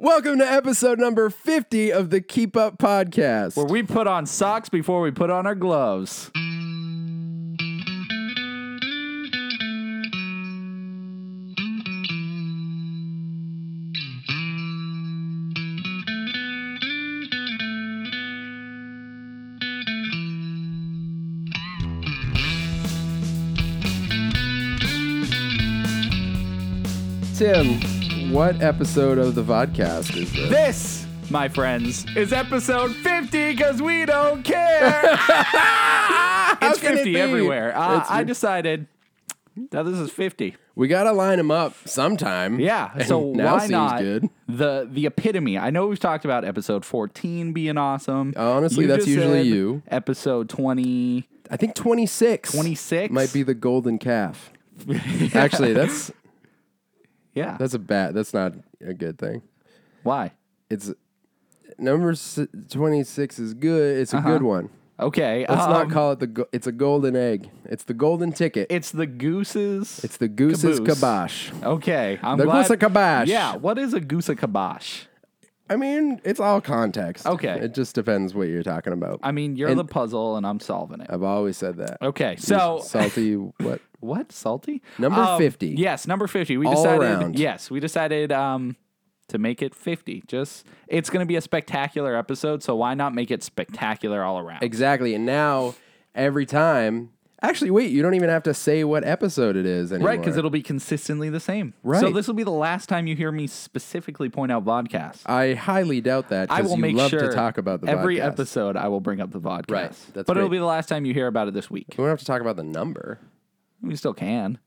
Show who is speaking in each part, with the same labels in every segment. Speaker 1: Welcome to episode number 50 of the Keep Up Podcast.
Speaker 2: where we put on socks before we put on our gloves.
Speaker 1: Tim, what episode of the vodcast is this?
Speaker 2: This, my friends, is episode 50 because we don't care.
Speaker 1: How
Speaker 2: it's
Speaker 1: can it
Speaker 2: 50
Speaker 1: be?
Speaker 2: everywhere. Uh,
Speaker 1: It's-
Speaker 2: I decided now this is 50.
Speaker 1: we got to line them up sometime.
Speaker 2: Yeah.
Speaker 1: And
Speaker 2: So
Speaker 1: now
Speaker 2: why
Speaker 1: seems
Speaker 2: not
Speaker 1: good.
Speaker 2: the the epitome? I know we've talked about episode 14 being awesome.
Speaker 1: Honestly, that's
Speaker 2: just
Speaker 1: usually
Speaker 2: said
Speaker 1: you.
Speaker 2: Episode 20.
Speaker 1: I think 26.
Speaker 2: 26?
Speaker 1: might be the golden calf. Actually, that's
Speaker 2: Yeah.
Speaker 1: that's a bad that's not a good thing.
Speaker 2: why?
Speaker 1: It's number s- 26 is good. It's a good one.
Speaker 2: Okay.
Speaker 1: Let's
Speaker 2: Uh-huh. um,
Speaker 1: not call it the go- it's a golden egg. It's the golden ticket.
Speaker 2: it's the gooses.
Speaker 1: It's the goose's
Speaker 2: Caboose.
Speaker 1: kibosh.
Speaker 2: okay. I'm
Speaker 1: The
Speaker 2: glad.
Speaker 1: goose a kibosh.
Speaker 2: Yeah. What is a goose a kibosh?
Speaker 1: I mean, it's all context.
Speaker 2: Okay.
Speaker 1: It just depends what you're talking about.
Speaker 2: I mean, you're
Speaker 1: And- Uh,
Speaker 2: the puzzle, and I'm solving it.
Speaker 1: I've always said that.
Speaker 2: Okay, so
Speaker 1: salty what?
Speaker 2: what salty Um,
Speaker 1: Number 50.
Speaker 2: Yes, number fifty. We
Speaker 1: All
Speaker 2: decided.
Speaker 1: around.
Speaker 2: Yes, we decided um, to make it fifty. Just it's going to be a spectacular episode, so why not make it spectacular all around?
Speaker 1: Exactly. And now every time Actually, wait, you don't even have to say what episode it is anymore.
Speaker 2: Right, because it'll be consistently the same. So
Speaker 1: Right.
Speaker 2: this will be the last time you hear me specifically point out vodcast.
Speaker 1: I highly doubt that
Speaker 2: I
Speaker 1: because
Speaker 2: will
Speaker 1: you
Speaker 2: make
Speaker 1: love
Speaker 2: sure
Speaker 1: to talk about the
Speaker 2: every
Speaker 1: podcast.
Speaker 2: episode. I will bring up the vodcast.
Speaker 1: Right,
Speaker 2: but
Speaker 1: that's
Speaker 2: it'll
Speaker 1: great.
Speaker 2: be the last time you hear about it this week.
Speaker 1: We don't have to talk about the number,
Speaker 2: We still can,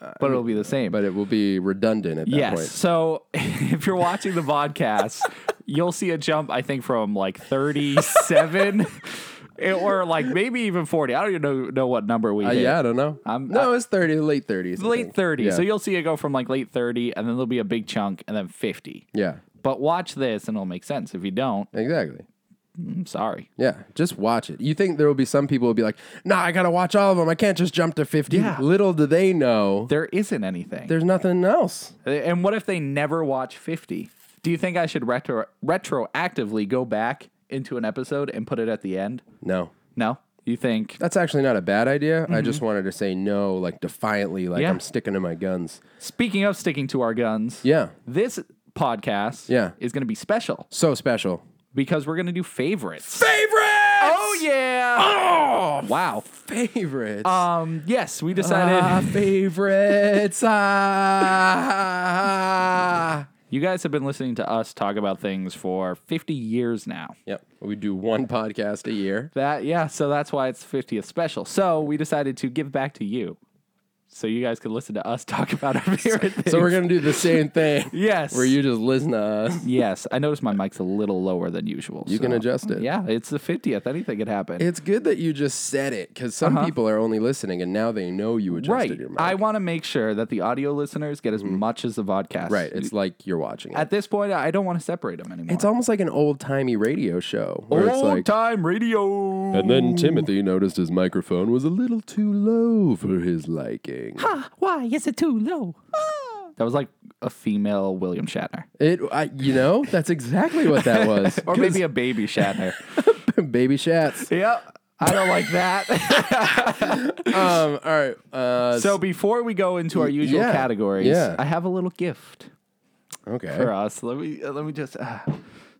Speaker 1: Uh,
Speaker 2: but it'll be the same.
Speaker 1: but it will be redundant at that
Speaker 2: Yes.
Speaker 1: point.
Speaker 2: So if you're watching the podcast, you'll see a jump, I think, from like 37 it- or like maybe even 40. I don't even know, know what number we
Speaker 1: Uh,
Speaker 2: hit.
Speaker 1: yeah, I don't know.
Speaker 2: I'm-
Speaker 1: no, it's 30, late 30s. I
Speaker 2: Late
Speaker 1: think.
Speaker 2: 30.
Speaker 1: Yeah.
Speaker 2: So you'll see it go from like late 30, and then there'll be a big chunk, and then 50.
Speaker 1: yeah,
Speaker 2: But watch this, and it'll make sense. If you don't,
Speaker 1: exactly.
Speaker 2: I'm sorry.
Speaker 1: Yeah, just watch it. You think there will be some people will be like, nah, I got to watch all of them. I can't just jump to 50.
Speaker 2: Yeah.
Speaker 1: Little do they know
Speaker 2: There isn't anything. Uh,
Speaker 1: there's nothing else.
Speaker 2: and what if they never watch 50? Do you think I should retro- retroactively go back into an episode and put it at the end?
Speaker 1: No.
Speaker 2: No? You think
Speaker 1: That's actually not a bad idea. I just wanted to say no, like defiantly, like
Speaker 2: Mm-hmm. Yeah.
Speaker 1: I'm sticking to my guns.
Speaker 2: Speaking of sticking to our guns,
Speaker 1: Yeah.
Speaker 2: this podcast
Speaker 1: Yeah.
Speaker 2: is going to be special
Speaker 1: So special.
Speaker 2: because we're going to do favorites.
Speaker 1: Favorites!
Speaker 2: Oh yeah!
Speaker 1: Oh,
Speaker 2: Wow.
Speaker 1: favorites.
Speaker 2: Um yes, we decided
Speaker 1: Ah, favorites. ah.
Speaker 2: you guys have been listening to us talk about things for 50 years now.
Speaker 1: Yep. We do one podcast a year.
Speaker 2: That yeah, so that's why it's 50th special. So we decided to give back to you. So you guys could listen to us talk about our favorite things.
Speaker 1: So we're going to do the same thing
Speaker 2: yes.
Speaker 1: where you just listen to us.
Speaker 2: yes, I noticed my mic's a little lower than usual.
Speaker 1: You can adjust it.
Speaker 2: Yeah, it's the 50th. Anything could happen.
Speaker 1: It's good that you just said it because some people are only listening and now they know you adjusted
Speaker 2: Uh-huh. Right.
Speaker 1: your mic. Mm-hmm.
Speaker 2: I want to make sure that the audio listeners get as much as the vodcast.
Speaker 1: right. It's like you're watching it.
Speaker 2: At this point, I don't want to separate them anymore.
Speaker 1: it's almost like an old timey radio show where it's like.
Speaker 2: time radio.
Speaker 1: and then Timothy noticed his microphone was a little too low for his liking.
Speaker 2: Ah, Why is it too low? Ah. That was like a female William Shatner,
Speaker 1: It, I, you know, that's exactly what that was.
Speaker 2: or maybe a baby Shatner.
Speaker 1: baby shats.
Speaker 2: yep. I don't like that.
Speaker 1: Um, all right. Uh,
Speaker 2: so before we go into our usual
Speaker 1: yeah,
Speaker 2: categories,
Speaker 1: yeah. Eh.
Speaker 2: I have a little gift
Speaker 1: okay.
Speaker 2: for us. Let me let me just. Uh,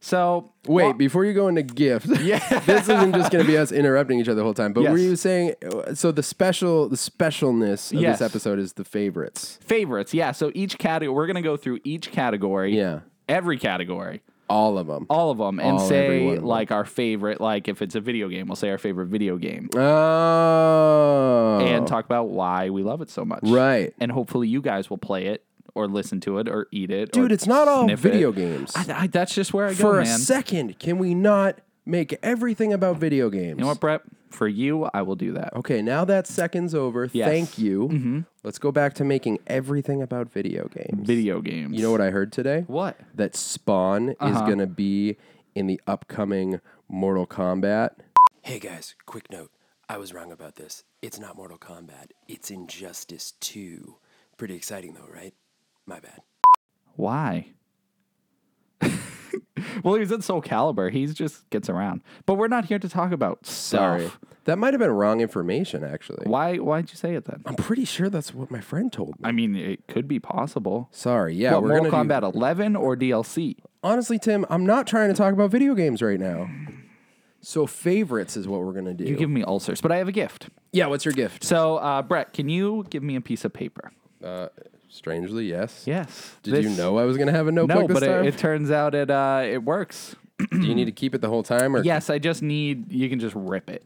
Speaker 2: so
Speaker 1: Wait, before you go into gift,
Speaker 2: Yeah.
Speaker 1: this isn't just going to be us interrupting each other the whole time. But
Speaker 2: Yes.
Speaker 1: were you saying uh, so? The special, the specialness of
Speaker 2: Yes.
Speaker 1: this episode is the favorites.
Speaker 2: favorites, yeah. So each category, we're gonna go through each category.
Speaker 1: Yeah,
Speaker 2: Every category.
Speaker 1: all of them.
Speaker 2: all of them and
Speaker 1: All, every one
Speaker 2: say
Speaker 1: of 'em.
Speaker 2: like our favorite like if it's a video game we'll say our favorite video game
Speaker 1: Oh,
Speaker 2: and talk about why we love it so much
Speaker 1: right,
Speaker 2: and hopefully you guys will play it or listen to it or eat it
Speaker 1: dude.
Speaker 2: or
Speaker 1: It's not all
Speaker 2: sniff
Speaker 1: video
Speaker 2: it.
Speaker 1: games.
Speaker 2: I, I, that's just where i go
Speaker 1: For a
Speaker 2: man
Speaker 1: second, can we not make everything about video games?
Speaker 2: you know what brett for you i will do that
Speaker 1: Okay, now that second's over.
Speaker 2: Yes. Mm-hmm.
Speaker 1: Thank you. Let's go back to making everything about video games.
Speaker 2: video games
Speaker 1: You know what I heard today?
Speaker 2: what Uh-huh.
Speaker 1: that Spawn is going to be in the upcoming Mortal Kombat.
Speaker 3: Hey guys, quick note. I was wrong about this. It's not Mortal Kombat, it's Injustice 2. Pretty exciting though, right? My bad.
Speaker 2: why Well, he was in Soul Calibur. He just gets around. But we're not here to talk about stuff.
Speaker 1: Sorry. That might have been wrong information, actually.
Speaker 2: Why? Why'd you say it then?
Speaker 1: I'm pretty sure that's what my friend told me.
Speaker 2: I mean, it could be possible.
Speaker 1: Sorry. Yeah,
Speaker 2: What,
Speaker 1: we're
Speaker 2: Mortal
Speaker 1: gonna do-
Speaker 2: Kombat 11 or DLC?
Speaker 1: Honestly, Tim, I'm not trying to talk about video games right now. So favorites is what we're gonna do.
Speaker 2: You give me ulcers, but I have a gift.
Speaker 1: yeah, what's your gift?
Speaker 2: So, uh, Brett, can you give me a piece of paper?
Speaker 1: Strangely, yes.
Speaker 2: Yes.
Speaker 1: Did you
Speaker 2: This-
Speaker 1: know I was gonna have a notebook
Speaker 2: No,
Speaker 1: this
Speaker 2: but Hmm.
Speaker 1: time?
Speaker 2: it, it turns out it uh, it works.
Speaker 1: do you need to keep it the whole time? Or
Speaker 2: Yes, I just need you can just rip it.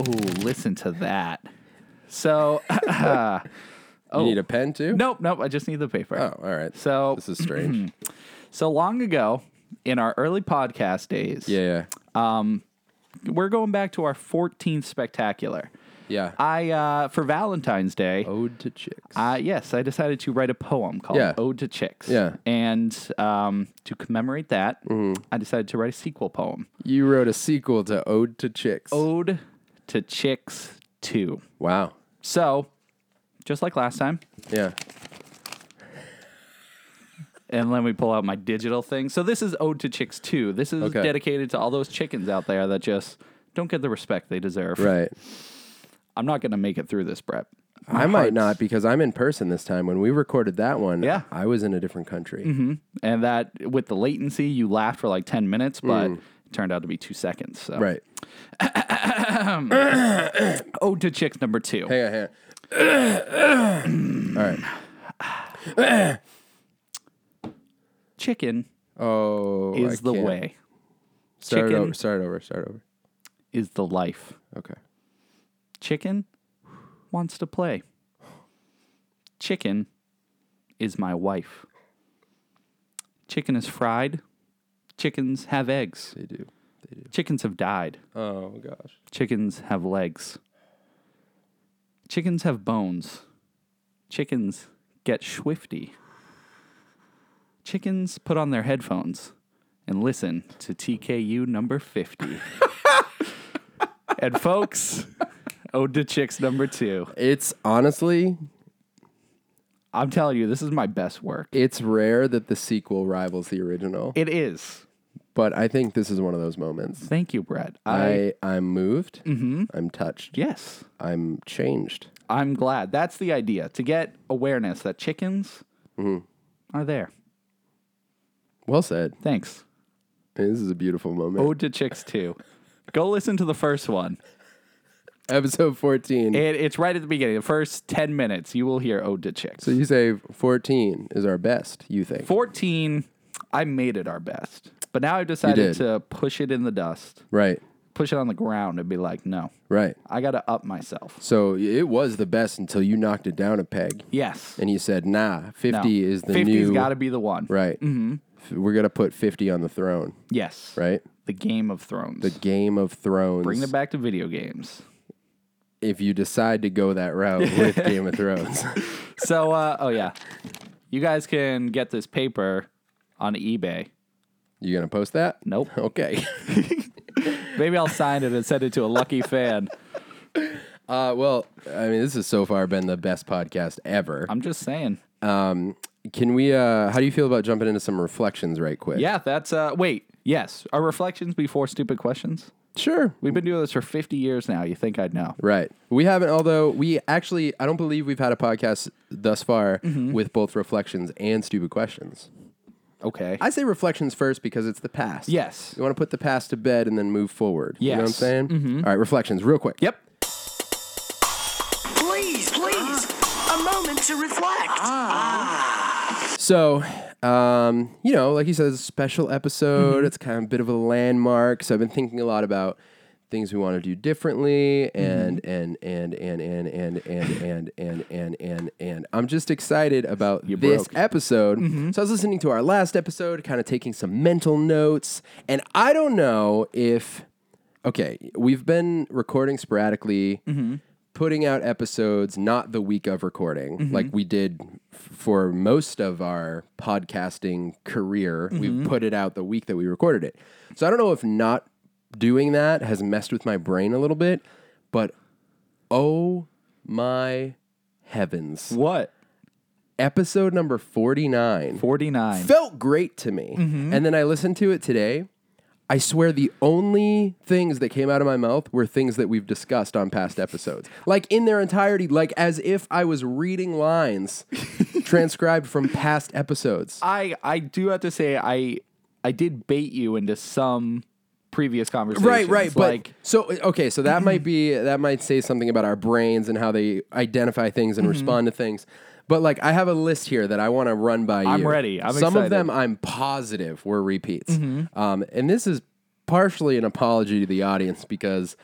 Speaker 2: Oh, listen to that. So,
Speaker 1: you need a pen too?
Speaker 2: nope, nope. I just need the paper.
Speaker 1: Oh, all right.
Speaker 2: oh. So- hmm.
Speaker 1: this is strange.
Speaker 2: So long ago, in our early podcast days,
Speaker 1: yeah, yeah,
Speaker 2: we're going back to our 14th spectacular.
Speaker 1: yeah.
Speaker 2: I uh, for Valentine's Day.
Speaker 1: Ode to chicks.
Speaker 2: Uh, yes, I decided to write a poem called
Speaker 1: Yeah.
Speaker 2: "Ode to Chicks."
Speaker 1: Yeah. Mm-hmm.
Speaker 2: and um, to commemorate that, I decided to write a sequel poem,
Speaker 1: you wrote a sequel to Ode to Chicks.
Speaker 2: "Ode to Chicks 2."
Speaker 1: Wow.
Speaker 2: So, just like last time,
Speaker 1: Yeah.
Speaker 2: and let me pull out my digital thing. So this is "Ode to Chicks 2." This is
Speaker 1: Okay.
Speaker 2: dedicated to all those chickens out there that just don't get the respect they deserve.
Speaker 1: Right.
Speaker 2: I'm not going to make it through this, Brett.
Speaker 1: I might not because I'm in person this time. When we recorded that one,
Speaker 2: Yeah.
Speaker 1: I was in a different country.
Speaker 2: And that with the latency, you laughed for like 10 minutes, but it turned out to be two seconds. So.
Speaker 1: Mm. Right.
Speaker 2: Ode to Chicks number two.
Speaker 1: Hang on, hang on. All right.
Speaker 2: Chicken
Speaker 1: Oh, I
Speaker 2: is the
Speaker 1: can't.
Speaker 2: way,
Speaker 1: Start it
Speaker 2: chicken.
Speaker 1: over. Start over. Start over.
Speaker 2: is the life.
Speaker 1: Okay.
Speaker 2: Chicken wants to play. Chicken is my wife. Chicken is fried. Chickens have eggs.
Speaker 1: They do.
Speaker 2: Chickens have died.
Speaker 1: Oh gosh.
Speaker 2: Chickens have legs. Chickens have bones. Chickens get swifty. Chickens put on their headphones and listen to TKU number 50. and folks, Ode to Chicks number two.
Speaker 1: It's honestly,
Speaker 2: I'm telling you, this is my best work.
Speaker 1: it's rare that the sequel rivals the original,
Speaker 2: It is.
Speaker 1: but I think this is one of those moments.
Speaker 2: Thank you, Brett. I,
Speaker 1: I Mm-hmm. I'm moved. I'm touched.
Speaker 2: yes,
Speaker 1: I'm changed.
Speaker 2: I'm glad. That's the idea to get awareness that chickens are there.
Speaker 1: Well said.
Speaker 2: Thanks.
Speaker 1: This is a beautiful moment.
Speaker 2: Ode to Chicks 2. Go listen to the first one.
Speaker 1: Episode 14.
Speaker 2: It, it's right at the beginning. The first 10 minutes, you will hear Ode to Chicks.
Speaker 1: so you say 14 is our best, you think?
Speaker 2: 14, I made it our best. But now I've
Speaker 1: did.
Speaker 2: decided to push it in the dust,
Speaker 1: Right.
Speaker 2: push it on the ground, and be like, no,
Speaker 1: Right.
Speaker 2: I got to up myself.
Speaker 1: So it was the best until you knocked it down a peg
Speaker 2: Yes.
Speaker 1: and you said, "Nah, 50 is the
Speaker 2: 50's
Speaker 1: new
Speaker 2: got to be the one.
Speaker 1: right. Mm-hmm. We're going to put 50 on the throne."
Speaker 2: Yes.
Speaker 1: Right?
Speaker 2: The Game of Thrones.
Speaker 1: The Game of Thrones.
Speaker 2: Bring it back to video games.
Speaker 1: if you decide to go that route with Game of Thrones.
Speaker 2: So, uh, oh, yeah. You guys can get this paper on eBay.
Speaker 1: you going to post that?
Speaker 2: Nope.
Speaker 1: Okay.
Speaker 2: Maybe I'll sign it and send it to a lucky fan.
Speaker 1: Uh, well, I mean, this has so far been the best podcast ever.
Speaker 2: I'm just saying.
Speaker 1: Um, can we? Uh, how do you feel about jumping into some reflections right quick?
Speaker 2: Yeah, that's uh wait. Yes. Are reflections before stupid questions?
Speaker 1: sure.
Speaker 2: We've been doing this for 50 years now. You think I'd know.
Speaker 1: Right. We haven't, although we actually, I don't believe we've had a podcast thus far
Speaker 2: Mm-hmm.
Speaker 1: with both reflections and stupid questions.
Speaker 2: Okay.
Speaker 1: I say reflections first because it's the past.
Speaker 2: yes.
Speaker 1: You want to put the past to bed and then move forward. You know what I'm
Speaker 2: Yes. Mm-hmm.
Speaker 1: saying? All right, reflections, real quick.
Speaker 2: Yep.
Speaker 4: Please, please, a moment to reflect.
Speaker 1: So, um, you know, like he says, special episode. It's kind of a bit of a landmark. So I've been thinking a lot about things we want to do differently, and and and and and and and and and and and and I'm just excited about this
Speaker 2: broke.
Speaker 1: episode. So I was listening to our last episode, kind of taking some mental notes, and I don't know if okay, we've been recording sporadically, putting out episodes not the week of recording, like we did f- for most of our podcasting career. We've put it out the week that we recorded it. So I don't know if not doing that has messed with my brain a little bit, but oh my heavens.
Speaker 2: What?
Speaker 1: episode number 49
Speaker 2: Forty nine.
Speaker 1: felt great to me. And then I listened to it today. I swear the only things that came out of my mouth were things that we've discussed on past episodes. Like in their entirety, like as if I was reading lines transcribed from past episodes.
Speaker 2: I I do have to say I I did bait you into some previous conversations.
Speaker 1: Right, right, but
Speaker 2: Like
Speaker 1: so okay, so that might be that might say something about our brains and how they identify things and
Speaker 2: Mm-hmm.
Speaker 1: respond to things. But like, I have a list here that I want to run by you.
Speaker 2: I'm ready. I'm
Speaker 1: Some of
Speaker 2: excited. Mm-hmm.
Speaker 1: them I'm positive were repeats, um, and this is partially an apology to the audience because.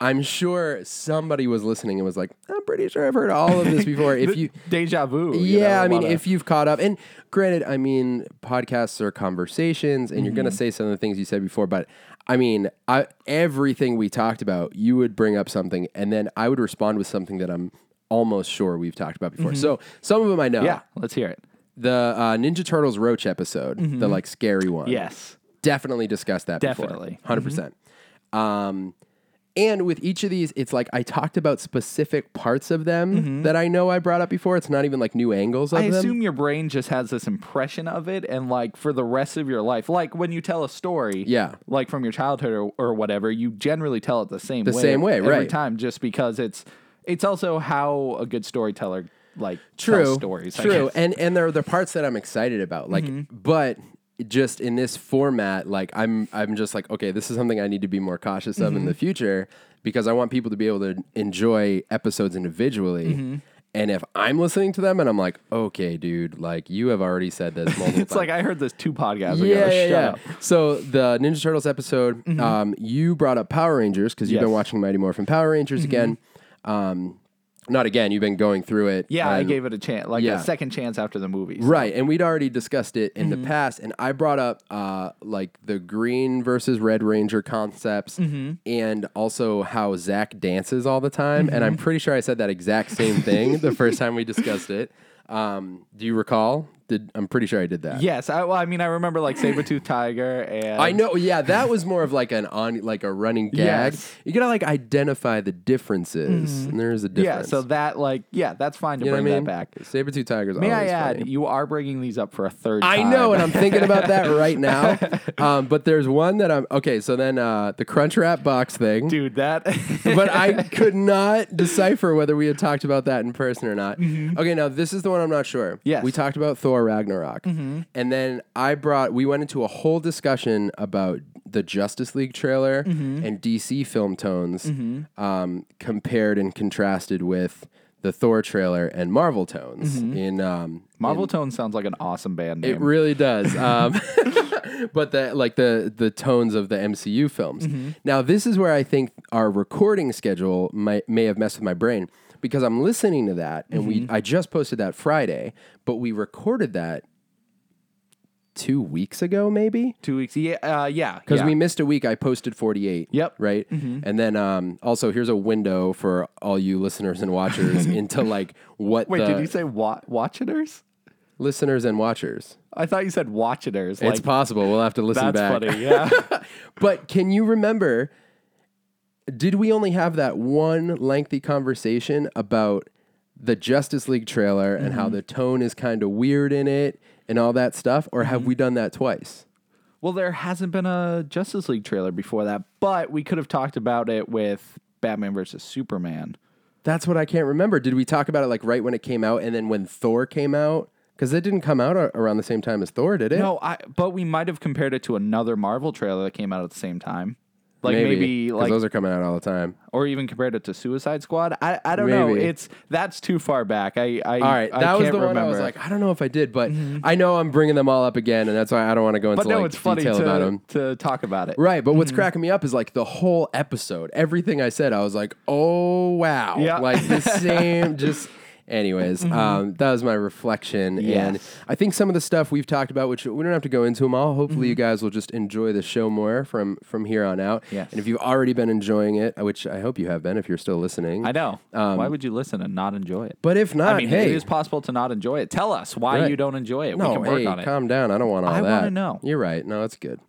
Speaker 1: I'm sure somebody was listening and was like, "I'm pretty sure I've heard all of this before." If you
Speaker 2: deja vu. you know,
Speaker 1: yeah,
Speaker 2: a
Speaker 1: I mean,
Speaker 2: lot of-
Speaker 1: if you've caught up, and granted, I mean, podcasts are conversations, and you're going to
Speaker 2: Mm-hmm.
Speaker 1: say some of the things you said before, but I mean, I, everything we talked about, you would bring up something, and then I would respond with something that I'm almost sure we've talked about before. So some of them I know.
Speaker 2: Mm-hmm. yeah, let's hear it.
Speaker 1: The uh, Ninja Turtles Roach episode,
Speaker 2: Mm-hmm.
Speaker 1: the like scary one.
Speaker 2: Yes.
Speaker 1: Definitely discussed that
Speaker 2: Definitely. Mm-hmm.
Speaker 1: before. 100%. percent Um, and with each of these, it's like I talked about specific parts of them that I know I brought up before. It's not even like new angles of
Speaker 2: Mm-hmm. I
Speaker 1: them.
Speaker 2: assume your brain just has this impression of it, and like for the rest of your life, like when you tell a story,
Speaker 1: Yeah.
Speaker 2: like from your childhood or, or whatever, you generally tell it the same
Speaker 1: The
Speaker 2: way
Speaker 1: same way,
Speaker 2: every
Speaker 1: right.
Speaker 2: time, just because it's it's also how a good storyteller like
Speaker 1: true
Speaker 2: tells stories. I
Speaker 1: True,
Speaker 2: guess. Mm-hmm.
Speaker 1: and and there are the parts that I'm excited about. Like, but just in this format, like I'm I'm just like, okay, this is something I need to be more cautious of
Speaker 2: Mm-hmm.
Speaker 1: in the future because I want people to be able to enjoy episodes individually.
Speaker 2: Mm-hmm.
Speaker 1: And if I'm listening to them and I'm like, okay, dude, like you have already said this multiple
Speaker 2: it's like I heard this two podcasts ago.
Speaker 1: yeah, yeah,
Speaker 2: Shut
Speaker 1: yeah.
Speaker 2: up.
Speaker 1: So the Ninja Turtles episode, um, you brought up Power Rangers because you've been
Speaker 2: Mm-hmm. Yes. Mm-hmm.
Speaker 1: watching Mighty Morphin Power Rangers again. Um, not again. You've been going through it. uh,
Speaker 2: Yeah, I
Speaker 1: and-
Speaker 2: gave it a chance, like
Speaker 1: yeah.
Speaker 2: a second chance after the movies.
Speaker 1: Right, and we'd already discussed it in
Speaker 2: Mm-hmm.
Speaker 1: the past, and I brought up uh, like the green versus red ranger concepts,
Speaker 2: Mm-hmm.
Speaker 1: and also how Zach dances all the time. And
Speaker 2: Mm-hmm.
Speaker 1: I'm pretty sure I said that exact same thing the first time we discussed it. Um, do you recall? Did I'm pretty sure I did that.
Speaker 2: Yes, I, well, I mean, I remember like Sabretooth Tiger and
Speaker 1: I know. Yeah, that was more of like an on, like a running gag.
Speaker 2: Yes. Mm-hmm.
Speaker 1: You gotta like identify the differences. And there is a
Speaker 2: Yeah,
Speaker 1: difference.
Speaker 2: so that like yeah, that's fine to
Speaker 1: you know what I
Speaker 2: bring
Speaker 1: mean.
Speaker 2: that back.
Speaker 1: Saber tooth tigers.
Speaker 2: May I
Speaker 1: always
Speaker 2: add,
Speaker 1: funny.
Speaker 2: you are bringing these up for a third
Speaker 1: I
Speaker 2: time.
Speaker 1: know, and I'm thinking about that right now. Um, but there's one that I'm okay. So then uh, the crunch wrap box thing.
Speaker 2: dude. That
Speaker 1: But I could not decipher whether we had talked about that in person or not. Okay, now this is the one I'm not sure.
Speaker 2: Mm-hmm. Yes. Mm-hmm.
Speaker 1: We talked about Thor Ragnarok. And then I brought, we went into a whole discussion about the Justice League trailer
Speaker 2: Mm-hmm.
Speaker 1: and DC film tones um, compared and contrasted with the Thor trailer and Marvel tones
Speaker 2: Mm-hmm.
Speaker 1: in um,
Speaker 2: Marvel Tone sounds like an awesome band name.
Speaker 1: it really does. Um, but the like the the tones of the MCU films.
Speaker 2: Mm-hmm.
Speaker 1: Now this is where I think our recording schedule might may have messed with my brain because I'm listening to that and we
Speaker 2: Mm-hmm.
Speaker 1: I just posted that Friday, but we recorded that two weeks ago maybe
Speaker 2: Two weeks, yeah, uh, yeah,
Speaker 1: because
Speaker 2: yeah.
Speaker 1: we missed a week. I posted 48.
Speaker 2: Yep. Mm-hmm.
Speaker 1: Right. And then um, also here's a window for all you listeners and watchers into like what
Speaker 2: Wait,
Speaker 1: the
Speaker 2: did you say wa- Watchiters?
Speaker 1: listeners and watchers.
Speaker 2: I thought you said Watchiters. Like,
Speaker 1: it's possible. We'll have to listen
Speaker 2: that's
Speaker 1: back.
Speaker 2: funny. Yeah,
Speaker 1: But can you remember? Did we only have that one lengthy conversation about the Justice League trailer and
Speaker 2: Mm-hmm.
Speaker 1: how the tone is kind of weird in it and all that stuff? Or
Speaker 2: Mm-hmm.
Speaker 1: have we done that twice?
Speaker 2: Well, there hasn't been a Justice League trailer before that, but we could have talked about it with Batman versus Superman.
Speaker 1: That's what I can't remember. Did we talk about it like right when it came out and then when Thor came out? Because it didn't come out a- around the same time as Thor, did it?
Speaker 2: No, I. But we might have compared it to another Marvel trailer that came out at the same time. Like maybe,
Speaker 1: 'cause
Speaker 2: like,
Speaker 1: those are coming out all the time.
Speaker 2: or even compared it to Suicide Squad. I, I don't know.
Speaker 1: Maybe.
Speaker 2: It's that's too far back. I, I
Speaker 1: All right,
Speaker 2: I
Speaker 1: that was
Speaker 2: can't
Speaker 1: the one I
Speaker 2: remember. Mm-hmm.
Speaker 1: was like, I don't know if I did, but I know I'm bringing them all up again, and that's why I don't want to go into
Speaker 2: but no,
Speaker 1: like
Speaker 2: it's funny
Speaker 1: detail about them.
Speaker 2: to, to talk about it.
Speaker 1: Right, but what's cracking me up is like the whole episode. Everything I said, I was like, "Oh wow!"
Speaker 2: Yeah. Mm-hmm.
Speaker 1: Like the same. just, anyways, um, that was my reflection, and
Speaker 2: Yes.
Speaker 1: I think some of the stuff we've talked about, which we don't have to go into them all. Hopefully,
Speaker 2: Mm-hmm.
Speaker 1: you guys will just enjoy the show more from from here on out.
Speaker 2: Yes.
Speaker 1: And if you've already been enjoying it, which I hope you have been, if you're still listening,
Speaker 2: I know. Why would you listen and not enjoy it?
Speaker 1: Um, But if not,
Speaker 2: I mean,
Speaker 1: hey,
Speaker 2: it is possible to not enjoy it. Tell us why
Speaker 1: Right.
Speaker 2: you don't enjoy it. we
Speaker 1: no,
Speaker 2: can work
Speaker 1: hey,
Speaker 2: on it.
Speaker 1: calm down. I don't want all
Speaker 2: I
Speaker 1: that.
Speaker 2: wanna know.
Speaker 1: You're right. No, that's good.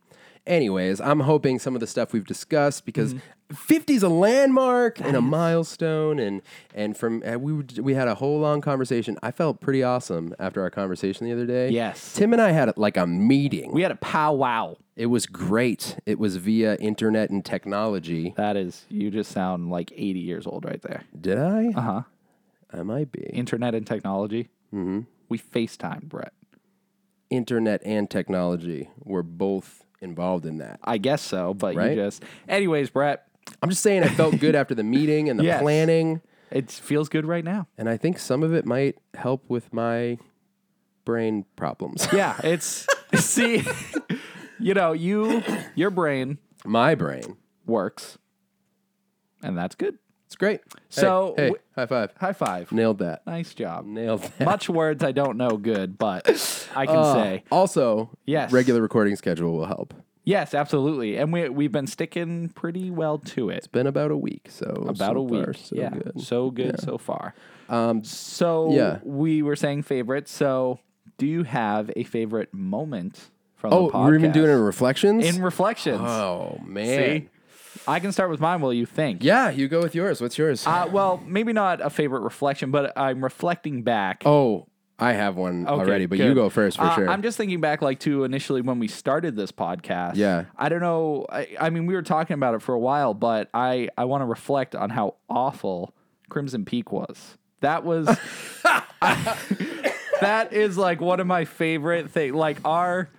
Speaker 1: Anyways, I'm hoping some of the stuff we've discussed because
Speaker 2: Mm-hmm.
Speaker 1: 50's a landmark and a milestone, and and from uh, we were- we had a whole long conversation. I felt pretty awesome after our conversation the other day.
Speaker 2: Yes.
Speaker 1: Tim and I had like a meeting.
Speaker 2: We had a powwow.
Speaker 1: it was great. It was via internet and technology.
Speaker 2: That is, you just sound like 80 years old right there.
Speaker 1: Did I? Uh
Speaker 2: Uh-huh.
Speaker 1: I might be
Speaker 2: Internet and technology. Mm-hmm. We FaceTime, Brett.
Speaker 1: internet and technology were both involved in that.
Speaker 2: I guess so, but
Speaker 1: Right?
Speaker 2: you just. Anyways, Brett,
Speaker 1: I'm just saying I felt good after the meeting and the
Speaker 2: Yes.
Speaker 1: planning.
Speaker 2: it feels good right now.
Speaker 1: And I think some of it might help with my brain problems.
Speaker 2: Yeah, it's see, you know, you your brain
Speaker 1: my brain.
Speaker 2: works, and that's good.
Speaker 1: It's great. Hey,
Speaker 2: So
Speaker 1: hey,
Speaker 2: w-
Speaker 1: high five.
Speaker 2: High five.
Speaker 1: Nailed that.
Speaker 2: Nice job.
Speaker 1: Nailed that.
Speaker 2: Much words I don't know good, but I can say
Speaker 1: Also,
Speaker 2: Ah. Yes.
Speaker 1: regular recording schedule will help.
Speaker 2: yes, absolutely. And we we've been sticking pretty well to it.
Speaker 1: Been about a week, so
Speaker 2: About
Speaker 1: so
Speaker 2: a week.
Speaker 1: far, so
Speaker 2: yeah.
Speaker 1: good. Um,
Speaker 2: So good so far. so
Speaker 1: yeah.
Speaker 2: we were saying favorites. So do you have a favorite moment from
Speaker 1: oh,
Speaker 2: the podcast?
Speaker 1: we're even doing it in reflections.
Speaker 2: in reflections.
Speaker 1: oh man.
Speaker 2: See? I can start with mine while you think.
Speaker 1: Yeah, you go with yours. What's yours?
Speaker 2: Uh, well, maybe not a favorite reflection, but I'm reflecting back.
Speaker 1: oh, I have one
Speaker 2: Okay,
Speaker 1: already, but you
Speaker 2: good.
Speaker 1: go first for
Speaker 2: Uh,
Speaker 1: sure.
Speaker 2: I'm just thinking back, like to initially when we started this podcast.
Speaker 1: Yeah.
Speaker 2: I don't know. I, I mean, we were talking about it for a while, but I I want to reflect on how awful Crimson Peak was. That was. that is like one of my favorite things. Like our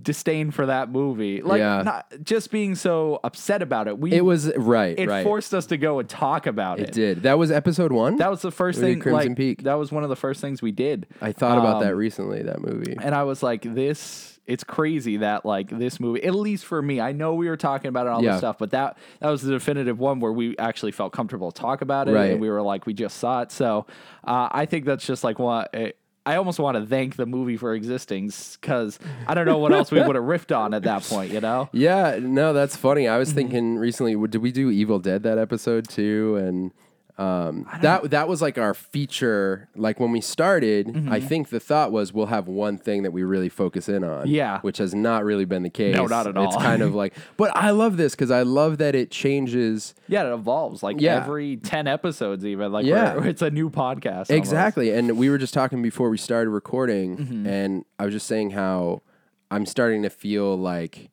Speaker 2: disdain for that movie, like
Speaker 1: Yeah.
Speaker 2: not just being so upset about it. We
Speaker 1: it was right,
Speaker 2: it
Speaker 1: right.
Speaker 2: forced us to go and talk about it.
Speaker 1: it did. That was episode one.
Speaker 2: That was the first
Speaker 1: We did
Speaker 2: thing.
Speaker 1: Crimson
Speaker 2: like,
Speaker 1: Peak.
Speaker 2: That was one of the first things we did.
Speaker 1: I thought about
Speaker 2: Um,
Speaker 1: that recently. That movie.
Speaker 2: and I was like, "This, it's crazy that like this movie. At least for me, I know we were talking about it and all
Speaker 1: Yeah.
Speaker 2: this stuff, but that that was the definitive one where we actually felt comfortable to talk about it,
Speaker 1: Right.
Speaker 2: and we were like, we just saw it. So uh, I think that's just like what. It, I almost want to thank the movie for existing because I don't know what else we would have riffed on at that point, you know?
Speaker 1: Yeah, no, that's funny. I was
Speaker 2: Mm-hmm.
Speaker 1: thinking recently, w- did we do Evil Dead that episode too? And um, that that was like our feature. Like when we started, I
Speaker 2: Mm-hmm.
Speaker 1: think the thought was we'll have one thing that we really focus in on.
Speaker 2: Yeah.
Speaker 1: which has not really been the case.
Speaker 2: not at
Speaker 1: It's
Speaker 2: all.
Speaker 1: kind of like, but I love this because I love that it changes.
Speaker 2: Yeah, it evolves like
Speaker 1: Yeah.
Speaker 2: every 10 episodes, even. Like,
Speaker 1: Yeah.
Speaker 2: we're- it's a new podcast. almost. Mm-hmm.
Speaker 1: Exactly. And we were just talking before we started recording, and I was just saying how I'm starting to feel like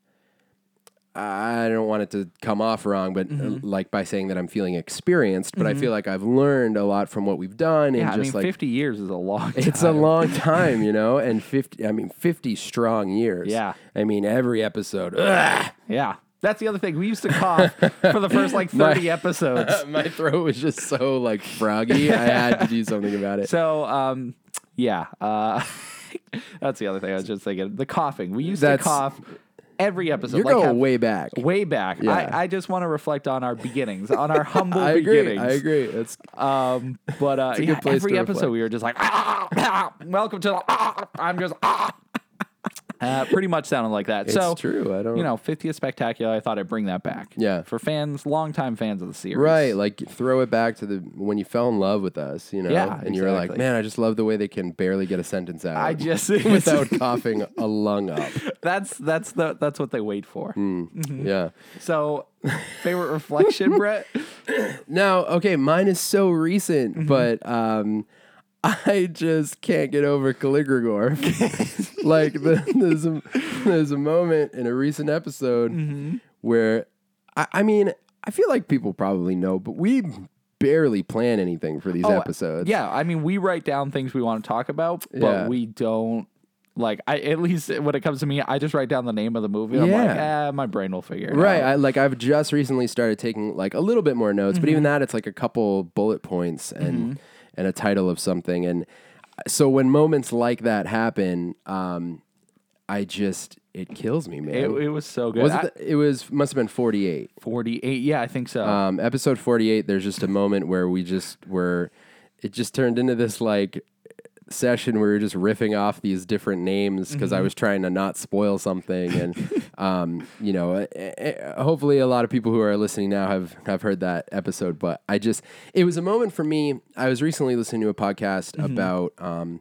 Speaker 1: I don't want it to come off wrong, but uh,
Speaker 2: Mm-hmm.
Speaker 1: like by saying that I'm feeling experienced, but I feel like I've learned a lot from what we've done, and
Speaker 2: Yeah, I
Speaker 1: just
Speaker 2: mean,
Speaker 1: like
Speaker 2: 50 years is a long time.
Speaker 1: it's a long time, you know, and 50, I mean, 50 strong years.
Speaker 2: Yeah.
Speaker 1: I mean, every episode. ugh,
Speaker 2: Yeah. That's the other thing. We used to cough for the first like 30 episodes.
Speaker 1: my throat was just so like froggy. I had to do something about it.
Speaker 2: So, um, yeah. Uh, that's the other thing I was just thinking. The coughing. We used
Speaker 1: That's-
Speaker 2: to cough every episode.
Speaker 1: You're
Speaker 2: like
Speaker 1: going
Speaker 2: have-
Speaker 1: way back.
Speaker 2: way back.
Speaker 1: Yeah.
Speaker 2: I, I just want to reflect on our beginnings, on our humble
Speaker 1: I agree.
Speaker 2: beginnings.
Speaker 1: I agree. That's
Speaker 2: Um, but uh,
Speaker 1: a
Speaker 2: yeah,
Speaker 1: good place
Speaker 2: every
Speaker 1: to
Speaker 2: episode
Speaker 1: reflect.
Speaker 2: we were just like, "Ah, ah, welcome to the, ah, I'm just, ah." uh, pretty much sounded like that. so
Speaker 1: it's true. I don't
Speaker 2: You know, 50th Spectacular, I thought I'd bring that back.
Speaker 1: Yeah.
Speaker 2: For fans, longtime fans of the series.
Speaker 1: Right, like throw it back to the when you fell in love with us, you know,
Speaker 2: Yeah,
Speaker 1: and you were like,
Speaker 2: exactly.
Speaker 1: "Man, I just love the way they can barely get a sentence out."
Speaker 2: I just
Speaker 1: without coughing a lung up.
Speaker 2: that's that's the that's what they wait for.
Speaker 1: Yeah.
Speaker 2: So favorite reflection, Brett.
Speaker 1: Now, okay, mine is so recent,
Speaker 2: Mm-hmm.
Speaker 1: but um, I just can't get over Caligregor. like the, there's a, there's a moment in a recent episode
Speaker 2: Mm-hmm.
Speaker 1: where I, I mean, I feel like people probably know, but we barely plan anything for these
Speaker 2: Oh,
Speaker 1: episodes.
Speaker 2: Yeah, I mean we write down things we want to talk about, but
Speaker 1: Yeah.
Speaker 2: we don't like I at least when it comes to me, I just write down the name of the movie. I'm like,
Speaker 1: Yeah.
Speaker 2: ah, my brain will figure it
Speaker 1: Right.
Speaker 2: out.
Speaker 1: I like I've just recently started taking like a little bit more notes, but
Speaker 2: Mm-hmm.
Speaker 1: even that it's like a couple bullet points and and a title of something. And uh, so when moments like that happen, um, I just it kills me, man.
Speaker 2: It, it was so good.
Speaker 1: was
Speaker 2: I-
Speaker 1: it, the, it was must have been 48
Speaker 2: 48? Yeah, I think so.
Speaker 1: um, episode 48 there's just a moment where we just were it just turned into this like session where we were just riffing off these different names because i was trying to not spoil something and um, you know eh, eh, eh, hopefully a lot of people who are listening now have have heard that episode but i just it was a moment for me i was recently listening to a podcast about um,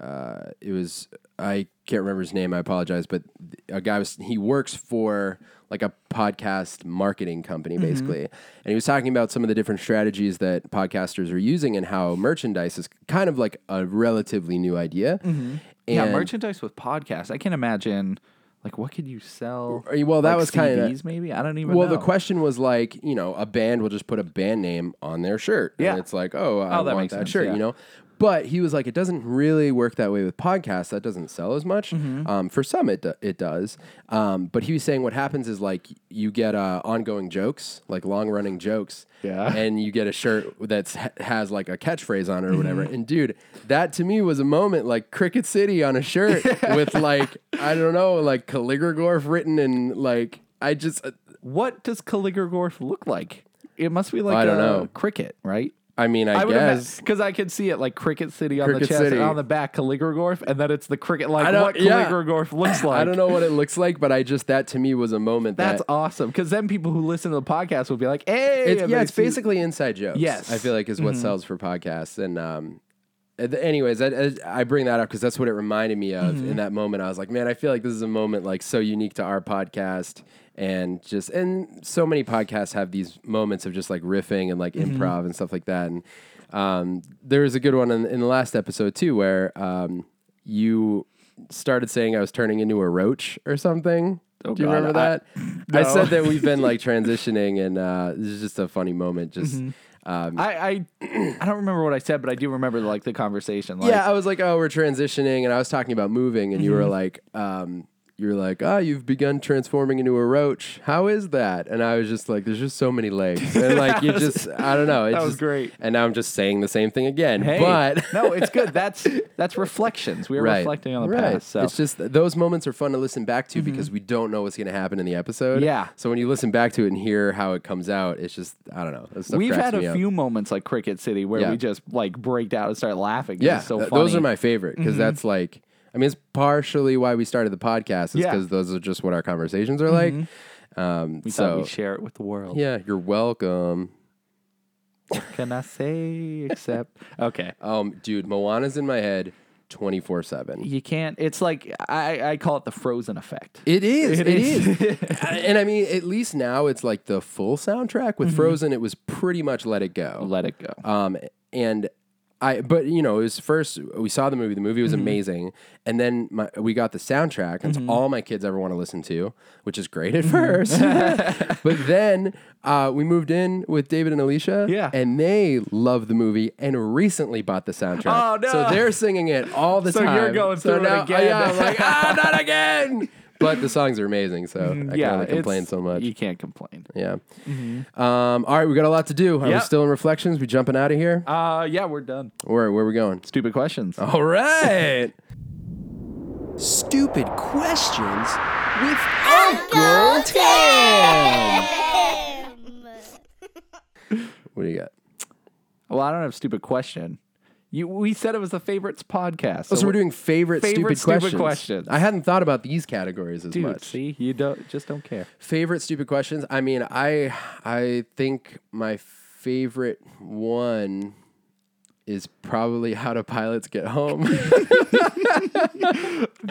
Speaker 1: uh, it was I can't remember his name. I apologize, but th- a guy was he works for like a podcast marketing company basically, and he was talking about some of the different strategies that podcasters are using and how merchandise is kind of like a relatively new idea.
Speaker 2: yeah,
Speaker 1: And-
Speaker 2: merchandise with podcasts. I can't imagine. Like, what could you sell?
Speaker 1: Uh, well, that
Speaker 2: Like
Speaker 1: was kinda-
Speaker 2: CDs maybe. I don't even.
Speaker 1: Well,
Speaker 2: know.
Speaker 1: the question was like, you know, a band will just put a band name on their shirt.
Speaker 2: Yeah.
Speaker 1: And it's like, oh, I
Speaker 2: Oh, that
Speaker 1: want
Speaker 2: makes
Speaker 1: that
Speaker 2: sense,
Speaker 1: shirt,
Speaker 2: yeah.
Speaker 1: you know? But he was like, it doesn't really work that way with podcasts. That doesn't sell as much.
Speaker 2: Mm-hmm.
Speaker 1: Um, for some, it, do- it does. Um, but he was saying what happens is like you get uh, ongoing jokes, like long running jokes.
Speaker 2: Yeah.
Speaker 1: And you get a shirt that's ha- has like a catchphrase on it
Speaker 2: Mm-hmm.
Speaker 1: or whatever. And dude, that to me was a moment like Cricket City on a shirt with like, I don't know, like calligraph written and like, I just, uh,
Speaker 2: What does Caligorgorf look like? It must be like
Speaker 1: I don't
Speaker 2: a
Speaker 1: know.
Speaker 2: cricket, right?
Speaker 1: I mean, I, guess.
Speaker 2: because I could see it like Cricket City on the
Speaker 1: Cricket
Speaker 2: chest
Speaker 1: City.
Speaker 2: and on the back Caligorgorf, and then it's the cricket like
Speaker 1: I don't-
Speaker 2: what
Speaker 1: yeah.
Speaker 2: Caligorgorf looks like.
Speaker 1: I don't know what it looks like, but I just that to me was a moment
Speaker 2: That's
Speaker 1: that
Speaker 2: awesome because then people who listen to the podcast will be like, "Hey,
Speaker 1: it's,
Speaker 2: and
Speaker 1: yeah,
Speaker 2: they
Speaker 1: it's
Speaker 2: see-
Speaker 1: basically inside jokes.
Speaker 2: Yes. Mm-hmm.
Speaker 1: I feel like is what sells for podcasts. And um, uh, th- anyways, I, I- I bring that up because that's what it reminded me of
Speaker 2: Mm-hmm.
Speaker 1: in that moment. I was like, man, I feel like this is a moment like so unique to our podcast, and just and so many podcasts have these moments of just like riffing and like
Speaker 2: Mm-hmm.
Speaker 1: improv and stuff like that. And um, there was a good one in, in the last episode too where um, you started saying I was turning into a roach or something. Do you
Speaker 2: Oh, God,
Speaker 1: remember
Speaker 2: I-
Speaker 1: that? I said that we've been like transitioning, and uh, this is just a funny moment. Just um,
Speaker 2: I, I I don't remember what I said, but I do remember like the conversation. Like,
Speaker 1: yeah, I was like, oh, we're transitioning, and I was talking about moving, and you were like, um, you were like, ah, you've begun transforming into a roach. How is that? And I was just like, there's just so many legs, and like you just, I don't know. It
Speaker 2: That was
Speaker 1: just-
Speaker 2: great.
Speaker 1: And now I'm just saying the same thing again,
Speaker 2: Hey,
Speaker 1: but.
Speaker 2: no, it's good. That's that's reflections. We are
Speaker 1: Right.
Speaker 2: reflecting on the
Speaker 1: right.
Speaker 2: past. So
Speaker 1: It's just th- those moments are fun to listen back to because we don't know what's going to happen in the episode.
Speaker 2: Yeah.
Speaker 1: So when you listen back to it and hear how it comes out, it's just I don't know. That stuff
Speaker 2: We've
Speaker 1: cracks
Speaker 2: had
Speaker 1: me
Speaker 2: a
Speaker 1: up.
Speaker 2: few moments like Cricket City where
Speaker 1: Yeah.
Speaker 2: we just like break down and start laughing. 'cause
Speaker 1: Yeah,
Speaker 2: it's so
Speaker 1: th-
Speaker 2: funny. Mm-hmm.
Speaker 1: those are my favorite because that's like, I mean, it's partially why we started the podcast is
Speaker 2: Yeah. Mm-hmm.
Speaker 1: because those are just what our conversations are like. Um,
Speaker 2: We thought
Speaker 1: so
Speaker 2: we'd share it with the world.
Speaker 1: yeah, you're welcome.
Speaker 2: Can I say except? Okay.
Speaker 1: Um, dude, Moana's in my head, twenty four seven.
Speaker 2: You can't. It's like I, I call it the frozen effect.
Speaker 1: It is.
Speaker 2: It
Speaker 1: it
Speaker 2: is.
Speaker 1: is. I- and I mean, at least now it's like the full soundtrack
Speaker 2: Mm-hmm.
Speaker 1: with Frozen. It was pretty much Let It Go.
Speaker 2: Let it go.
Speaker 1: Um, and I, but you know, it was first we saw the movie. The movie was
Speaker 2: Mm-hmm.
Speaker 1: amazing, and then my, we got the soundtrack. That's all my kids ever want to listen to, which is great
Speaker 2: Mm-hmm.
Speaker 1: at first. but then uh, we moved in with David and Alicia,
Speaker 2: Yeah.
Speaker 1: and they love the movie and recently bought the soundtrack.
Speaker 2: Oh, no.
Speaker 1: So they're singing it all the
Speaker 2: So
Speaker 1: time.
Speaker 2: you're going through it again.
Speaker 1: Yeah, I'm like ah, not again. But the songs are amazing, so I can
Speaker 2: Mm-hmm. yeah,
Speaker 1: only complain
Speaker 2: it's-
Speaker 1: so much.
Speaker 2: You can't complain.
Speaker 1: Yeah. Um, all right, we got a lot to do. Are we
Speaker 2: Yep.
Speaker 1: still in reflections? We jumping out of here?
Speaker 2: Uh, yeah, we're done. Oh.
Speaker 1: Where where are we going?
Speaker 2: Stupid questions.
Speaker 1: All right.
Speaker 3: Stupid questions.
Speaker 1: What do you got?
Speaker 2: Well, I don't have a stupid question. You, we said it was the favorites podcast.
Speaker 1: Oh, so we're doing favorite,
Speaker 2: Favorite
Speaker 1: stupid,
Speaker 2: stupid
Speaker 1: questions.
Speaker 2: questions.
Speaker 1: I hadn't thought about these categories as
Speaker 2: dude.
Speaker 1: much.
Speaker 2: See, you don't just don't care.
Speaker 1: Favorite stupid questions. I mean, I I think my favorite one is probably how do pilots get home.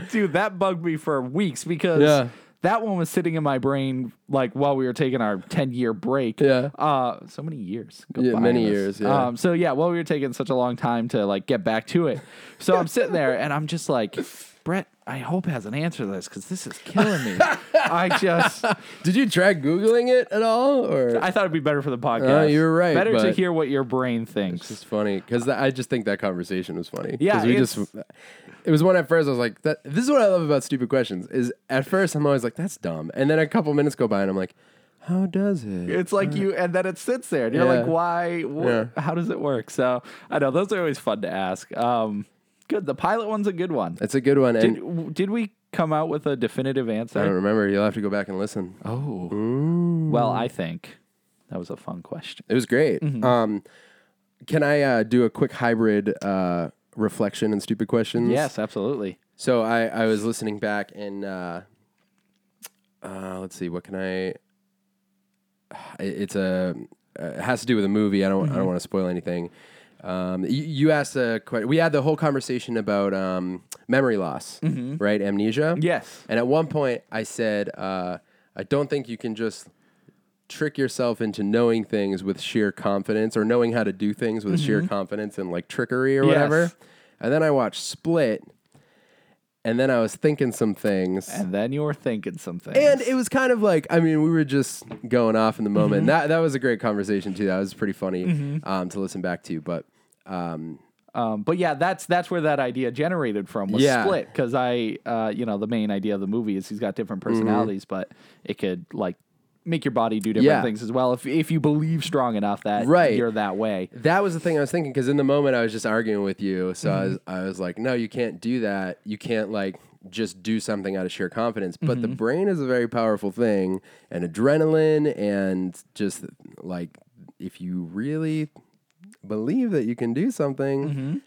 Speaker 2: Dude, that bugged me for weeks because
Speaker 1: Yeah.
Speaker 2: that one was sitting in my brain like while we were taking our 10 year break.
Speaker 1: Yeah.
Speaker 2: Uh, so many years. Go
Speaker 1: Yeah,
Speaker 2: by
Speaker 1: many
Speaker 2: us.
Speaker 1: years, yeah.
Speaker 2: Um, so yeah, while we were taking such a long time to like get back to it. So I'm sitting there and I'm just like, Brett, I hope has an answer to this because this is killing me. I just,
Speaker 1: Did you try googling it at all? Or
Speaker 2: I thought it'd be better for the podcast.
Speaker 1: Uh, you're right,
Speaker 2: Better to
Speaker 1: but-
Speaker 2: hear what your brain thinks.
Speaker 1: It's funny because I just think that conversation was funny.
Speaker 2: Yeah,
Speaker 1: 'Cause we
Speaker 2: it's-
Speaker 1: just it was one at first. I was like, that, "This is what I love about stupid questions." Is at first I'm always like, "That's dumb," and then a couple minutes go by and I'm like, "How does it?"
Speaker 2: It's like you, and then it sits there, and you're
Speaker 1: Mm. Yeah.
Speaker 2: like, why?
Speaker 1: Yeah.
Speaker 2: Wh- How does it work? So I know those are always fun to ask. Um, good. The pilot one's a good one.
Speaker 1: It's a good one, and
Speaker 2: Did, w- did we come out with a definitive
Speaker 1: I don't
Speaker 2: answer?
Speaker 1: remember. You'll have to go back and listen.
Speaker 2: Oh,
Speaker 1: Um,
Speaker 2: well, I think that was a fun question.
Speaker 1: It was great.
Speaker 2: Mm-hmm.
Speaker 1: Um, can I uh, do a quick hybrid uh, reflection and stupid questions?
Speaker 2: Yes, absolutely.
Speaker 1: So I, I was listening back and uh, uh, let's see what can I.
Speaker 2: Mm-hmm.
Speaker 1: It- It's a uh, it has to do with a movie. I don't I don't want to spoil anything. Um, you, you asked a question. We had the whole conversation about um, memory loss, right? Amnesia.
Speaker 2: Mm-hmm. Yes.
Speaker 1: And at one point, I said, uh, I don't think you can just trick yourself into knowing things with sheer confidence or knowing how to do things with sheer confidence and like trickery or whatever.
Speaker 2: Mm-hmm. Yes.
Speaker 1: And then I watched Split, and then I was thinking some things.
Speaker 2: And then you were thinking something.
Speaker 1: And it was kind of like, I mean, we were just going off in the moment. That that was a great conversation too. That was pretty funny um, to listen back to. But
Speaker 2: Um, but yeah, that's that's where that idea generated from was
Speaker 1: Yeah.
Speaker 2: split because I, uh, you know, the main idea of the movie is he's got different
Speaker 1: Mm-hmm.
Speaker 2: personalities, but it could like make your body do different
Speaker 1: Yeah.
Speaker 2: things as well if if you believe strong enough that
Speaker 1: Right.
Speaker 2: you're that way.
Speaker 1: that was the thing I was thinking because in the moment I was just arguing with you. So I was
Speaker 2: Mm-hmm.
Speaker 1: I was like, no, you can't do that. You can't like just do something out of sheer confidence. But
Speaker 2: Mm-hmm.
Speaker 1: the brain is a very powerful thing, and adrenaline, and just like if you really believe that you can do something.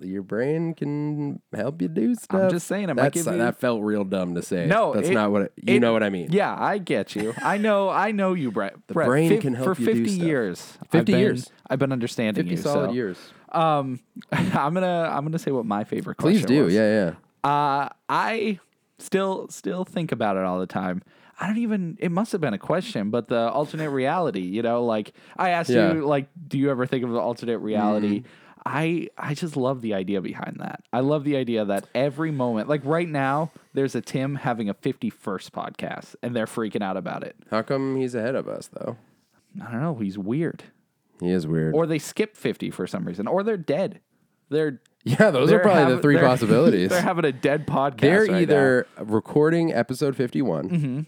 Speaker 1: Your brain can help you do stuff.
Speaker 2: Mm-hmm. just saying, it might
Speaker 1: That's,
Speaker 2: give you-
Speaker 1: that felt real dumb to say.
Speaker 2: No,
Speaker 1: that's
Speaker 2: it-
Speaker 1: not what it, you
Speaker 2: it-
Speaker 1: know what I mean.
Speaker 2: Yeah, I get you. I know. I know you, Brett. The
Speaker 1: brain can help
Speaker 2: for
Speaker 1: you do
Speaker 2: fifty
Speaker 1: stuff.
Speaker 2: years.
Speaker 1: 50
Speaker 2: I've been,
Speaker 1: years.
Speaker 2: I've been understanding
Speaker 1: 50
Speaker 2: you.
Speaker 1: solid
Speaker 2: so.
Speaker 1: years.
Speaker 2: Um, I'm gonna I'm gonna say what my favorite.
Speaker 1: Please
Speaker 2: question
Speaker 1: do.
Speaker 2: was.
Speaker 1: Yeah, yeah.
Speaker 2: Uh, I still still think about it all the time. I don't even. It must have been a question, but the alternate reality. You know, like I asked
Speaker 1: Yeah. Mm-hmm.
Speaker 2: you, like, do you ever think of the alternate reality? I I just love the idea behind that. I love the idea that every moment, like right now, there's a Tim having a 51st podcast, and they're freaking out about it.
Speaker 1: How come he's ahead of us though?
Speaker 2: I don't know. He's weird,
Speaker 1: He is weird.
Speaker 2: or they skip 50 for some reason, or they're dead. They're
Speaker 1: yeah, those are
Speaker 2: they're
Speaker 1: probably
Speaker 2: having-
Speaker 1: the three
Speaker 2: they're-
Speaker 1: possibilities.
Speaker 2: They're having a dead podcast.
Speaker 1: They're
Speaker 2: right Mm-hmm.
Speaker 1: either recording episode 51,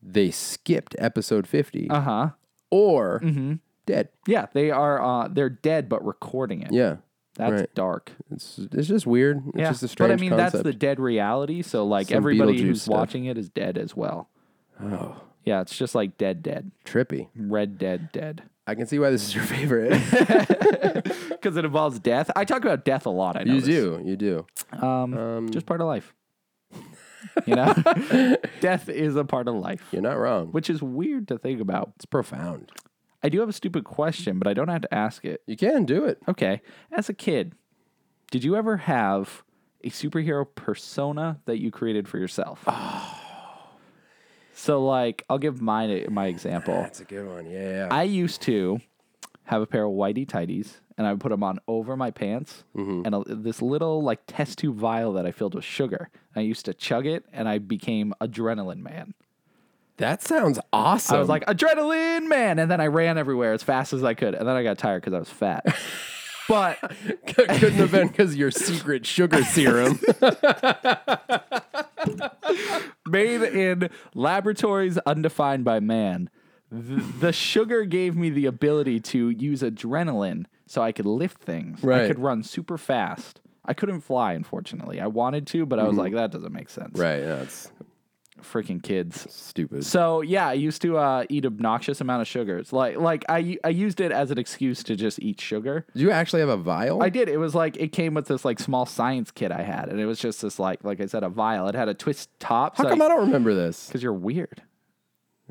Speaker 1: they skipped episode 50,
Speaker 2: uh mm-hmm. huh.
Speaker 1: or dead.
Speaker 2: Yeah, they are. Uh, they're dead, but recording it.
Speaker 1: Yeah.
Speaker 2: that's
Speaker 1: right.
Speaker 2: dark.
Speaker 1: It's, it's just weird. It's
Speaker 2: yeah,
Speaker 1: just a strange
Speaker 2: but I mean that's the
Speaker 1: concept.
Speaker 2: dead reality. So like
Speaker 1: Some Beetlejuice
Speaker 2: everybody who's
Speaker 1: stuff.
Speaker 2: watching it is dead as well. Oh, yeah, it's just like dead, dead,
Speaker 1: trippy.
Speaker 2: red, dead, dead.
Speaker 1: I can see why this is your favorite.
Speaker 2: Because it involves death. I talk about death a lot. I know
Speaker 1: you do. You do.
Speaker 2: Um, just part of life. you know, death is a part of life,
Speaker 1: You're not wrong.
Speaker 2: which is weird to think about.
Speaker 1: It's profound.
Speaker 2: I do have a stupid question, but I don't have to ask it.
Speaker 1: You can do it.
Speaker 2: Okay. As a kid, did you ever have a superhero persona that you created for yourself? So, like, I'll give mine my example.
Speaker 1: That's a good one. Yeah, yeah.
Speaker 2: I used to have a pair of whitey tighties, and I would put them on over my pants, and a, this little like test tube vial that I filled with sugar. I used to chug it, and I became adrenaline man.
Speaker 1: that sounds awesome.
Speaker 2: I was like adrenaline man, and then I ran everywhere as fast as I could, and then I got tired because I was fat. but
Speaker 1: couldn't have been because your secret sugar serum.
Speaker 2: made in laboratories undefined by man. Th- The sugar gave me the ability to use adrenaline so I could lift things. I
Speaker 1: Right.
Speaker 2: could run super fast. I couldn't fly, unfortunately. I wanted to, but I was like, that doesn't make sense.
Speaker 1: Mm-hmm. right. That's
Speaker 2: Freaking kids.
Speaker 1: stupid.
Speaker 2: So yeah, I used to uh, eat obnoxious amount of sugars. Like like I I used it as an excuse to just eat sugar.
Speaker 1: Do you actually have a vial?
Speaker 2: I did. It was like it came with this like small science kit I had, and it was just this like like I said a vial. It had a twist top.
Speaker 1: How come I don't remember this?
Speaker 2: Because you're weird.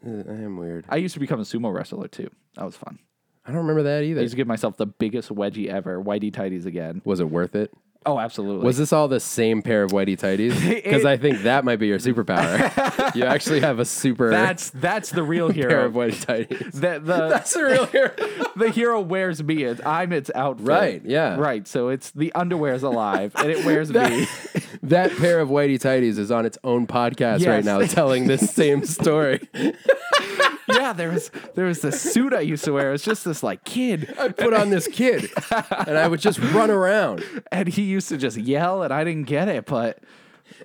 Speaker 1: I am weird.
Speaker 2: I used to become a sumo wrestler too. That was fun.
Speaker 1: I don't remember that
Speaker 2: I
Speaker 1: either.
Speaker 2: used to give myself the biggest wedgie ever, whitey tighties again.
Speaker 1: Was it worth it?
Speaker 2: Oh, absolutely.
Speaker 1: Was this all the same pair of whitey tighties? Because I think that might be your superpower. you actually have a super
Speaker 2: that's that's the real
Speaker 1: pair of
Speaker 2: hero.
Speaker 1: whitey tighties.
Speaker 2: the, the,
Speaker 1: a real hero.
Speaker 2: the hero wears me. It's, I'm its outfit.
Speaker 1: Right, yeah.
Speaker 2: Right. So it's the underwear's alive and it wears me.
Speaker 1: that pair of whitey tighties is on its own podcast right
Speaker 2: Yes.
Speaker 1: now, telling this same story.
Speaker 2: yeah. There was there was this suit I used to wear. It was just this like kid,
Speaker 1: I put on this kid, and I would just run around.
Speaker 2: and he used to just yell, and I didn't get it, but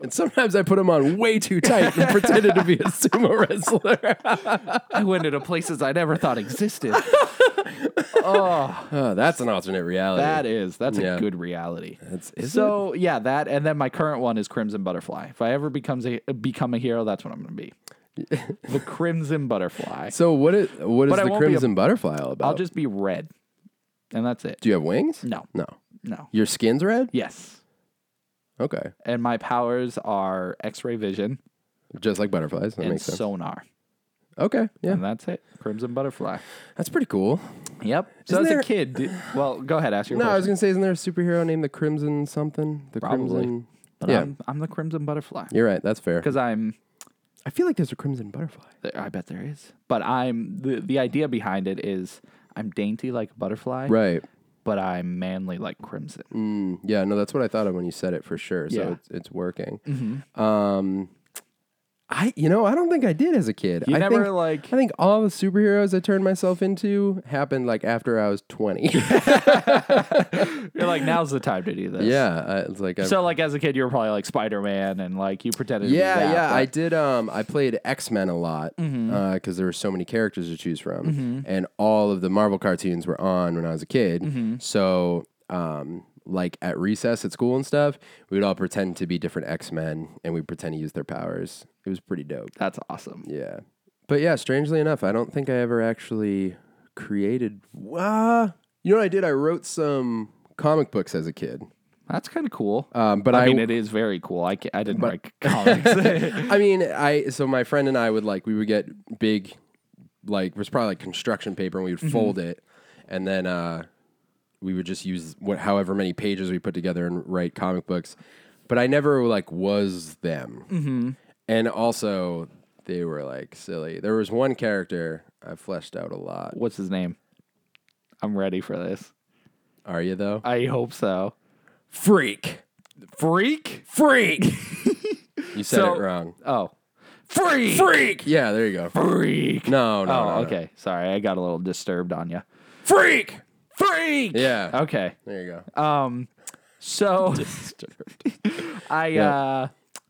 Speaker 1: And sometimes I put them on way too tight and pretended to be a sumo wrestler.
Speaker 2: I went into places I never thought existed.
Speaker 1: Oh, that's an alternate reality.
Speaker 2: That is. That's
Speaker 1: Yeah.
Speaker 2: a good reality.
Speaker 1: is
Speaker 2: so yeah, that and then my current one is Crimson Butterfly. If I ever becomes a become a hero, that's what I'm going to be. the Crimson Butterfly.
Speaker 1: So what is what is
Speaker 2: But I
Speaker 1: the
Speaker 2: won't be a-
Speaker 1: crimson butterfly all about?
Speaker 2: I'll just be red, and that's it.
Speaker 1: Do you have wings?
Speaker 2: No,
Speaker 1: No.
Speaker 2: no.
Speaker 1: Your skin's red?
Speaker 2: Yes,
Speaker 1: Okay.
Speaker 2: and my powers are X-ray vision
Speaker 1: Just like butterflies. That
Speaker 2: and
Speaker 1: makes sense.
Speaker 2: sonar,
Speaker 1: okay. Yeah.
Speaker 2: and that's it. Crimson Butterfly.
Speaker 1: That's pretty cool.
Speaker 2: Yep. So
Speaker 1: Isn't
Speaker 2: as
Speaker 1: there-
Speaker 2: a kid, d well, go ahead, ask your
Speaker 1: No, I
Speaker 2: question.
Speaker 1: was gonna say, isn't there a superhero named the Crimson something? The
Speaker 2: Probably.
Speaker 1: Crimson.
Speaker 2: but
Speaker 1: yeah,
Speaker 2: I'm, I'm the crimson butterfly
Speaker 1: you're right. That's fair.
Speaker 2: because I'm.
Speaker 1: I feel like there's a Crimson butterfly.
Speaker 2: I bet there is, but I'm the the idea behind it is I'm dainty like a butterfly,
Speaker 1: Right. Mm.
Speaker 2: But I'm manly like crimson.
Speaker 1: Yeah. No, that's what I thought of when you said it for sure. So
Speaker 2: Yeah.
Speaker 1: it's, it's working. Um, I you know I don't think I did as a kid.
Speaker 2: You
Speaker 1: I
Speaker 2: never,
Speaker 1: think,
Speaker 2: like-
Speaker 1: I think all the superheroes I turned myself into happened like after I was twenty.
Speaker 2: You're like, now's the time to do this.
Speaker 1: yeah, I, it's like I,
Speaker 2: So like as a kid, you were probably like Spider Man, and like you pretended.
Speaker 1: Yeah,
Speaker 2: to be that,
Speaker 1: yeah.
Speaker 2: but- Mm-hmm.
Speaker 1: I did. Um, I played X Men a lot because there were so many characters to choose from, and all of the Marvel cartoons were on when I was a kid.
Speaker 2: Mm-hmm.
Speaker 1: So, um, like at recess at school and stuff, we would all pretend to be different X Men, and we would pretend to use their powers. It was pretty dope.
Speaker 2: that's awesome.
Speaker 1: Yeah, but yeah, strangely enough, I don't think I ever actually created. Uh, you know what I did? I wrote some comic books as a kid.
Speaker 2: That's kind of cool.
Speaker 1: Um, but
Speaker 2: I,
Speaker 1: I
Speaker 2: mean, it is very cool. I, ca- I didn't like comics.
Speaker 1: I mean, I so my friend and I would like we would get big, like it was probably like construction paper, and we would fold it, and then uh, we would just use what however many pages we put together and write comic books. But I never like was them, and also they were like silly. There was one character I fleshed out a lot.
Speaker 2: What's his name? I'm ready for this.
Speaker 1: Are you though?
Speaker 2: I hope so.
Speaker 1: Freak,
Speaker 2: Freak?
Speaker 1: freak. you said
Speaker 2: So-
Speaker 1: it wrong.
Speaker 2: Oh. Freak!
Speaker 1: Freak. Yeah, there you go.
Speaker 2: Freak!
Speaker 1: No, no, no,
Speaker 2: Oh,
Speaker 1: no.
Speaker 2: okay. Sorry. I got a little disturbed on you.
Speaker 1: Freak.
Speaker 2: Freak!
Speaker 1: Yeah.
Speaker 2: Okay. Um,
Speaker 1: There you go.
Speaker 2: So I uh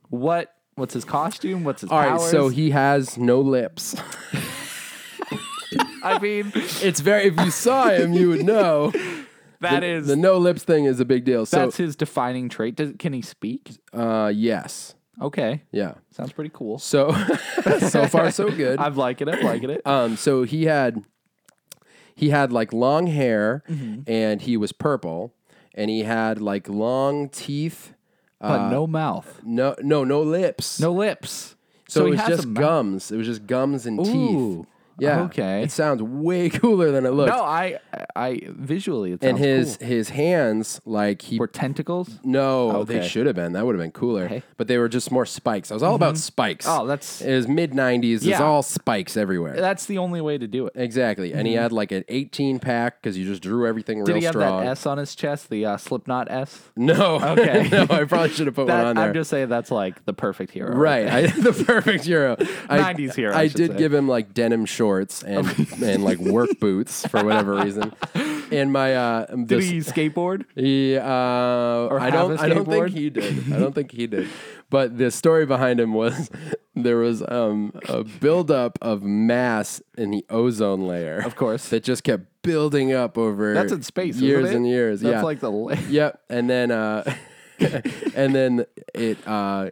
Speaker 2: what what's his costume? What's his
Speaker 1: All right,
Speaker 2: powers?
Speaker 1: so he has no lips.
Speaker 2: I mean
Speaker 1: It's very. If you saw him, you would know.
Speaker 2: that is
Speaker 1: the no lips thing is a big deal. So,
Speaker 2: that's his defining trait. Does, can he speak?
Speaker 1: uh, yes,
Speaker 2: Okay.
Speaker 1: yeah.
Speaker 2: Sounds pretty cool.
Speaker 1: So, so far so good.
Speaker 2: I'm liking it, liking it.
Speaker 1: Um, so he had, he had like long hair,
Speaker 2: Mm-hmm.
Speaker 1: and he was purple, and he had like long teeth.
Speaker 2: but no mouth.
Speaker 1: No, no, no lips.
Speaker 2: No lips.
Speaker 1: So,
Speaker 2: he
Speaker 1: it was
Speaker 2: has a
Speaker 1: just
Speaker 2: mouth.
Speaker 1: gums. It was just gums and teeth.
Speaker 2: Ooh,
Speaker 1: Yeah.
Speaker 2: okay.
Speaker 1: It sounds way cooler than it looks.
Speaker 2: No, I I visually it
Speaker 1: and
Speaker 2: sounds
Speaker 1: his
Speaker 2: cool.
Speaker 1: his hands like he
Speaker 2: were tentacles.
Speaker 1: No,
Speaker 2: Oh, Okay.
Speaker 1: they should have been. That would have been cooler.
Speaker 2: Okay.
Speaker 1: But they were just more spikes. I was all about spikes.
Speaker 2: Oh, that's-
Speaker 1: it was mid '90s. It's
Speaker 2: Yeah.
Speaker 1: all spikes everywhere.
Speaker 2: That's the only way to do it.
Speaker 1: exactly. And he had like an 18 pack because you just drew everything
Speaker 2: Mm-hmm. Did
Speaker 1: real
Speaker 2: he have
Speaker 1: strong.
Speaker 2: that S on his chest, the uh, Slipknot S?
Speaker 1: No.
Speaker 2: Okay.
Speaker 1: no, I probably should have put
Speaker 2: That,
Speaker 1: one on there.
Speaker 2: I'm just saying that's like the perfect hero.
Speaker 1: Right, I, the perfect hero. I-
Speaker 2: 90s hero, I
Speaker 1: I
Speaker 2: should
Speaker 1: did
Speaker 2: say.
Speaker 1: give him like denim shorts and and like work boots for whatever reason. And my uh,
Speaker 2: Did
Speaker 1: this-
Speaker 2: he skateboard?
Speaker 1: He, uh, I
Speaker 2: have
Speaker 1: don't,
Speaker 2: a
Speaker 1: I don't
Speaker 2: skateboard?
Speaker 1: think he did. I don't think he did. But the story behind him was there was um, a buildup of mass in the ozone layer, of
Speaker 2: course.
Speaker 1: that just kept building up over
Speaker 2: That's in space, isn't
Speaker 1: years
Speaker 2: it?
Speaker 1: and years.
Speaker 2: That's
Speaker 1: yeah,
Speaker 2: like the la-
Speaker 1: yep. And then, uh, and then it. Uh,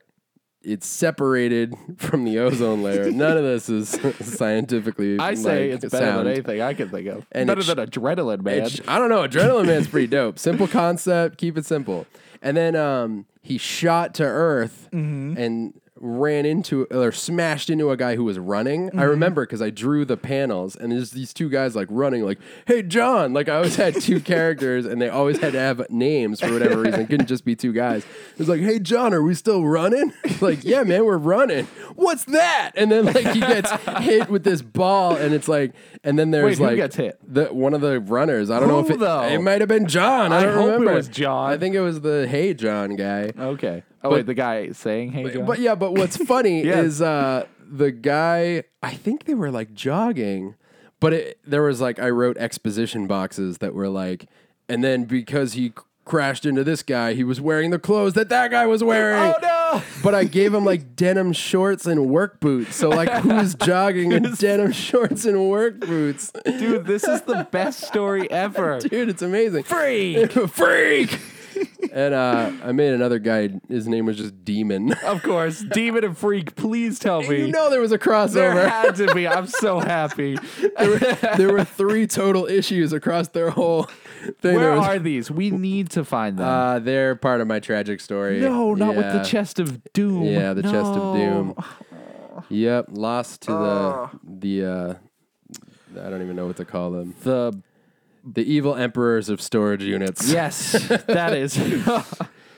Speaker 1: it's separated from the ozone layer. None of this is scientifically.
Speaker 2: I say
Speaker 1: like,
Speaker 2: it's better
Speaker 1: sound.
Speaker 2: than anything I can think of.
Speaker 1: And
Speaker 2: better
Speaker 1: it sh-
Speaker 2: than adrenaline, man.
Speaker 1: It's- I don't know. Adrenaline Man's pretty dope. Simple concept. Keep it simple. And then um, he shot to Earth
Speaker 2: Mm-hmm.
Speaker 1: and ran into or smashed into a guy who was running.
Speaker 2: Mm-hmm.
Speaker 1: I remember because I drew the panels and there's these two guys like running, like, hey, John. Like I always had two characters and they always had to have names for whatever reason. It couldn't just be two guys. It was like, hey, John, are we still running? like, yeah, man, we're running. What's that? And then like he gets hit with this ball and it's like, and then there's
Speaker 2: Wait, who
Speaker 1: like,
Speaker 2: gets hit?
Speaker 1: the one of the runners. I don't know if
Speaker 2: Who,
Speaker 1: it,
Speaker 2: though?
Speaker 1: it might have been John. I,
Speaker 2: I
Speaker 1: don't
Speaker 2: hope it
Speaker 1: remember.
Speaker 2: was John.
Speaker 1: I think it was the Hey John guy.
Speaker 2: okay. Oh wait, the guy saying hey John.
Speaker 1: But yeah, but what's funny
Speaker 2: Yes.
Speaker 1: is uh, the guy. I think they were like jogging, but it, there was like I wrote exposition boxes that were like, and then because he c- crashed into this guy, he was wearing the clothes that that guy was wearing.
Speaker 2: oh
Speaker 1: But I gave him like denim shorts and work boots. So like, who's jogging in denim shorts and work boots?
Speaker 2: no, dude, this is the best story ever.
Speaker 1: Dude, it's amazing.
Speaker 2: Freak.
Speaker 1: freak. and uh, I made another guy. His name was just Demon.
Speaker 2: Of course, demon and freak. Please tell me.
Speaker 1: you know there was a
Speaker 2: there
Speaker 1: crossover.
Speaker 2: had to be. I'm so happy.
Speaker 1: there were three total issues across their whole thing.
Speaker 2: Where
Speaker 1: There was-
Speaker 2: are these? We need to find them.
Speaker 1: uh, they're part of my tragic story.
Speaker 2: no, not with the
Speaker 1: Yeah.
Speaker 2: chest of doom.
Speaker 1: Yeah, the chest of
Speaker 2: No.
Speaker 1: doom. Yep, lost to the the. Uh, I don't even know what to call them.
Speaker 2: The
Speaker 1: The evil emperors of storage units.
Speaker 2: Yes, that is.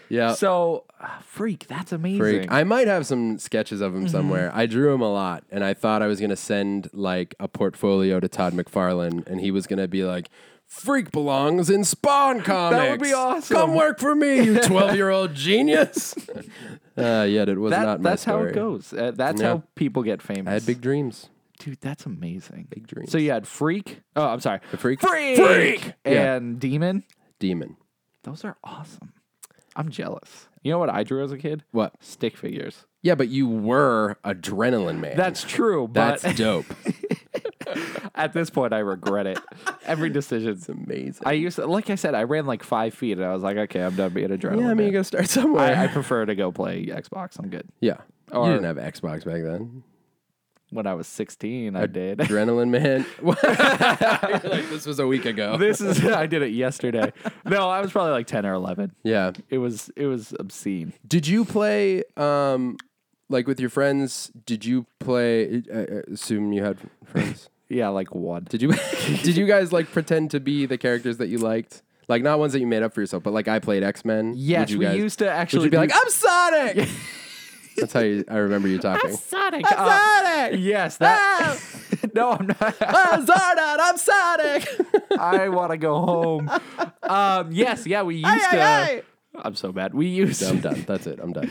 Speaker 1: yeah.
Speaker 2: so, uh, freak, that's amazing.
Speaker 1: freak. I might have some sketches of him
Speaker 2: Mm-hmm.
Speaker 1: somewhere. I drew him a lot, and I thought I was gonna send like a portfolio to Todd McFarlane, and he was gonna be like, "Freak belongs in Spawn comics.
Speaker 2: would be awesome.
Speaker 1: Come work for me, you twelve-year-old genius." uh, yet it was
Speaker 2: That-
Speaker 1: not my
Speaker 2: that's how
Speaker 1: story.
Speaker 2: it goes. Uh, that's
Speaker 1: Yeah.
Speaker 2: how people get famous.
Speaker 1: I had big dreams.
Speaker 2: Dude, that's amazing. Big
Speaker 1: dreams.
Speaker 2: So you had Freak. Oh, I'm sorry.
Speaker 1: Freak?
Speaker 2: Freak.
Speaker 1: Freak! Yeah.
Speaker 2: And Demon.
Speaker 1: Demon.
Speaker 2: Those are awesome. I'm jealous. You know what I drew as a kid?
Speaker 1: What?
Speaker 2: Stick figures.
Speaker 1: Yeah, but you were Adrenaline Man.
Speaker 2: That's true, but
Speaker 1: that's dope.
Speaker 2: at this point I regret it. Every decision.
Speaker 1: Amazing.
Speaker 2: I used to, like I said, I ran like five feet and I was like, okay, I'm done being adrenaline.
Speaker 1: yeah, I mean, you
Speaker 2: man.
Speaker 1: gotta start somewhere.
Speaker 2: I, I prefer to go play Xbox. I'm good.
Speaker 1: yeah.
Speaker 2: Or-
Speaker 1: you didn't have Xbox back then.
Speaker 2: When I was 16, I did.
Speaker 1: Adrenaline Man. You're like, this was a week ago.
Speaker 2: this is I did it yesterday. No, I was probably like 10 or 11.
Speaker 1: yeah.
Speaker 2: It was it was obscene.
Speaker 1: Did you play, um, like with your friends? Did you play? I I assume you had friends.
Speaker 2: Yeah, like one.
Speaker 1: did you? did you guys like pretend to be the characters that you liked? Like not ones that you made up for yourself, but like I played X Men.
Speaker 2: Yes,
Speaker 1: you
Speaker 2: we
Speaker 1: guys,
Speaker 2: used to
Speaker 1: Would
Speaker 2: actually
Speaker 1: you be
Speaker 2: do-
Speaker 1: like, "Ah, I'm Sonic? That's how you, I remember you talking.
Speaker 2: Sonic.
Speaker 1: ah!"
Speaker 2: uh, Yes, that. no, I'm not.
Speaker 1: I'm Zardoz, I'm Sonic.
Speaker 2: I want to go home. Um, yes, yeah, we used to.
Speaker 1: aye,
Speaker 2: I'm so bad. We used.
Speaker 1: I'm done. That's it. I'm done.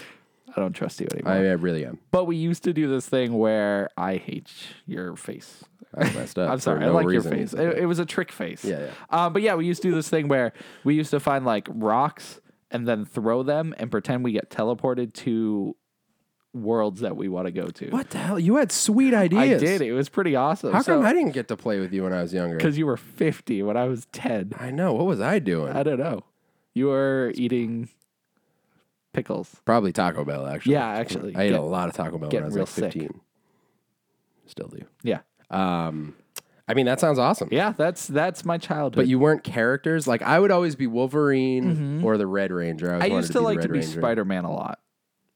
Speaker 2: I don't trust you anymore.
Speaker 1: I, I really am.
Speaker 2: but we used to do this thing where I hate your face.
Speaker 1: I messed up.
Speaker 2: I'm
Speaker 1: for
Speaker 2: sorry. I
Speaker 1: no
Speaker 2: like
Speaker 1: reason.
Speaker 2: your face. It, it was a trick face.
Speaker 1: Yeah, yeah.
Speaker 2: Um, but yeah, we used to do this thing where we used to find like rocks and then throw them and pretend we get teleported to worlds that we want to go to.
Speaker 1: What the hell? You had sweet
Speaker 2: I
Speaker 1: ideas.
Speaker 2: did. It was pretty awesome.
Speaker 1: How come I didn't get to play with you when I was younger?
Speaker 2: Because you were 50 when I was 10.
Speaker 1: I know. What was I doing?
Speaker 2: I don't know. You were eating pickles.
Speaker 1: Probably Taco Bell, actually.
Speaker 2: Yeah, actually.
Speaker 1: I ate
Speaker 2: Get-
Speaker 1: a lot of Taco Bell when
Speaker 2: getting
Speaker 1: I was
Speaker 2: real
Speaker 1: like
Speaker 2: sick.
Speaker 1: 15. Still do.
Speaker 2: Yeah.
Speaker 1: Um, I mean, that sounds awesome.
Speaker 2: Yeah, that's that's my childhood.
Speaker 1: But you weren't characters. Like, I would always be Wolverine or the Red Ranger. I, always
Speaker 2: Mm-hmm. I
Speaker 1: wanted
Speaker 2: used
Speaker 1: be
Speaker 2: to
Speaker 1: the
Speaker 2: like to
Speaker 1: Red
Speaker 2: be Mm-hmm.
Speaker 1: Ranger.
Speaker 2: Spider Man a lot.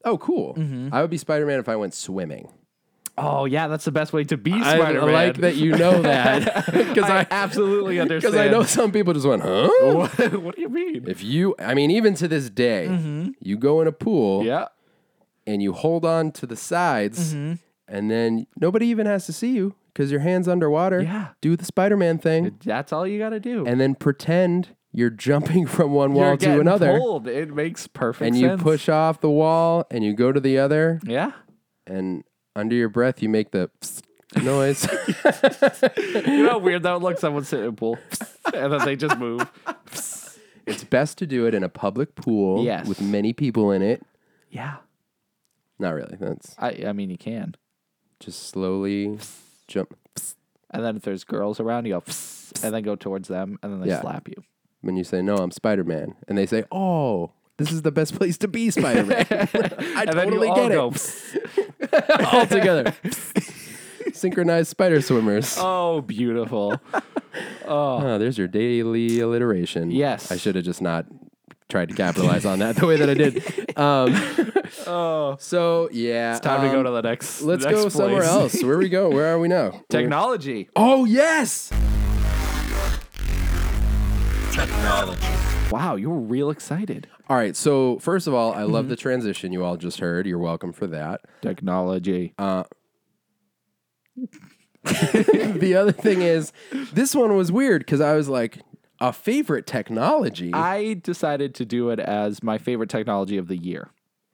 Speaker 1: Oh, cool. I would be Spider Man if I went swimming.
Speaker 2: Oh yeah, that's the best way to be
Speaker 1: I
Speaker 2: Spider Man.
Speaker 1: like that you know that. Because
Speaker 2: I,
Speaker 1: I,
Speaker 2: absolutely understand.
Speaker 1: because I know some people just went, huh?
Speaker 2: what, what do you mean?
Speaker 1: If you, I mean, even to this day,
Speaker 2: Mm-hmm.
Speaker 1: you go in a pool
Speaker 2: yeah.
Speaker 1: and you hold on to the sides,
Speaker 2: Mm-hmm.
Speaker 1: and then nobody even has to see you because your hand's underwater.
Speaker 2: Yeah.
Speaker 1: Do the Spider Man thing
Speaker 2: That's all you got to do.
Speaker 1: and then pretend you're jumping from one
Speaker 2: You're
Speaker 1: wall to
Speaker 2: getting
Speaker 1: another.
Speaker 2: pulled. It makes perfect
Speaker 1: And you
Speaker 2: sense.
Speaker 1: push off the wall and you go to the other,
Speaker 2: Yeah.
Speaker 1: and under your breath, you make the noise.
Speaker 2: You know how weird that would look? Someone sit in a pool and then they just move.
Speaker 1: it's best to do it in a public pool
Speaker 2: Yes.
Speaker 1: with many people in it.
Speaker 2: Yeah.
Speaker 1: Not really. That's
Speaker 2: I, I mean, you can.
Speaker 1: just slowly jump.
Speaker 2: And then if there's girls around, you go and then go towards them and then they
Speaker 1: Yeah.
Speaker 2: slap you.
Speaker 1: When you say, No, I'm Spider Man, and they say, Oh, this is the best place to be, Spider Man. I
Speaker 2: And
Speaker 1: totally
Speaker 2: then you all
Speaker 1: get it.
Speaker 2: go,
Speaker 1: all together. Synchronized spider swimmers. Oh.
Speaker 2: oh, beautiful.
Speaker 1: there's your daily alliteration.
Speaker 2: Yes.
Speaker 1: I should have just not tried to capitalize on that the way that I did. Um, oh. So, yeah. It's
Speaker 2: Time to go to the next.
Speaker 1: Um, Let's
Speaker 2: next
Speaker 1: go somewhere
Speaker 2: place.
Speaker 1: else. Where we go? Where are we now?
Speaker 2: Technology.
Speaker 1: Oh, yes.
Speaker 2: Wow, you were real excited.
Speaker 1: All right. So, first of all, I love
Speaker 2: Mm-hmm.
Speaker 1: the transition you all just heard. You're welcome for that.
Speaker 2: Technology.
Speaker 1: Um, the other thing is, this one was weird because I was like, a favorite technology.
Speaker 2: I decided to do it as my favorite technology of the year.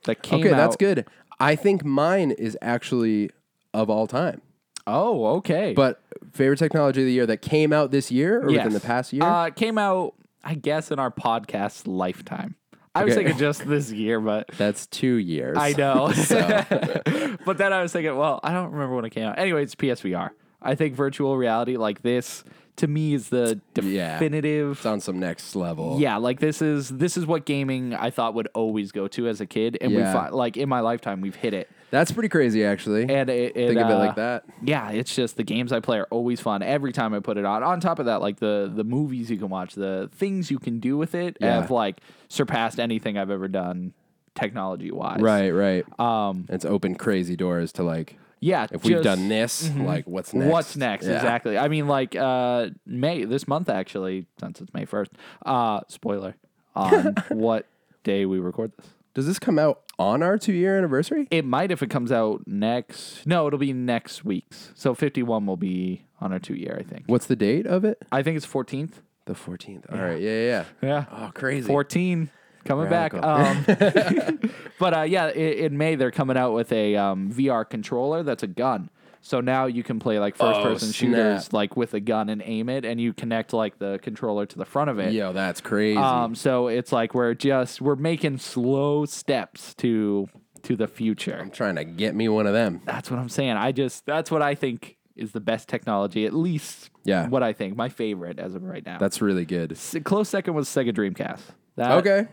Speaker 2: That came
Speaker 1: okay, that's
Speaker 2: out-
Speaker 1: good. I think mine is actually of all time.
Speaker 2: Oh, okay.
Speaker 1: But favorite technology of the year that came out this year or within the past year?
Speaker 2: Uh, it came out, I guess, in our podcast lifetime. I was
Speaker 1: Okay.
Speaker 2: thinking just this year, but
Speaker 1: That's two years.
Speaker 2: I know. but then I was thinking, well, I don't remember when it came out. Anyway, it's PSVR. I think virtual reality like this to me is the
Speaker 1: Yeah.
Speaker 2: definitive.
Speaker 1: It's on some next level.
Speaker 2: Yeah, like this is this is what gaming I thought would always go to as a kid, and
Speaker 1: Yeah.
Speaker 2: we fi- like in my lifetime we've hit it.
Speaker 1: That's pretty crazy, actually.
Speaker 2: And it, it,
Speaker 1: Think of it
Speaker 2: uh,
Speaker 1: like that.
Speaker 2: Yeah, it's just the games I play are always fun every time I put it on. On top of that, like the the movies you can watch, the things you can do with it
Speaker 1: Yeah.
Speaker 2: have like surpassed anything I've ever done technology wise.
Speaker 1: Right, right. Um, it's open crazy doors to like
Speaker 2: yeah,
Speaker 1: If we've
Speaker 2: just mm-hmm.
Speaker 1: done this, like what's next?
Speaker 2: What's next?
Speaker 1: Yeah.
Speaker 2: Exactly. I mean, like uh, May this month actually, since it's May first. Uh, spoiler on what day we record this.
Speaker 1: Does this come out on our two year anniversary?
Speaker 2: It might if it comes out next. No, it'll be next week's. So fifty one will be on our two year. I think.
Speaker 1: What's the date of it?
Speaker 2: I think it's fourteenth.
Speaker 1: The 14th. All right. Yeah, yeah, yeah.
Speaker 2: Yeah.
Speaker 1: Oh, crazy.
Speaker 2: 14 coming back um, but uh, yeah i- in may they're coming out with a um, vr controller that's a gun so now you can play like first person
Speaker 1: Oh, snap.
Speaker 2: shooters like with a gun and aim it and you connect like the controller to the front of it
Speaker 1: Yo, that's crazy.
Speaker 2: um, so it's like we're just we're making slow steps to to the future
Speaker 1: I'm trying to get me one of them.
Speaker 2: that's what i'm saying i just that's what i think is the best technology at least
Speaker 1: Yeah.
Speaker 2: what i think my favorite as of right now
Speaker 1: That's really good. Uh,
Speaker 2: S- close second was sega dreamcast that,
Speaker 1: Okay.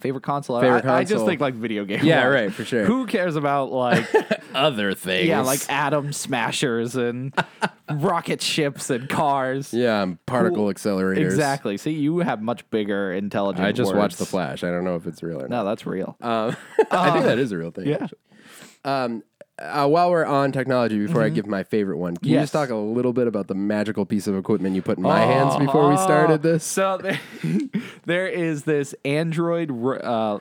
Speaker 2: Favorite console.
Speaker 1: Favorite
Speaker 2: I, I just
Speaker 1: console.
Speaker 2: think like video game.
Speaker 1: Yeah,
Speaker 2: launch.
Speaker 1: right, for sure.
Speaker 2: Who cares about like
Speaker 1: Other things.
Speaker 2: yeah, like atom smashers and rocket ships and cars.
Speaker 1: yeah, um, particle
Speaker 2: Cool.
Speaker 1: accelerators.
Speaker 2: Exactly. See, you have much bigger intelligence.
Speaker 1: I just watched The Uh,
Speaker 2: words.
Speaker 1: Flash. I don't know if it's real or not.
Speaker 2: No, that's real.
Speaker 1: I think that is a real thing.
Speaker 2: yeah.
Speaker 1: actually. Um, uh, while we're on technology, before I give my favorite one, can you
Speaker 2: Mm-hmm. Yes. Uh-huh.
Speaker 1: just talk a little bit about the magical piece of equipment you put in my hands before we started this?
Speaker 2: So there, there is this Android, r- uh,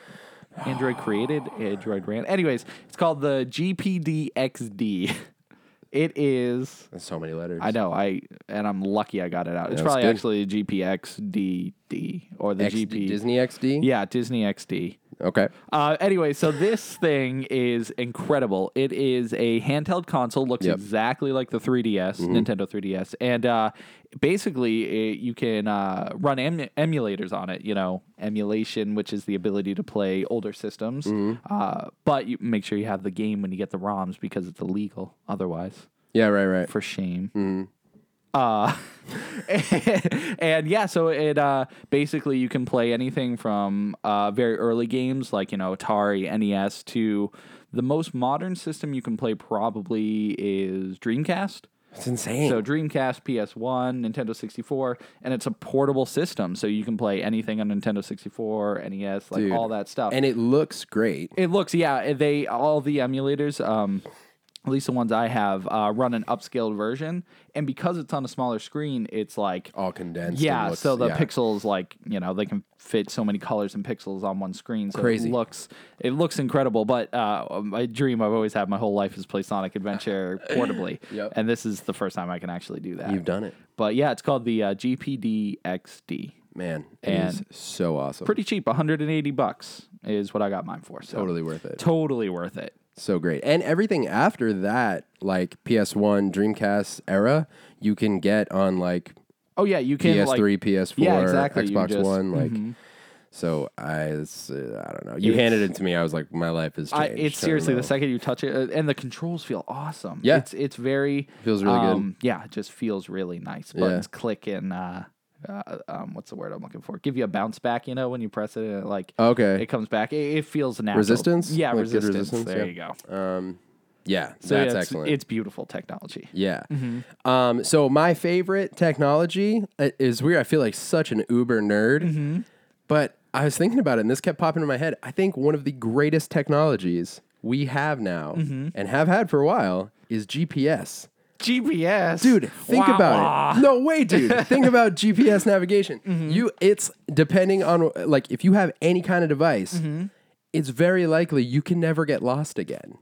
Speaker 2: Android created, Android ran. Anyways, it's called the GPD-XD. It is
Speaker 1: There's so many letters.
Speaker 2: I know. I and I'm lucky I got it out. It's
Speaker 1: That's
Speaker 2: probably
Speaker 1: good.
Speaker 2: actually a GPXDD or the
Speaker 1: XD,
Speaker 2: GP
Speaker 1: Disney XD.
Speaker 2: Yeah, Disney XD.
Speaker 1: Okay.
Speaker 2: Uh, anyway, so this thing is incredible. It is a handheld console, looks
Speaker 1: Yep.
Speaker 2: exactly like the 3DS, Nintendo 3DS, and uh, basically it, you can uh, run em- emulators on it. You know, emulation, which is the ability to play older systems, uh, but you make sure you have the game when you get the ROMs because it's illegal otherwise
Speaker 1: Yeah. Right. Right.
Speaker 2: for shame. Uh, and yeah, so it uh, basically you can play anything from uh, very early games like you know Atari, NES to the most modern system you can play probably is Dreamcast.
Speaker 1: It's insane.
Speaker 2: So Dreamcast, PS1, Nintendo 64, and it's a portable system, so you can play anything on Nintendo 64, NES, like
Speaker 1: Dude.
Speaker 2: all that stuff.
Speaker 1: and it looks great.
Speaker 2: It looks, yeah. eh, They all the emulators, um, at least the ones I have, uh, run an upscaled version, and because it's on a smaller screen, it's like oh,
Speaker 1: All condensed.
Speaker 2: yeah.
Speaker 1: and looks-
Speaker 2: so the
Speaker 1: yeah.
Speaker 2: pixels, like you know, they can fit so many colors and pixels on one screen. So
Speaker 1: Crazy.
Speaker 2: It looks it looks incredible. But uh, my dream I've always had my whole life is play Sonic Adventure portably,
Speaker 1: Yep.
Speaker 2: and this is the first time I can actually do that.
Speaker 1: You've done it,
Speaker 2: But yeah, it's called the uh, GPDXD.
Speaker 1: man. It is
Speaker 2: And-
Speaker 1: so awesome.
Speaker 2: Pretty cheap, 180 bucks is what I got mine for. So
Speaker 1: totally worth it.
Speaker 2: totally worth it.
Speaker 1: So great. And everything after that, like PS1, Dreamcast era, you can get on like
Speaker 2: Oh yeah, you can
Speaker 1: PS3,
Speaker 2: like
Speaker 1: PS4,
Speaker 2: Yeah, exactly. You
Speaker 1: Xbox
Speaker 2: just- mm-hmm.
Speaker 1: One. Like, so I, it's, uh, I don't know. You handed it to me. I was like, my life is.
Speaker 2: I,
Speaker 1: changed.
Speaker 2: it's
Speaker 1: I don't
Speaker 2: seriously
Speaker 1: know.
Speaker 2: the second you touch it, uh, and the controls feel awesome.
Speaker 1: Yeah.
Speaker 2: it's it's very
Speaker 1: Feels really good.
Speaker 2: um, Yeah, it just feels really nice.
Speaker 1: Yeah.
Speaker 2: Buttons click and uh, uh, um, what's the word I'm looking for? Give you a bounce back. You know when you press it, and it, like
Speaker 1: Oh, Okay.
Speaker 2: it comes back. It, it feels natural.
Speaker 1: Resistance?
Speaker 2: Yeah,
Speaker 1: Like good
Speaker 2: resistance.
Speaker 1: resistance, yeah.
Speaker 2: There you go.
Speaker 1: Yeah,
Speaker 2: So yeah,
Speaker 1: that's
Speaker 2: it's,
Speaker 1: excellent.
Speaker 2: It's beautiful technology.
Speaker 1: yeah. Um. So my favorite technology uh, is weird. I feel like such an uber nerd, but I was thinking about it, and this kept popping in my head. I think one of the greatest technologies we have now and have had for a while is GPS.
Speaker 2: GPS,
Speaker 1: dude think about it no way dude think about gps navigation you it's depending on like if you have any kind of device it's very likely you can never get lost again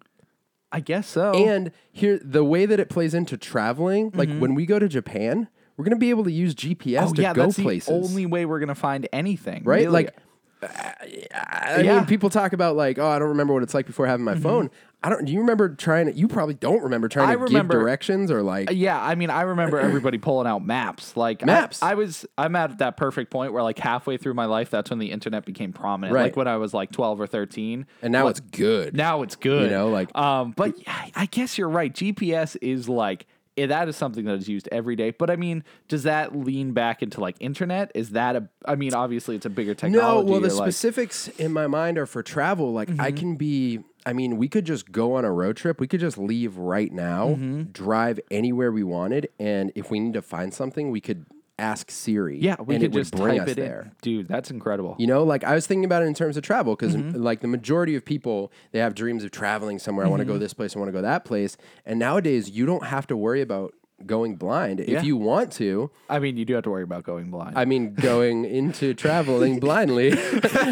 Speaker 2: I guess so.
Speaker 1: and here the way that it plays into traveling like when we go to japan we're gonna be able to use gps
Speaker 2: Mm-hmm. oh
Speaker 1: to
Speaker 2: yeah,
Speaker 1: go
Speaker 2: that's
Speaker 1: places
Speaker 2: the only way we're gonna find anything,
Speaker 1: right
Speaker 2: really.
Speaker 1: like I
Speaker 2: Yeah. Mm-hmm.
Speaker 1: mean, people talk about like, oh, I don't remember what it's like before having my phone. I don't. Do you remember trying to? You probably don't remember trying
Speaker 2: I
Speaker 1: to
Speaker 2: remember-
Speaker 1: give directions or like.
Speaker 2: Yeah, I mean, I remember everybody pulling out maps. Like I-
Speaker 1: Maps.
Speaker 2: I, was, I'm at that perfect point where, like, halfway through my life, that's when the internet became prominent.
Speaker 1: Right.
Speaker 2: Like when I was like 12 or 13.
Speaker 1: and now
Speaker 2: Like,
Speaker 1: it's good.
Speaker 2: now it's good.
Speaker 1: You know, like-
Speaker 2: um, but I I guess you're right. GPS is like. eh, that is something that is used every day, but I mean, does that lean back into like internet? Is that a? I mean, obviously, it's a bigger
Speaker 1: No,
Speaker 2: technology.
Speaker 1: well, the
Speaker 2: or, like- Mm-hmm.
Speaker 1: specifics in my mind are for travel. Like, I can be, I mean, we could just go on a road trip. We could just
Speaker 2: Mm-hmm.
Speaker 1: leave right now, drive anywhere we wanted. And if we need to find something, we could ask Siri.
Speaker 2: Yeah, we
Speaker 1: and
Speaker 2: could
Speaker 1: it would
Speaker 2: just
Speaker 1: bring
Speaker 2: type
Speaker 1: us
Speaker 2: it
Speaker 1: there.
Speaker 2: in, dude. That's incredible.
Speaker 1: You know, like I was thinking about it in terms of travel because,
Speaker 2: Mm-hmm.
Speaker 1: like, the majority of people they have dreams of traveling somewhere. I want
Speaker 2: Mm-hmm.
Speaker 1: to go this place. I want to go that place. And nowadays, you don't have to worry about going blind
Speaker 2: Yeah.
Speaker 1: if you want to.
Speaker 2: I mean, you do have to worry about going blind.
Speaker 1: I mean, going into traveling blindly.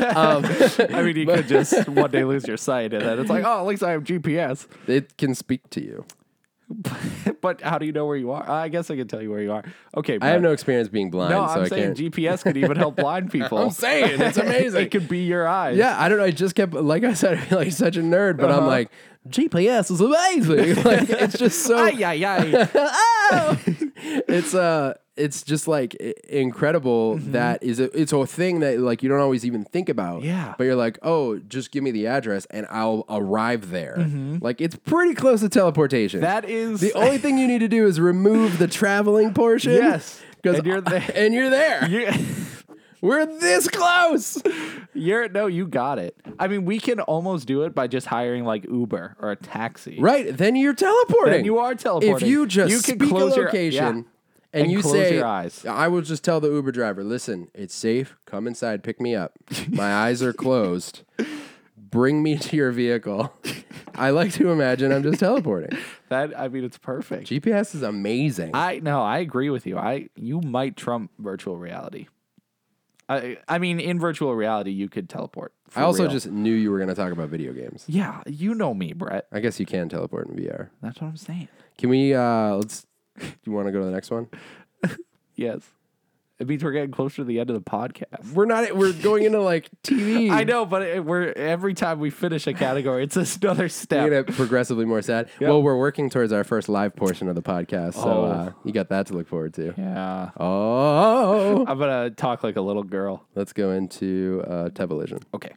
Speaker 2: I mean, you could just one day lose your sight, and then it's like, oh, at least I have GPS.
Speaker 1: It can speak to you.
Speaker 2: but how do you know where you are? I guess I can tell you where you are. Okay,
Speaker 1: I have
Speaker 2: but-
Speaker 1: no experience being blind,
Speaker 2: No,
Speaker 1: so
Speaker 2: I'm
Speaker 1: I
Speaker 2: saying
Speaker 1: can't.
Speaker 2: GPS could even help blind people.
Speaker 1: I'm saying it's amazing.
Speaker 2: it could be your eyes.
Speaker 1: yeah, I don't know. I just kept like I said, I feel like such a nerd, but
Speaker 2: Uh-huh.
Speaker 1: I'm like GPS is amazing. like it's just so
Speaker 2: Ay, ay, ay. Oh!
Speaker 1: it's uh it's just like i- incredible
Speaker 2: Mm-hmm.
Speaker 1: that is a, it's a thing that like you don't always even think about
Speaker 2: Yeah.
Speaker 1: but you're like oh just give me the address and i'll arrive there like it's pretty close to teleportation
Speaker 2: Mm-hmm. That is
Speaker 1: the only thing you need to do is remove the traveling portion
Speaker 2: Yes.
Speaker 1: 'cause-
Speaker 2: And you're there.
Speaker 1: and you're there
Speaker 2: You-
Speaker 1: we're this close
Speaker 2: You're no, you got it. I mean, we can almost do it by just hiring like Uber or a taxi.
Speaker 1: right then you're teleporting
Speaker 2: Then you are teleporting.
Speaker 1: if you just
Speaker 2: You can
Speaker 1: speak
Speaker 2: close
Speaker 1: a
Speaker 2: your-
Speaker 1: location
Speaker 2: yeah.
Speaker 1: and,
Speaker 2: And
Speaker 1: you
Speaker 2: close
Speaker 1: say
Speaker 2: your eyes.
Speaker 1: i will just tell the uber driver listen it's safe come inside pick me up my eyes are closed bring me to your vehicle i like to imagine i'm just teleporting
Speaker 2: That I mean, it's perfect.
Speaker 1: gps is amazing
Speaker 2: I no, I agree with you. I you might trump virtual reality. I I mean, in virtual reality, you could teleport. for
Speaker 1: I also
Speaker 2: real.
Speaker 1: just knew you were going to talk about video games
Speaker 2: yeah, you know me, Brett.
Speaker 1: i guess you can teleport in vr
Speaker 2: That's what I'm saying.
Speaker 1: can we uh let's do you want to go to the next one
Speaker 2: Yes, it means we're getting closer to the end of the podcast.
Speaker 1: we're not we're going into like tv
Speaker 2: I know, but it, we're every time we finish a category, it's just another step.
Speaker 1: We're gonna progressively more sad. Well, we're working towards our first live portion of the podcast, so
Speaker 2: Oh.
Speaker 1: uh, you got that to look forward to.
Speaker 2: yeah,
Speaker 1: Oh,
Speaker 2: I'm gonna talk like a little girl.
Speaker 1: let's go into uh, television.
Speaker 2: Okay.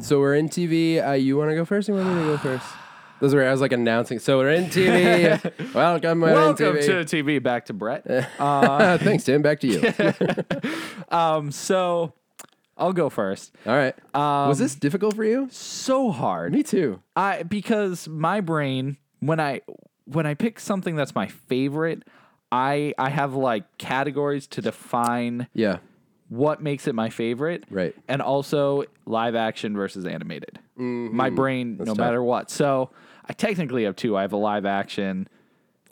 Speaker 1: So we're in TV. Uh, you want to go first? Or you want me to go first? Those were I was like announcing. So we're in TV. Welcome, we're
Speaker 2: Welcome
Speaker 1: in TV.
Speaker 2: to TV. Back to Brett.
Speaker 1: Uh, thanks, Tim. Back to you.
Speaker 2: Um, so I'll go first.
Speaker 1: All right.
Speaker 2: Um,
Speaker 1: Was this difficult for you?
Speaker 2: So hard.
Speaker 1: Me too.
Speaker 2: I because my brain when I when I pick something that's my favorite, I I have like categories to define
Speaker 1: Yeah.
Speaker 2: what makes it my favorite.
Speaker 1: Right.
Speaker 2: And also live action versus animated. My brain no
Speaker 1: Mm-hmm. tough.
Speaker 2: matter what. So I technically have two. I have a live action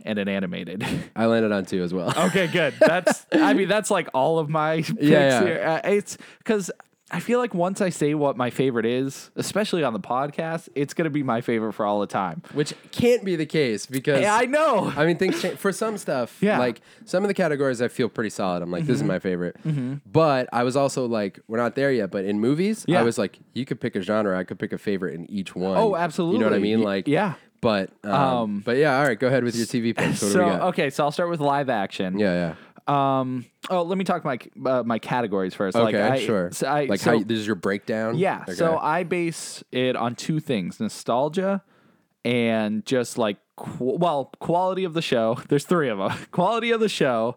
Speaker 2: and an animated.
Speaker 1: I landed on two as well.
Speaker 2: Okay, good. That's I mean that's like all of my picks
Speaker 1: yeah.
Speaker 2: here. Uh, it's because I feel like once I say what my favorite is, especially on the podcast, it's gonna be my favorite for all the time.
Speaker 1: Which can't be the case because
Speaker 2: Yeah, I know.
Speaker 1: I mean, things change for some stuff.
Speaker 2: Yeah. Mm-hmm.
Speaker 1: Like some of the categories I feel pretty solid. I'm like, this is my favorite. But I was also like, we're not there yet. But in movies,
Speaker 2: Yeah.
Speaker 1: I was like, you could pick a genre. I could pick a favorite in each one. You
Speaker 2: Oh,
Speaker 1: know what I
Speaker 2: absolutely.
Speaker 1: mean?
Speaker 2: Y-
Speaker 1: Like,
Speaker 2: yeah.
Speaker 1: But um,
Speaker 2: Um,
Speaker 1: but yeah, all right. Go ahead with your TV picks. What do
Speaker 2: so
Speaker 1: we got?
Speaker 2: okay, so I'll start with live action.
Speaker 1: Yeah, yeah.
Speaker 2: Um. Oh, let me talk my uh, my categories first.
Speaker 1: Okay,
Speaker 2: like, I,
Speaker 1: sure.
Speaker 2: So I,
Speaker 1: like
Speaker 2: so,
Speaker 1: how you, this is your breakdown.
Speaker 2: Yeah.
Speaker 1: Okay.
Speaker 2: So I base it on two things: nostalgia and just like qu- well, quality of the show. There's three of them: quality of the show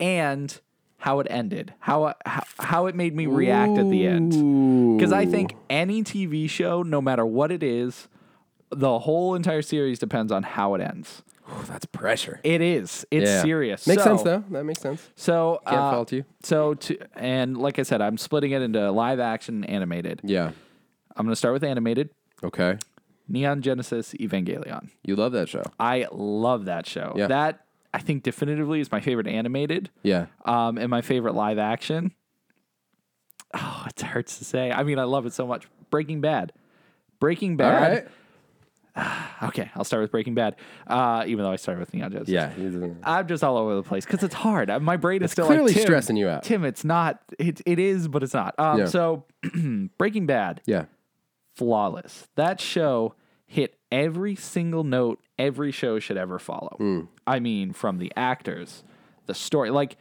Speaker 2: and how it ended, how how, how it made me react at the end. Because I think any TV show, no matter what it is, the whole entire series depends on how it ends.
Speaker 1: Ooh, that's pressure.
Speaker 2: It is. It's serious.
Speaker 1: Makes
Speaker 2: So-
Speaker 1: sense though. That makes sense.
Speaker 2: So
Speaker 1: Can't
Speaker 2: uh,
Speaker 1: fault you.
Speaker 2: So to, and like I said, I'm splitting it into live action and animated.
Speaker 1: Yeah.
Speaker 2: I'm going to start with animated.
Speaker 1: Okay.
Speaker 2: Neon Genesis Evangelion.
Speaker 1: You love that show.
Speaker 2: I love that show.
Speaker 1: Yeah.
Speaker 2: That I think definitively is my favorite animated.
Speaker 1: Yeah.
Speaker 2: Um, and my favorite live action. Oh, it hurts to say. I mean, I love it so much. Breaking Bad. Breaking
Speaker 1: All
Speaker 2: Bad.
Speaker 1: right.
Speaker 2: Okay, I'll start with Breaking Bad. Uh, even though I started with Neon Genesis.
Speaker 1: Yeah.
Speaker 2: I'm just all over the place because it's hard. Uh, My brain is still like,
Speaker 1: clearly
Speaker 2: "Tim,
Speaker 1: stressing you out."
Speaker 2: Tim, it's not. It, it is, but it's not. Um,
Speaker 1: Yeah.
Speaker 2: So, Breaking Bad,
Speaker 1: Yeah.
Speaker 2: flawless. That show hit every single note every show should ever follow.
Speaker 1: Hmm.
Speaker 2: I mean, from the actors, the story. Like,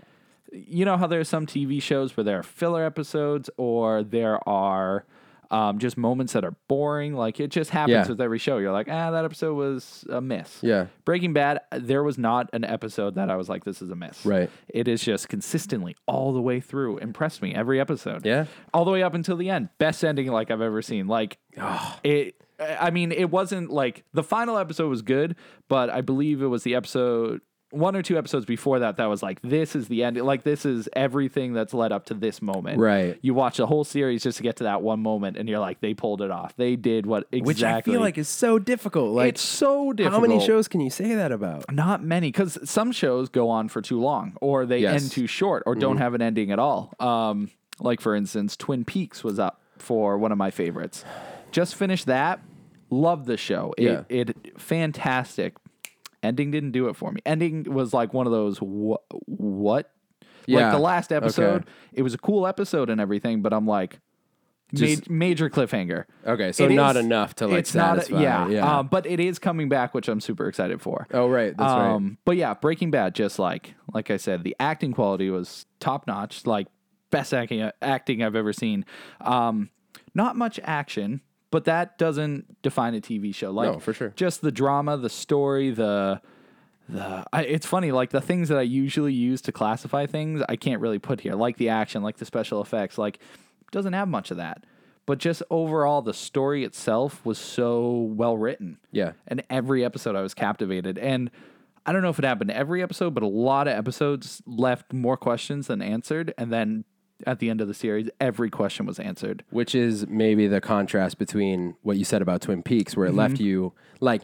Speaker 2: you know how there are some TV shows where there are filler episodes or there are. Um, just moments that are boring. Like it just happens
Speaker 1: Yeah.
Speaker 2: with every show. You're like, ah, that episode was a miss.
Speaker 1: Yeah.
Speaker 2: Breaking Bad, there was not an episode that I was like, this is a miss.
Speaker 1: Right.
Speaker 2: It is just consistently all the way through impressed me every episode.
Speaker 1: Yeah.
Speaker 2: All the way up until the end. Best ending like I've ever seen. Like it I mean, it wasn't like the final episode was good, but I believe it was the episode one or two episodes before that that was like this is the end like this is everything that's led up to this moment
Speaker 1: Right.
Speaker 2: you watch the whole series just to get to that one moment and you're like they pulled it off they did what exactly
Speaker 1: Which I feel like is so difficult. Like,
Speaker 2: it's so
Speaker 1: how
Speaker 2: difficult
Speaker 1: many shows can you say that about?
Speaker 2: not many, because some shows go on for too long, or they
Speaker 1: Yes. Mm-hmm.
Speaker 2: end too short, or don't have an ending at all. Um, like for instance, Twin Peaks was up for one of my favorites. Just finished that. Loved the show. It,
Speaker 1: Yeah.
Speaker 2: it fantastic. Ending didn't do it for me. Ending was like one of those wha- what. Like
Speaker 1: Yeah.
Speaker 2: the last
Speaker 1: Okay.
Speaker 2: episode, it was a cool episode and everything, but I'm like,
Speaker 1: Just-
Speaker 2: ma- major cliffhanger.
Speaker 1: Okay, so
Speaker 2: It
Speaker 1: not enough to, like, satisfy,
Speaker 2: yeah,
Speaker 1: yeah.
Speaker 2: Um, but it is coming back, which I'm super excited for.
Speaker 1: Oh, right, that's right.
Speaker 2: Um, But yeah, Breaking Bad, just like like I said, the acting quality was top notch, like best acting acting I've ever seen. Um, not much action, but that doesn't define a TV show. Like
Speaker 1: No, for sure.
Speaker 2: just the drama, the story, the the I, it's funny like the things that I usually use to classify things I can't really put here like the action like the special effects like doesn't have much of that but just overall the story itself was so well written
Speaker 1: Yeah.
Speaker 2: and every episode I was captivated and I don't know if it happened to every episode but a lot of episodes left more questions than answered and then at the end of the series every question was answered
Speaker 1: which is maybe the contrast between what you said about Twin Peaks, where it
Speaker 2: Mm-hmm.
Speaker 1: left you like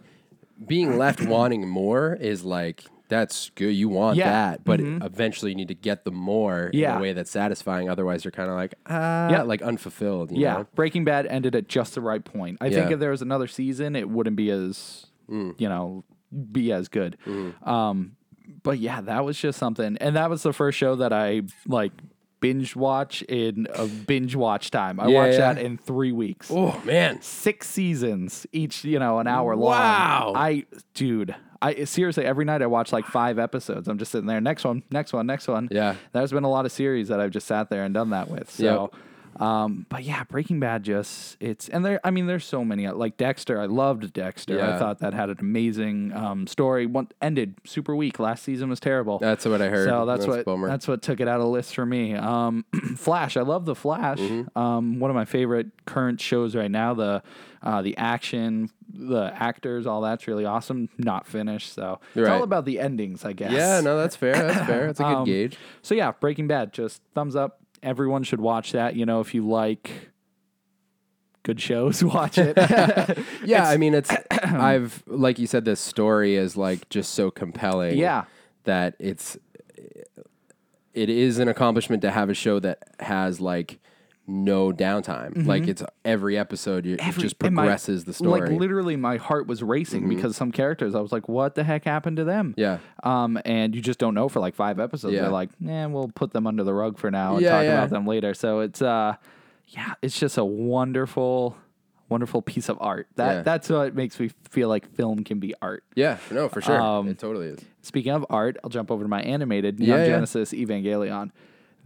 Speaker 1: being left wanting more is like that's good, you want
Speaker 2: Yeah. Mm-hmm.
Speaker 1: that, but eventually you need to get the more in
Speaker 2: Yeah.
Speaker 1: a way that's satisfying. Otherwise, you're kind of like ah,
Speaker 2: Yeah.
Speaker 1: like unfulfilled. You
Speaker 2: Yeah,
Speaker 1: know?
Speaker 2: Breaking Bad ended at just the right point. I think
Speaker 1: Yeah. Mm.
Speaker 2: if there was another season, it wouldn't be as you know be as good.
Speaker 1: Mm-hmm.
Speaker 2: Um, but yeah, that was just something, and that was the first show that I like binge watch in a binge watch time. I
Speaker 1: Yeah,
Speaker 2: watched
Speaker 1: yeah.
Speaker 2: that in three weeks.
Speaker 1: Oh man,
Speaker 2: Six seasons, each you know an hour
Speaker 1: Wow.
Speaker 2: long. I dude. I seriously every night I watch like five episodes. I'm just sitting there. Next one, next one, next one.
Speaker 1: Yeah.
Speaker 2: there's been a lot of series that I've just sat there and done that with. So
Speaker 1: Yep.
Speaker 2: um, but yeah, Breaking Bad just it's and there. I mean, there's so many like Dexter. I loved Dexter.
Speaker 1: Yeah.
Speaker 2: I thought that had an amazing um, story. One ended super weak. Last season was terrible.
Speaker 1: That's what I heard.
Speaker 2: So that's,
Speaker 1: That's a
Speaker 2: what
Speaker 1: bummer.
Speaker 2: that's what took it out of the list for me. Um, Flash. I love the Flash.
Speaker 1: Mm-hmm.
Speaker 2: Um, one of my favorite current shows right now. The uh, the action, the actors, all that's really awesome. Not finished. So it's
Speaker 1: Right.
Speaker 2: all about the endings, I guess. Um,
Speaker 1: yeah, no, that's fair. That's fair. That's a good gauge.
Speaker 2: So yeah, Breaking Bad, just thumbs up. Everyone should watch that. You know, if you like good shows, watch it.
Speaker 1: Yeah, I mean, it's I've like you said, this story is like just so compelling.
Speaker 2: Yeah.
Speaker 1: that it's it is an accomplishment to have a show that has like no downtime.
Speaker 2: Mm-hmm.
Speaker 1: Like it's every episode you, it just
Speaker 2: And my-
Speaker 1: progresses the story. Mm-hmm.
Speaker 2: Like literally, my heart was racing because some characters, I was like, "What the heck happened to them?"
Speaker 1: Yeah.
Speaker 2: Um, and you just don't know for like five episodes.
Speaker 1: Yeah.
Speaker 2: They're like, "Nah, we'll put them under the rug for now and
Speaker 1: Yeah,
Speaker 2: talk
Speaker 1: yeah.
Speaker 2: about them later." So it's uh, yeah, it's just a wonderful, wonderful piece of art. That
Speaker 1: Yeah.
Speaker 2: that's what makes me feel like film can be art.
Speaker 1: yeah, no, for sure,
Speaker 2: Um,
Speaker 1: it totally is.
Speaker 2: Speaking of art, I'll jump over to my animated Neon
Speaker 1: Yeah, yeah.
Speaker 2: Genesis Evangelion.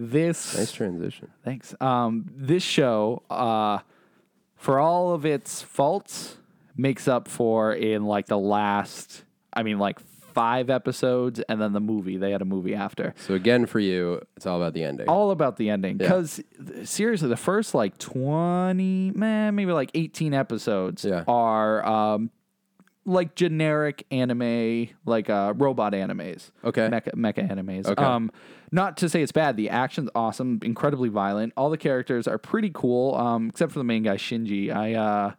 Speaker 2: This
Speaker 1: Nice transition.
Speaker 2: thanks. Um, this show, uh, for all of its faults, makes up for in like the last, I mean, like five episodes, and then the movie. They had a movie after
Speaker 1: So again, for you, it's all about the ending.
Speaker 2: all about the ending because seriously the first like 20 man maybe like 18 episodes
Speaker 1: Yeah.
Speaker 2: are um like generic anime like uh robot animes
Speaker 1: Okay.
Speaker 2: mecha, mecha animes um not to say it's bad the action's awesome incredibly violent all the characters are pretty cool um except for the main guy shinji i uh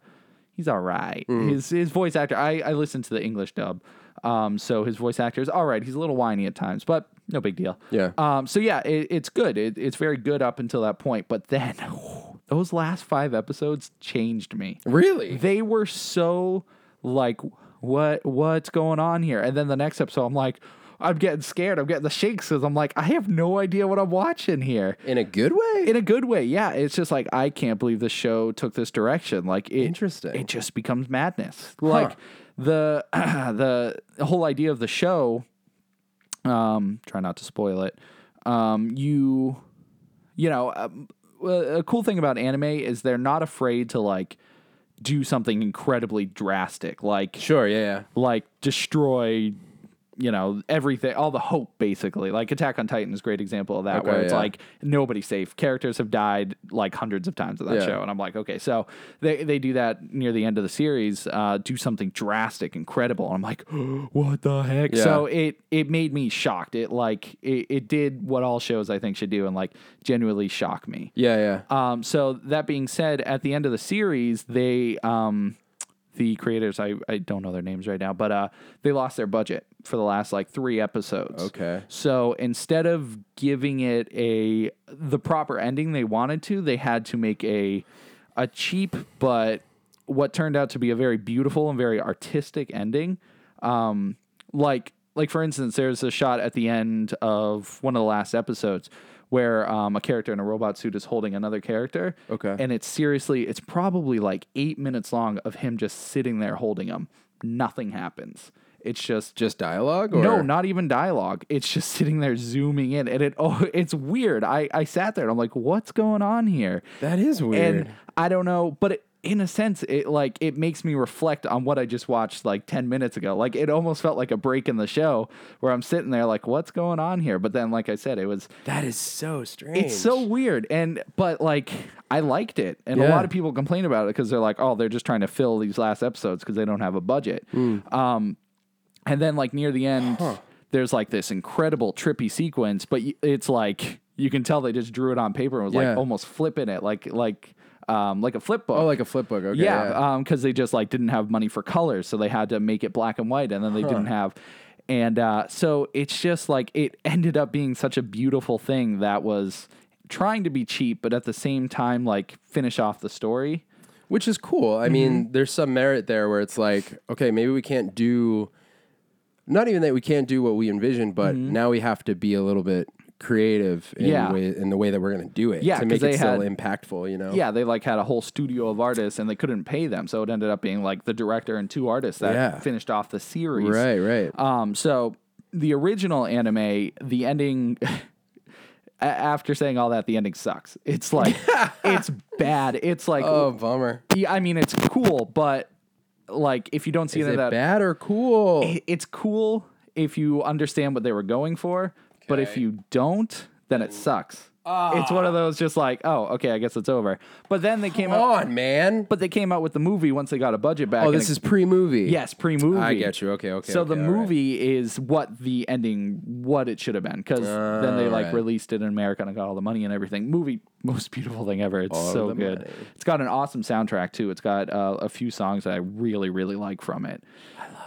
Speaker 2: he's all right his his voice actor i i listened to the english dub um so his voice actor is all right he's a little whiny at times but no big deal
Speaker 1: Yeah.
Speaker 2: um, so yeah, it, it's good. It, it's very good up until that point, but then those last five episodes changed me.
Speaker 1: really?
Speaker 2: They were so like, what what's going on here? And then the next episode, I'm like, I'm getting scared. I'm getting the shakes because I'm like, I have no idea what I'm watching here.
Speaker 1: In a good way.
Speaker 2: In a good way, yeah. It's just like I can't believe the show took this direction. Like it,
Speaker 1: Interesting.
Speaker 2: It just becomes madness. Like the the whole idea of the show um try not to spoil it um you you know um, a, a cool thing about anime is they're not afraid to like do something incredibly drastic like
Speaker 1: sure. Yeah. yeah.
Speaker 2: like destroy you know everything all the hope basically like attack on titan is a great example of that
Speaker 1: Okay,
Speaker 2: where it's
Speaker 1: yeah.
Speaker 2: like nobody's safe characters have died like hundreds of times in that
Speaker 1: Yeah.
Speaker 2: show and i'm like okay so they, they do that near the end of the series uh, do something drastic incredible and i'm like what the heck
Speaker 1: Yeah.
Speaker 2: so it it made me shocked it like it, it did what all shows i think should do and like genuinely shock me
Speaker 1: Yeah, yeah.
Speaker 2: um, so that being said, at the end of the series, they um, the creators I, I don't know their names right now, but uh, they lost their budget for the last like three episodes.
Speaker 1: Okay.
Speaker 2: So instead of giving it a the proper ending they wanted to, they had to make a a cheap but what turned out to be a very beautiful and very artistic ending. Um, like like for instance, there's a shot at the end of one of the last episodes where um, a character in a robot suit is holding another character.
Speaker 1: Okay.
Speaker 2: And it's seriously, it's probably like eight minutes long of him just sitting there holding him. Nothing happens. It's just
Speaker 1: Just dialogue or
Speaker 2: no, not even dialogue. It's just sitting there zooming in, and it oh, it's weird. I I sat there and I'm like, what's going on here?
Speaker 1: That is weird.
Speaker 2: And I don't know, but it, in a sense, it like it makes me reflect on what I just watched like ten minutes ago. Like it almost felt like a break in the show where I'm sitting there like, what's going on here? But then, like I said, it was
Speaker 3: That is so strange.
Speaker 2: it's so weird, and but like I liked it, and a
Speaker 1: Yeah.
Speaker 2: lot of people complain about it because they're like, oh, they're just trying to fill these last episodes because they don't have a budget.
Speaker 1: Hmm.
Speaker 2: Um, and then like near the end, there's like this incredible trippy sequence, but y- it's like you can tell they just drew it on paper and was
Speaker 1: Yeah.
Speaker 2: like almost flipping it, like like um like a flip book.
Speaker 1: Oh, like a flip book. Okay.
Speaker 2: yeah, uh, because they just like didn't have money for colors, so they had to make it black and white, and then they didn't have. And uh, so it's just like it ended up being such a beautiful thing that was trying to be cheap, but at the same time, like finish off the story.
Speaker 1: Which is cool. I
Speaker 2: mm-hmm.
Speaker 1: mean, there's some merit there where it's like, okay, maybe we can't do not even that we can't do what we envisioned, but now we have to be a little bit creative in,
Speaker 2: Mm-hmm. Yeah.
Speaker 1: way, in the way that we're going to do it
Speaker 2: Yeah,
Speaker 1: to
Speaker 2: 'cause
Speaker 1: make
Speaker 2: they
Speaker 1: it still
Speaker 2: had-
Speaker 1: impactful, you know.
Speaker 2: Yeah, they like had a whole studio of artists and they couldn't pay them, so it ended up being like the director and two artists that
Speaker 1: Yeah.
Speaker 2: finished off the series.
Speaker 1: Right, right.
Speaker 2: Um, so the original anime, the ending. a- After saying all that, the ending sucks. It's like it's bad. It's like
Speaker 1: oh, bummer.
Speaker 2: yeah, I mean it's cool, but like if you don't see
Speaker 1: Is
Speaker 2: any
Speaker 1: it
Speaker 2: of that,
Speaker 1: bad or cool?
Speaker 2: i- it's cool if you understand what they were going for. But if
Speaker 1: Okay.
Speaker 2: you don't, then it sucks. It's one of those just like, oh, okay, I guess it's over. But then they came
Speaker 1: Come
Speaker 2: out,
Speaker 1: on, man.
Speaker 2: uh, but they came out with the movie once they got a budget back.
Speaker 1: Oh,
Speaker 2: and
Speaker 1: this
Speaker 2: it-
Speaker 1: is pre-movie.
Speaker 2: yes, pre-movie.
Speaker 1: I get you. Okay, okay.
Speaker 2: So
Speaker 1: okay,
Speaker 2: the
Speaker 1: all right.
Speaker 2: movie is what the ending, what it should have been, because then they like
Speaker 1: Alright.
Speaker 2: released it in America and it got all the money and everything. Movie, most beautiful thing ever. It's
Speaker 1: All
Speaker 2: so
Speaker 1: the
Speaker 2: good.
Speaker 1: money.
Speaker 2: It's got an awesome soundtrack too. It's got uh, a few songs that I really, really like from it.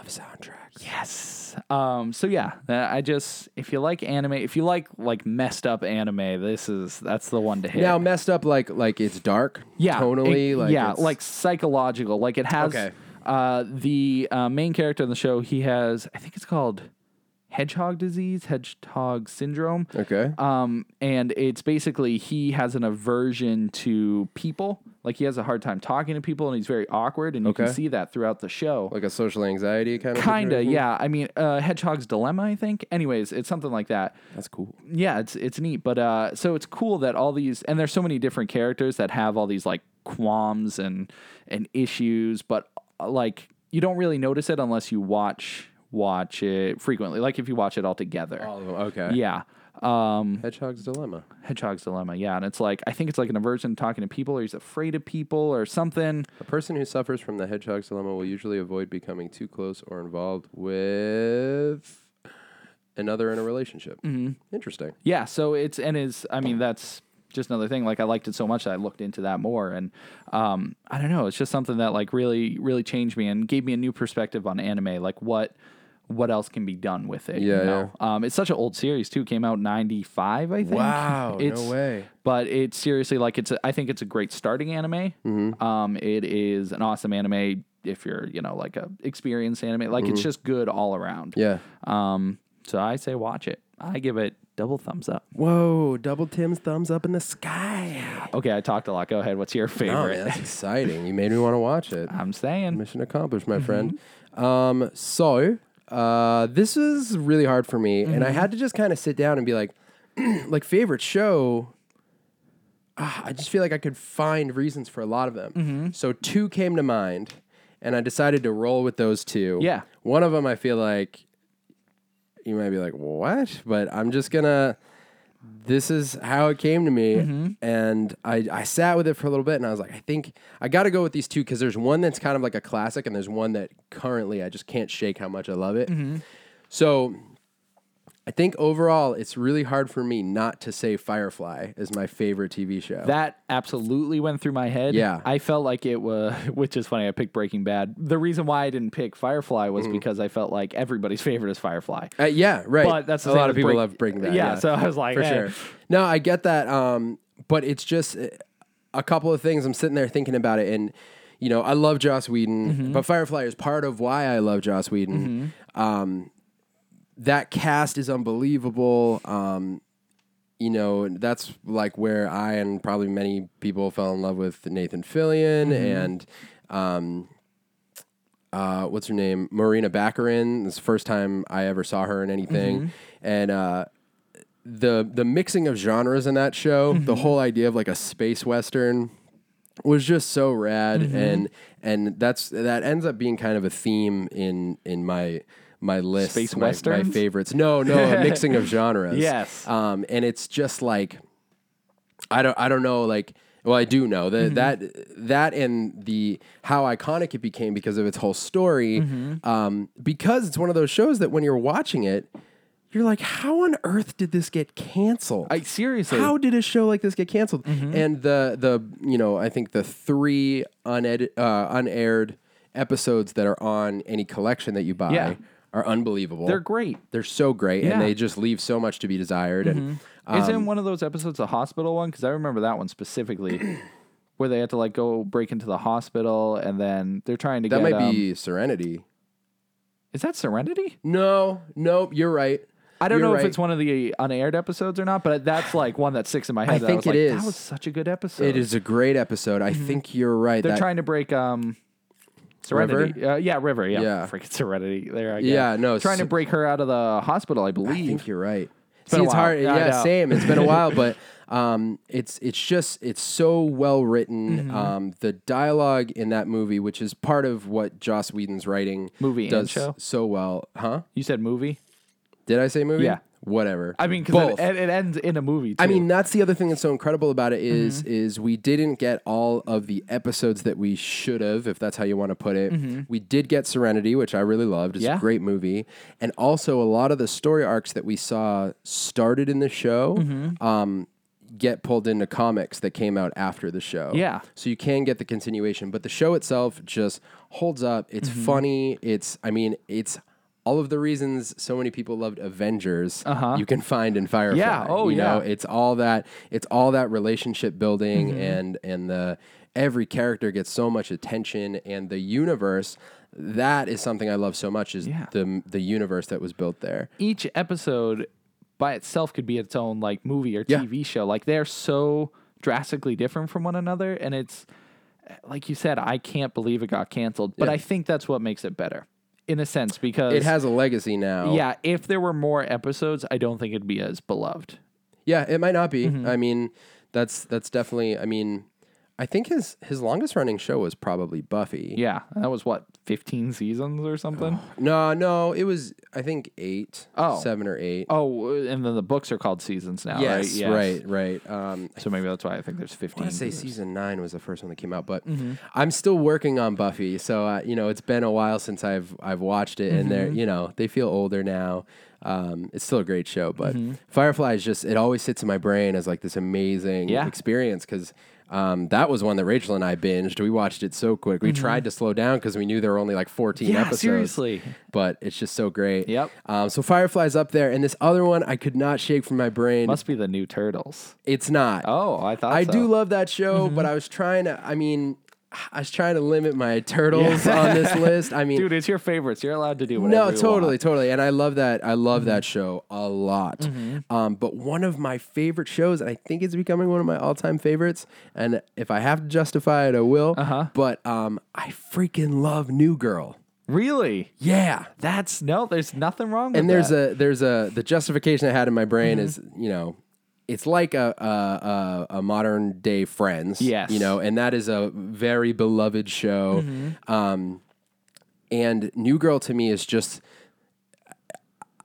Speaker 1: soundtrack.
Speaker 2: Yes. Um. So yeah, uh, I just if you like anime, if you like like messed up anime, this is that's the one to hit.
Speaker 1: Now messed up like like it's dark.
Speaker 2: yeah,
Speaker 1: Tonally,
Speaker 2: it-
Speaker 1: like
Speaker 2: yeah,
Speaker 1: it's-
Speaker 2: like psychological. Like it has
Speaker 1: Okay.
Speaker 2: uh, the uh, main character in the show. He has, I think it's called hedgehog disease, hedgehog syndrome.
Speaker 1: okay.
Speaker 2: Um, and it's basically he has an aversion to people. Like he has a hard time talking to people, and he's very awkward, and you
Speaker 1: Okay.
Speaker 2: can see that throughout the show.
Speaker 1: like a social anxiety kind of
Speaker 2: Kinda,
Speaker 1: situation?
Speaker 2: yeah. I mean, uh, Hedgehog's Dilemma, I think. Anyways, it's something like that
Speaker 1: That's cool.
Speaker 2: yeah, it's it's neat, but uh, so it's cool that all these and there's so many different characters that have all these like qualms and and issues, but uh, like you don't really notice it unless you watch watch it frequently. Like if you watch it all together,
Speaker 1: Oh, okay.
Speaker 2: yeah. Um,
Speaker 1: Hedgehog's dilemma.
Speaker 2: Hedgehog's Dilemma, yeah, and it's like I think it's like an aversion to talking to people, or he's afraid of people, or something.
Speaker 1: A person who suffers from the hedgehog's dilemma will usually avoid becoming too close or involved with another in a relationship.
Speaker 2: Mm-hmm.
Speaker 1: Interesting.
Speaker 2: Yeah, so it's and is I mean that's just another thing. Like I liked it so much that I looked into that more, and um, I don't know, it's just something that like really really changed me and gave me a new perspective on anime. Like what what else can be done with it?
Speaker 1: Yeah,
Speaker 2: you know? Um, it's such an old series too. Came out ninety five, I think.
Speaker 1: Wow, no
Speaker 2: it's,
Speaker 1: way.
Speaker 2: But it's seriously like it's. A, I think it's a great starting anime.
Speaker 1: Mm-hmm.
Speaker 2: Um, it is an awesome anime if you're you know like a experienced anime. Like
Speaker 1: Mm-hmm.
Speaker 2: it's just good all around.
Speaker 1: Yeah.
Speaker 2: Um, so I say watch it. I give it double thumbs up.
Speaker 1: Whoa, double Tim's thumbs up in the sky.
Speaker 2: Okay, I talked a lot. Go ahead. What's your
Speaker 1: Oh,
Speaker 2: favorite?
Speaker 1: man, that's exciting. You made me want to watch it.
Speaker 2: I'm saying.
Speaker 1: Mission accomplished, my friend. Um, so uh, this is really hard for me, and I had to just kind of sit down and be like, like favorite show. ah, I just feel like I could find reasons for a lot of them. So two came to mind, and I decided to roll with those two.
Speaker 2: Yeah.
Speaker 1: one of them I feel like you might be like, what? But I'm just gonna. This is how it came to me,
Speaker 2: Mm-hmm.
Speaker 1: and I I sat with it for a little bit, and I was like, I think I got to go with these two because there's one that's kind of like a classic, and there's one that currently I just can't shake how much I love it.
Speaker 2: Mm-hmm.
Speaker 1: So. I think overall, it's really hard for me not to say Firefly is my favorite TV show.
Speaker 2: That absolutely went through my head.
Speaker 1: Yeah.
Speaker 2: I felt like it was, which is funny. I picked Breaking Bad. The reason why I didn't pick Firefly
Speaker 1: Mm.
Speaker 2: was because I felt like everybody's favorite is Firefly.
Speaker 1: Uh, yeah, right.
Speaker 2: But that's the
Speaker 1: a
Speaker 2: same
Speaker 1: lot of
Speaker 2: with
Speaker 1: people
Speaker 2: Break-
Speaker 1: love Breaking Bad.
Speaker 2: Yeah, so I was like,
Speaker 1: for
Speaker 2: eh.
Speaker 1: sure. No, I get that. Um, but it's just uh, a couple of things. I'm sitting there thinking about it, and you know, I love Joss Whedon, but Firefly is part of why I love Joss Whedon. Um, that cast is unbelievable. Um, you know, that's like where I and probably many people fell in love with Nathan Fillion and um, uh, what's her name? Marina Baccarin. This is the first time I ever saw her in anything.
Speaker 2: Mm-hmm.
Speaker 1: And uh, the the mixing of genres in that show,
Speaker 2: Mm-hmm.
Speaker 1: the whole idea of like a space western was just so rad
Speaker 2: Mm-hmm.
Speaker 1: and and that's that ends up being kind of a theme in in my my list
Speaker 2: Space
Speaker 1: my, my
Speaker 2: westerns?
Speaker 1: favorites no no a mixing of genres
Speaker 2: Yes.
Speaker 1: um and it's just like I don't I don't know like well I do know that
Speaker 2: Mm-hmm.
Speaker 1: that that and the how iconic it became because of its whole story
Speaker 2: Mm-hmm.
Speaker 1: um, because it's one of those shows that when you're watching it you're like how on earth did this get canceled
Speaker 2: I Mm-hmm. seriously.
Speaker 1: how did a show like this get canceled and the the you know I think the three uned- uh, unaired episodes that are on any collection that you buy
Speaker 2: Yeah.
Speaker 1: are unbelievable
Speaker 2: They're great.
Speaker 1: they're so great
Speaker 2: Yeah. Mm-hmm.
Speaker 1: and they just leave so much to be desired and Um,
Speaker 2: Isn't one of those episodes a hospital one? Because I remember that one specifically, where they had to like go break into the hospital, and then they're trying to
Speaker 1: that
Speaker 2: get.
Speaker 1: might
Speaker 2: um,
Speaker 1: be Serenity
Speaker 2: Is that Serenity?
Speaker 1: No, nope, you're right.
Speaker 2: I don't
Speaker 1: You're
Speaker 2: know if
Speaker 1: right.
Speaker 2: it's one of the unaired episodes or not, but that's like one that sticks in my head. that
Speaker 1: think
Speaker 2: was
Speaker 1: it
Speaker 2: like,
Speaker 1: is.
Speaker 2: That was such a good episode.
Speaker 1: It is a great episode. I think you're right.
Speaker 2: Mm-hmm. They're
Speaker 1: That-
Speaker 2: trying to break um Serenity. Uh, yeah, River. Yeah.
Speaker 1: Yeah.
Speaker 2: Freaking Serenity. There I go.
Speaker 1: Yeah, no,
Speaker 2: Trying to
Speaker 1: s-
Speaker 2: break her out of the hospital, I believe.
Speaker 1: I think you're right.
Speaker 2: been
Speaker 1: See,
Speaker 2: a
Speaker 1: it's
Speaker 2: while.
Speaker 1: hard.
Speaker 2: Yeah, I
Speaker 1: Yeah,
Speaker 2: know.
Speaker 1: same. It's been a while, but um, it's it's just it's so well written.
Speaker 2: Mm-hmm.
Speaker 1: Um, the dialogue in that movie, which is part of what Joss Whedon's writing
Speaker 2: Movie and
Speaker 1: does
Speaker 2: show?
Speaker 1: so well, huh?
Speaker 2: you said movie?
Speaker 1: Did I say movie?
Speaker 2: Yeah.
Speaker 1: whatever.
Speaker 2: I mean, because
Speaker 1: both.
Speaker 2: it, it, it ends in a movie. Too. Mm-hmm.
Speaker 1: I mean, that's the other thing that's so incredible about it is- is we didn't get all of the episodes that we should have, if that's how you want to put it. We did get Serenity, which I really loved. It's
Speaker 2: Mm-hmm. Yeah.
Speaker 1: a great movie, and also a lot of the story arcs that we saw started in the show.
Speaker 2: Mm-hmm.
Speaker 1: Um, get pulled into comics that came out after the show.
Speaker 2: Yeah.
Speaker 1: So you can get the continuation, but the show itself just holds up. It's
Speaker 2: Mm-hmm.
Speaker 1: funny. It's I mean, it's all of the reasons so many people loved Avengers
Speaker 2: Uh-huh.
Speaker 1: you can find in Firefly.
Speaker 2: Yeah. Oh,
Speaker 1: you Know?
Speaker 2: yeah. Mm-hmm.
Speaker 1: It's all that. It's all that relationship building, and and the every character gets so much attention, and the universe. That is something I love so much is
Speaker 2: Yeah.
Speaker 1: the the universe that was built there.
Speaker 2: each episode by itself could be its own like movie or
Speaker 1: Yeah.
Speaker 2: TV show. Like they're so drastically different from one another, and it's like you said, I can't believe it got canceled. But I think that's what makes it better, in a sense, because
Speaker 1: It has a legacy now.
Speaker 2: Yeah, if there were more episodes, I don't think it'd be as beloved.
Speaker 1: Yeah, it might not be.
Speaker 2: Mm-hmm.
Speaker 1: I mean, that's that's definitely. I mean, I think his his longest running show was probably Buffy.
Speaker 2: Yeah, that was what fifteen seasons or something.
Speaker 1: No, no, it was I think eight,
Speaker 2: Oh.
Speaker 1: seven or eight.
Speaker 2: Oh, and then the books are called seasons now,
Speaker 1: yes,
Speaker 2: right? Yes.
Speaker 1: right, right. Um,
Speaker 2: So maybe that's why I think there's fifteen.
Speaker 1: I say season nine was the first one that came out, but
Speaker 2: Mm-hmm.
Speaker 1: I'm still working on Buffy, so uh, you know it's been a while since I've I've watched it, and
Speaker 2: Mm-hmm.
Speaker 1: they're you know they feel older now. Um, it's still a great show, but
Speaker 2: Mm-hmm.
Speaker 1: Firefly is just it always sits in my brain as like this amazing
Speaker 2: Yeah.
Speaker 1: experience because. Um, that was one that Rachel and I binged. We watched it so quick. We tried to slow down because we knew there were only like 14
Speaker 2: Mm-hmm. Yeah,
Speaker 1: episodes.
Speaker 2: seriously.
Speaker 1: But it's just so great.
Speaker 2: Yep.
Speaker 1: Um, so Firefly's up there. And this other one I could not shake from my brain.
Speaker 2: Must be the new turtles.
Speaker 1: it's not.
Speaker 2: Oh, I thought
Speaker 1: I
Speaker 2: so. Mm-hmm.
Speaker 1: do love that show, but I was trying to. I mean, I was trying to limit my turtles on this list. I mean,
Speaker 2: dude. It's your favorites. You're allowed to do whatever.
Speaker 1: no,
Speaker 2: you
Speaker 1: totally,
Speaker 2: want.
Speaker 1: totally. And I love that. I love
Speaker 2: Mm-hmm.
Speaker 1: that show a lot. Um, but one of my favorite shows, and I think it's becoming one of my all-time favorites. And if I have to justify it, I will. Uh-huh. But um, I freaking love New Girl.
Speaker 2: Really?
Speaker 1: Yeah.
Speaker 2: That's no. There's nothing wrong. with
Speaker 1: And there's
Speaker 2: that. Mm-hmm.
Speaker 1: a there's a the justification I had in my brain is you know it's like a a, a a modern day Friends,
Speaker 2: Yes.
Speaker 1: you know, and that is a very beloved show.
Speaker 2: Mm-hmm.
Speaker 1: Um, and New Girl to me is just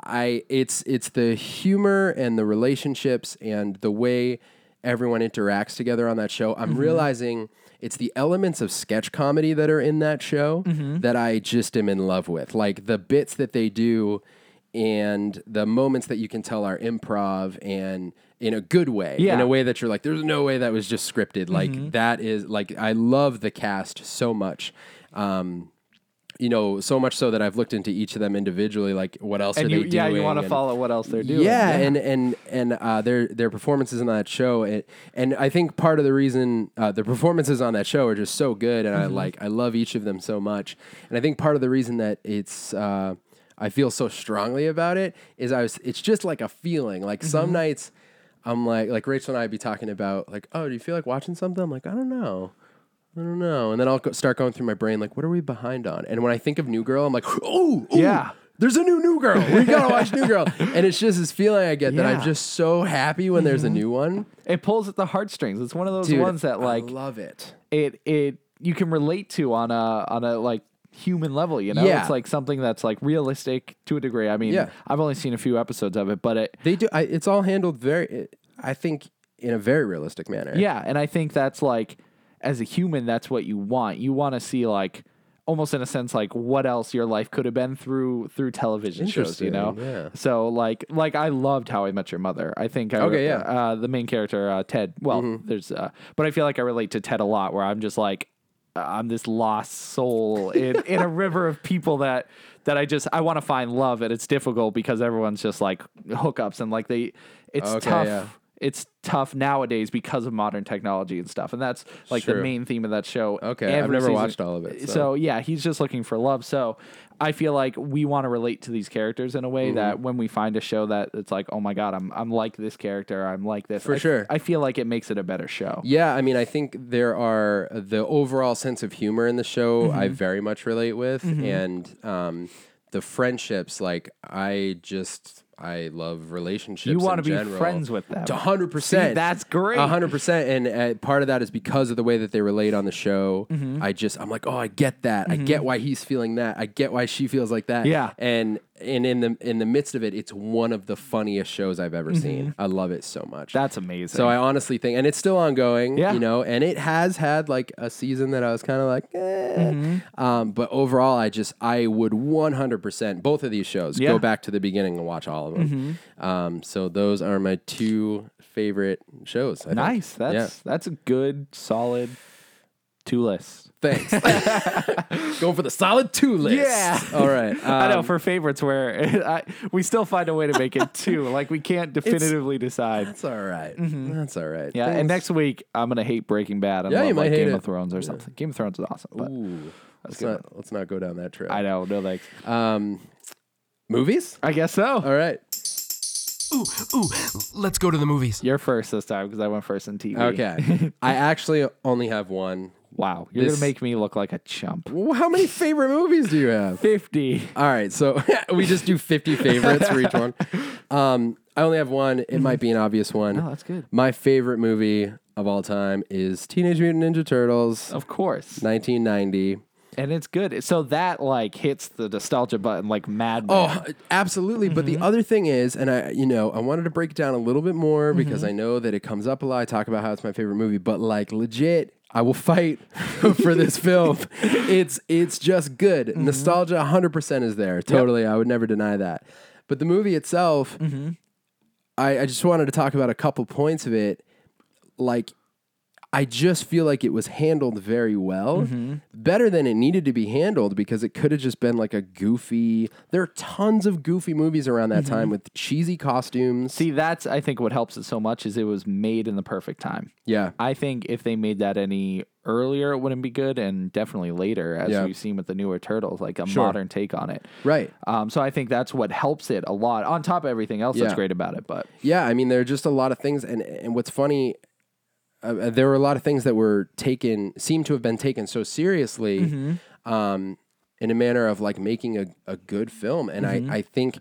Speaker 1: I it's it's the humor and the relationships and the way everyone interacts together on that show.
Speaker 2: Mm-hmm.
Speaker 1: I'm realizing it's the elements of sketch comedy that are in that show
Speaker 2: Mm-hmm.
Speaker 1: that I just am in love with. Like the bits that they do and the moments that you can tell are improv and in a good way, in
Speaker 2: Yeah. Mm-hmm.
Speaker 1: a way that you're like, there's no way that was just scripted. Like that is like I love the cast so much. Um, you know, so much so that I've looked into each of them individually, like what else
Speaker 2: and
Speaker 1: are
Speaker 2: you,
Speaker 1: they doing?
Speaker 2: yeah, you want to
Speaker 1: and-
Speaker 2: follow what else they're doing.
Speaker 1: yeah, and and and uh, their their performances on that show, it, and I think part of the reason uh, the performances on that show are just so good, and I
Speaker 2: Mm-hmm.
Speaker 1: like I love each of them so much, and I think part of the reason that it's. Uh, I feel so strongly about it is I was it's just like a feeling. Like
Speaker 2: Mm-hmm.
Speaker 1: some nights I'm like like Rachel and I'd be talking about like, oh, do you feel like watching something? I'm like, I don't know. I don't know. And then I'll go, start going through my brain, like, what are we behind on? And when I think of New Girl, I'm like, oh, ooh,
Speaker 2: Yeah.
Speaker 1: There's a new New Girl. We gotta watch New Girl. And it's just this feeling I get that I'm
Speaker 2: Yeah.
Speaker 1: just so happy when there's a new one.
Speaker 2: it pulls at the heartstrings. It's one of those
Speaker 1: Dude,
Speaker 2: ones that like
Speaker 1: I love it.
Speaker 2: it it you can relate to on a on a like human level. You know,
Speaker 1: Yeah.
Speaker 2: it's like something that's like realistic to a degree. I mean,
Speaker 1: Yeah.
Speaker 2: I've only seen a few episodes of it, but it
Speaker 1: They do. I, it's all handled very. It, I think in a very realistic manner.
Speaker 2: Yeah, and I think that's like as a human, that's what you want. You want to see like almost in a sense like what else your life could have been through through television shows, you know.
Speaker 1: Interesting, yeah.
Speaker 2: So like like I loved How I Met Your Mother. I think I
Speaker 1: Okay, yeah. Mm-hmm.
Speaker 2: uh, the main character uh, Ted. Well, there's uh, but I feel like I relate to Ted a lot where I'm just like uh, I'm this lost soul in, in a river of people that that I just I want to find love and it's difficult because everyone's just like hookups and like they it's
Speaker 1: Okay,
Speaker 2: tough
Speaker 1: yeah.
Speaker 2: it's tough nowadays because of modern technology and stuff. And that's like
Speaker 1: True.
Speaker 2: the main theme of that show.
Speaker 1: Okay, I've never watched all of it,
Speaker 2: So.
Speaker 1: so.
Speaker 2: yeah, he's just looking for love. So I feel like we want to relate to these characters in a way
Speaker 1: Mm-hmm.
Speaker 2: that when we find a show that it's like, oh my god, I'm I'm like this character, I'm like this.
Speaker 1: For
Speaker 2: I-
Speaker 1: sure.
Speaker 2: I feel like it makes it a better show.
Speaker 1: Yeah, I mean, I think there are uh, the overall sense of humor in the show I
Speaker 2: Mm-hmm.
Speaker 1: very much relate with, and um, the friendships. Like, I just I love relationships.
Speaker 2: You
Speaker 1: want
Speaker 2: wanna
Speaker 1: to
Speaker 2: be friends with them.
Speaker 1: hundred
Speaker 2: See,
Speaker 1: percent.
Speaker 2: that's great.
Speaker 1: hundred percent. And uh, part of that is because of the way that they relate on the show.
Speaker 2: Mm-hmm.
Speaker 1: I just I'm like, oh, I get that. I get why he's feeling that. I get why she feels like that.
Speaker 2: Yeah.
Speaker 1: And and in the in the midst of it, it's one of the funniest shows I've ever
Speaker 2: Mm-hmm.
Speaker 1: seen. I love it so much.
Speaker 2: That's amazing.
Speaker 1: So I honestly think, and it's still ongoing,
Speaker 2: Yeah.
Speaker 1: you know, and it has had like a season that I was kind of like, eh.
Speaker 2: Mm-hmm.
Speaker 1: um, but overall, I just, I would 100% both of these shows
Speaker 2: Yeah. Mm-hmm.
Speaker 1: go back to the beginning and watch all of them. Um, so those are my two favorite shows. I think.
Speaker 2: nice. That's that's a good solid two list.
Speaker 1: Yeah. Thanks. Going for the solid two list.
Speaker 2: Yeah. Uh,
Speaker 1: All right.
Speaker 2: I know
Speaker 1: um,
Speaker 2: for favorites where I, we still find a way to make it two. Like we can't definitively decide.
Speaker 1: That's all right. That's all right.
Speaker 2: mm-hmm. Yeah, and next week I'm gonna hate Breaking Bad and
Speaker 1: Yeah,
Speaker 2: love
Speaker 1: you might
Speaker 2: like
Speaker 1: hate
Speaker 2: Game
Speaker 1: it.
Speaker 2: of Thrones or something. Game of Thrones is awesome. But
Speaker 1: Ooh, let's, not, let's not go down that trail.
Speaker 2: I know, no thanks.
Speaker 1: Um, movies?
Speaker 2: I guess so.
Speaker 1: All right.
Speaker 3: Ooh, ooh, let's go to the movies.
Speaker 2: You're first this time because I went first in TV.
Speaker 1: Okay. I actually only have one.
Speaker 2: Wow, you're
Speaker 1: This-
Speaker 2: gonna make me look like a chump.
Speaker 1: Well, How many favorite movies do you have?
Speaker 2: Fifty.
Speaker 1: All right, so we just do 50 favorites for each one. Um, I only have one. It might be an obvious one.
Speaker 2: No, that's good.
Speaker 1: My favorite movie of all time is Teenage Mutant Ninja Turtles,
Speaker 2: Of course,
Speaker 1: 1990.
Speaker 2: and it's good. So that like hits the nostalgia button like mad.
Speaker 1: Oh, absolutely. But the other thing is, and I, you know, I wanted to break it down a little bit more because I know that it comes up a lot. I talk about how it's my favorite movie, but like legit, I will fight for this film. It's it's just good. Nostalgia 100% is there. Totally. I would never deny that. But the movie itself, I, I just wanted to talk about a couple points of it. Like, I just feel like it was handled very well, better than it needed to be handled because it could have just been like a goofy. There are tons of goofy movies around that time with cheesy costumes.
Speaker 2: See, that's I think what helps it so much is it was made in the perfect time.
Speaker 1: yeah,
Speaker 2: I think if they made that any earlier, it wouldn't be good, and definitely later, as
Speaker 1: Yeah.
Speaker 2: we've seen with the newer turtles, like a modern take on it.
Speaker 1: right.
Speaker 2: Um, so I think that's what helps it a lot. On top of everything else
Speaker 1: Yeah.
Speaker 2: that's great about it, but
Speaker 1: Yeah, I mean there are just a lot of things, and and what's funny, uh, there were a lot of things that were taken seem to have been taken so seriously, um, in a manner of like making a, a good film, and
Speaker 2: Mm-hmm.
Speaker 1: I I think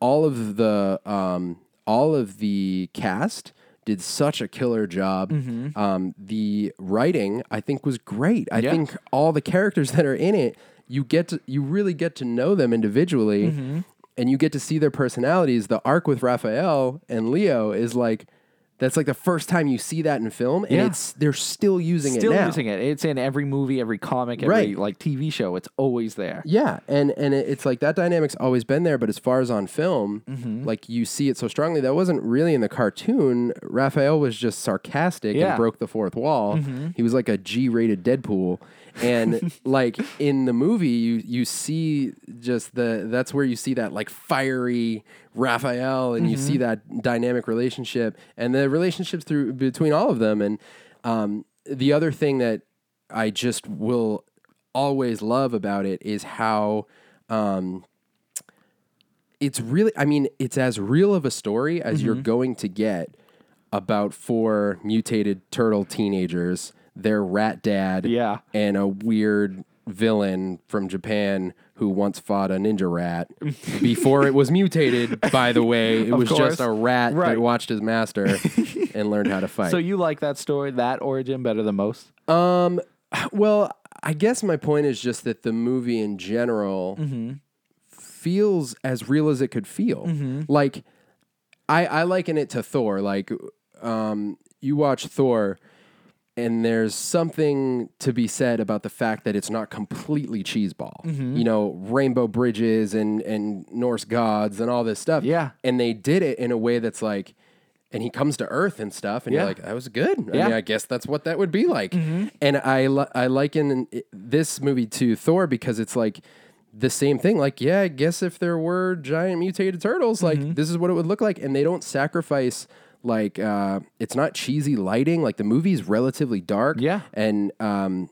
Speaker 1: all of the um all of the cast did such a killer job.
Speaker 2: Mm-hmm.
Speaker 1: Um, the writing I think was great. I think
Speaker 2: Mm-hmm.
Speaker 1: all the characters that are in it. You get to you really get to know them individually, and you get to see their personalities. The arc with Raphael and Leo is like that's like the first time you see that in film, and
Speaker 2: Yeah.
Speaker 1: it's they're still using
Speaker 2: Still
Speaker 1: it now.
Speaker 2: using it. It's in every movie, every comic, every
Speaker 1: Right.
Speaker 2: like TV show. It's always there.
Speaker 1: Yeah, and and it- it's like that dynamic's always been there, but as far as on film, like you see it so strongly, that wasn't really in the cartoon. Raphael was just sarcastic and
Speaker 2: Yeah.
Speaker 1: broke the fourth wall. He was like a G-rated Deadpool, and like in the movie, you you see just the that's where you see that like fiery Raphael, and you see that dynamic relationship and the relationships through between all of them. And um, the other thing that I just will always love about it is how um, it's really i mean it's as real of a story as
Speaker 2: Mm-hmm.
Speaker 1: you're going to get about four mutated turtle teenagers their rat dad
Speaker 2: Yeah.
Speaker 1: and a weird villain from japan who once fought a ninja rat before it was mutated by the way it was
Speaker 2: course.
Speaker 1: just a rat that
Speaker 2: Right.
Speaker 1: watched his master and learned how to fight
Speaker 2: So you like that story, that origin better than most?
Speaker 1: Well, I guess my point is just that the movie in general feels as real as it could feel. Like I, I liken it to Thor. Like um, you watch Thor, and there's something to be said about the fact that it's not completely cheeseball. You know, rainbow bridges and and Norse gods and all this stuff.
Speaker 2: Yeah.
Speaker 1: and they did it in a way that's like. And he comes to Earth and stuff, and
Speaker 2: Yeah.
Speaker 1: you're like, "That was good." I
Speaker 2: Yeah. Mm-hmm.
Speaker 1: mean, I guess that's what that would be like. And I li- I liken it- this movie to Thor because it's like the same thing. Like, yeah, I guess if there were giant mutated turtles, like
Speaker 2: Mm-hmm.
Speaker 1: this is what it would look like. And they don't sacrifice like uh, it's not cheesy lighting. Like the movie's relatively dark.
Speaker 2: Yeah.
Speaker 1: and um,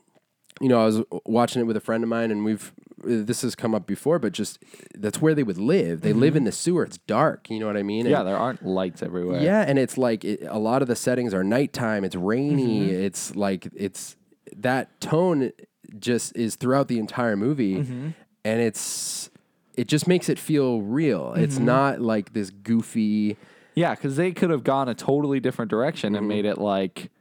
Speaker 1: you know, I was watching it with a friend of mine, and we've this has come up before, but just that's where they would live. They live in the sewer. It's dark. You know what I mean?
Speaker 2: Yeah,
Speaker 1: And-
Speaker 2: there aren't lights everywhere.
Speaker 1: yeah, and it's like it, a lot of the settings are nighttime. It's rainy. It's like it's that tone just is throughout the entire movie, and it's it just makes it feel real. It's not like this goofy.
Speaker 2: Yeah, because they could have gone a totally different direction
Speaker 1: Mm-hmm.
Speaker 2: and made it like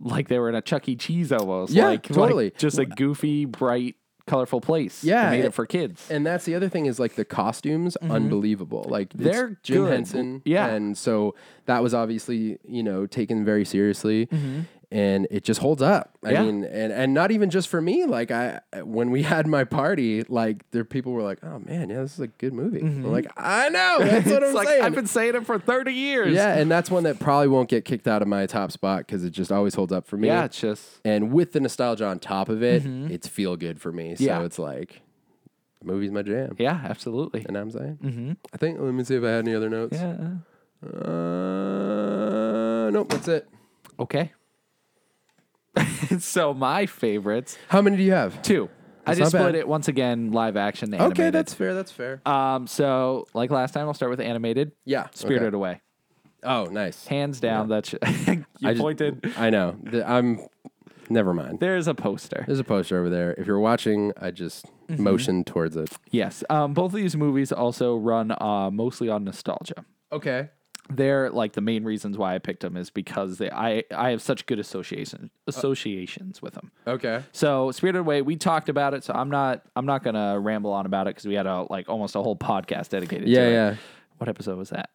Speaker 2: like they were in a Chuck E. Cheese almost.
Speaker 1: Yeah,
Speaker 2: like, like
Speaker 1: totally.
Speaker 2: just a goofy, bright, colorful place. They
Speaker 1: Yeah, eh,
Speaker 2: made
Speaker 1: it-
Speaker 2: it for kids.
Speaker 1: And that's the other thing is like the costumes, unbelievable. Like it's
Speaker 2: Mm-hmm. They're
Speaker 1: Jim
Speaker 2: good.
Speaker 1: Henson,
Speaker 2: Yeah.
Speaker 1: and so that was obviously you know taken very seriously. And it just holds up. I
Speaker 2: Mm-hmm. Yeah.
Speaker 1: mean, and, and not even just for me. Like I, when we had my party, like there people were like, "Oh man, yeah, this is a good movie." I'm like, I know. That's what
Speaker 2: Mm-hmm. It's
Speaker 1: I'm
Speaker 2: like
Speaker 1: saying.
Speaker 2: I've been saying it for thirty years.
Speaker 1: yeah, and that's one that probably won't get kicked out of my top spot because it just always holds up for me.
Speaker 2: yeah, it's just
Speaker 1: And with the nostalgia on top of it, it's feel good for me.
Speaker 2: Yeah.
Speaker 1: So it's like, the movie's my jam.
Speaker 2: yeah, absolutely.
Speaker 1: You know what I'm saying? Mm-hmm. I think, let me see if I had any other notes.
Speaker 2: Yeah. uh-huh.
Speaker 1: Uh, nope, that's it.
Speaker 2: Okay. so my favorites
Speaker 1: How many do you have?
Speaker 2: two.
Speaker 1: That's
Speaker 2: I just
Speaker 1: not
Speaker 2: split
Speaker 1: bad.
Speaker 2: it once again, live action. to
Speaker 1: Okay,
Speaker 2: animated.
Speaker 1: that's fair. That's fair.
Speaker 2: um. So like last time, I'll start with animated.
Speaker 1: Uh, yeah.
Speaker 2: Spirited
Speaker 1: okay.
Speaker 2: Away,
Speaker 1: Oh, nice.
Speaker 2: hands down. That's you
Speaker 1: I just- I know. Th- I'm, never mind.
Speaker 2: There's a poster.
Speaker 1: There's a poster over there. If you're watching, I just
Speaker 2: Mm-hmm.
Speaker 1: motion towards it.
Speaker 2: Yes. Um, both of these movies also run uh, mostly on nostalgia.
Speaker 1: Okay.
Speaker 2: They're like the main reasons why I picked them is because they, I I have such good association associations with them.
Speaker 1: Okay.
Speaker 2: So Spirited Away, we talked about it, so I'm not I'm not gonna ramble on about it because we had a like almost a whole podcast dedicated.
Speaker 1: Yeah,
Speaker 2: to
Speaker 1: yeah.
Speaker 2: It. What episode was that?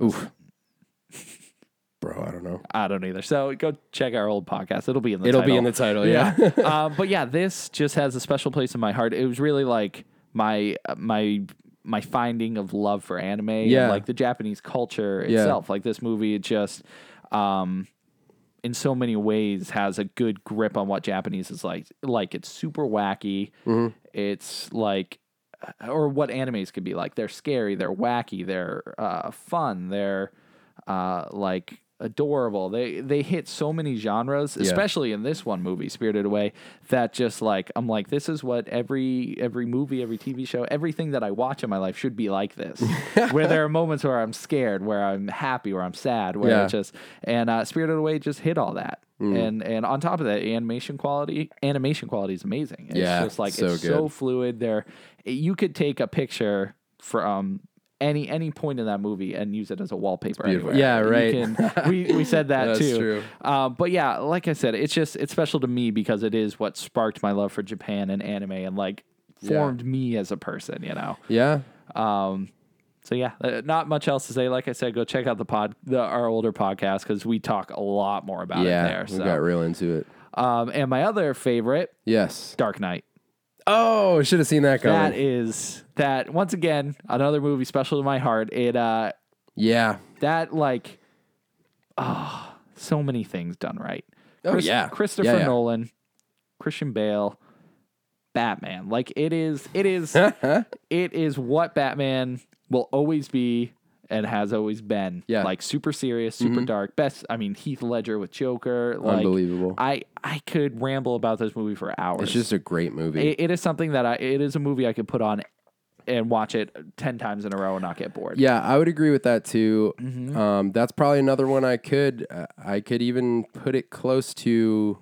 Speaker 1: Oof. Bro, I don't know.
Speaker 2: I don't either. So go check our old podcast. It'll be in the
Speaker 1: It'll
Speaker 2: title.
Speaker 1: be in the title. Yeah.
Speaker 2: um, but yeah, this just has a special place in my heart. It was really like my uh, my my finding of love for anime, and,
Speaker 1: Yeah.
Speaker 2: like the Japanese culture itself. Like this movie, it just um, in so many ways has a good grip on what Japanese is like. Like it's super wacky.
Speaker 1: Mm-hmm.
Speaker 2: It's like or what animes could be like. They're scary, they're wacky, they're uh, fun, they're uh, like adorable. They they hit so many genres, especially in this one movie, Spirited Away, that just like I'm like, this is what every every movie, every TV show, everything that I watch in my life should be like this. where there are moments where I'm scared, where I'm happy, where I'm sad, where
Speaker 1: Yeah. Mm.
Speaker 2: it just and uh, Spirited Away just hit all that. And and on top of that, animation quality, animation quality is amazing. It's
Speaker 1: Yeah,
Speaker 2: just like
Speaker 1: so
Speaker 2: it's so
Speaker 1: good.
Speaker 2: fluid. There, you could take a picture from any any point in that movie and use it as a wallpaper. Anywhere.
Speaker 1: Yeah,
Speaker 2: You
Speaker 1: right.
Speaker 2: can- we we said that
Speaker 1: That's
Speaker 2: too.
Speaker 1: true.
Speaker 2: Uh, but yeah, like I said, it's just it's special to me because it is what sparked my love for Japan and anime and like
Speaker 1: Yeah.
Speaker 2: formed me as a person. You know.
Speaker 1: yeah.
Speaker 2: So yeah, uh, not much else to say. Like I said, go check out the pod, the, our older podcast, because we talk a lot more about
Speaker 1: yeah,
Speaker 2: it there.
Speaker 1: we got
Speaker 2: So,
Speaker 1: real into it.
Speaker 2: um, and my other favorite,
Speaker 1: Yes.
Speaker 2: Dark Knight.
Speaker 1: Oh, should have seen that coming.
Speaker 2: That is that once again another movie special to my heart. It uh,
Speaker 1: yeah.
Speaker 2: that like, ah, so many things done right.
Speaker 1: Oh, yeah.
Speaker 2: Christopher
Speaker 1: Yeah, yeah.
Speaker 2: Nolan, Christian Bale, Batman. Like it is, it is, it is what Batman will always be and has always been.
Speaker 1: Yeah. Mm-hmm.
Speaker 2: like super serious, super dark. Best, I mean Heath Ledger with Joker. Like,
Speaker 1: Unbelievable.
Speaker 2: I I could ramble about this movie for hours.
Speaker 1: It's just a great movie.
Speaker 2: it, it is something that I. It is a movie I could put on and watch it ten times in a row and not get bored.
Speaker 1: Yeah, I would agree with that too.
Speaker 2: Mm-hmm.
Speaker 1: Um, that's probably another one I could uh, I could even put it close to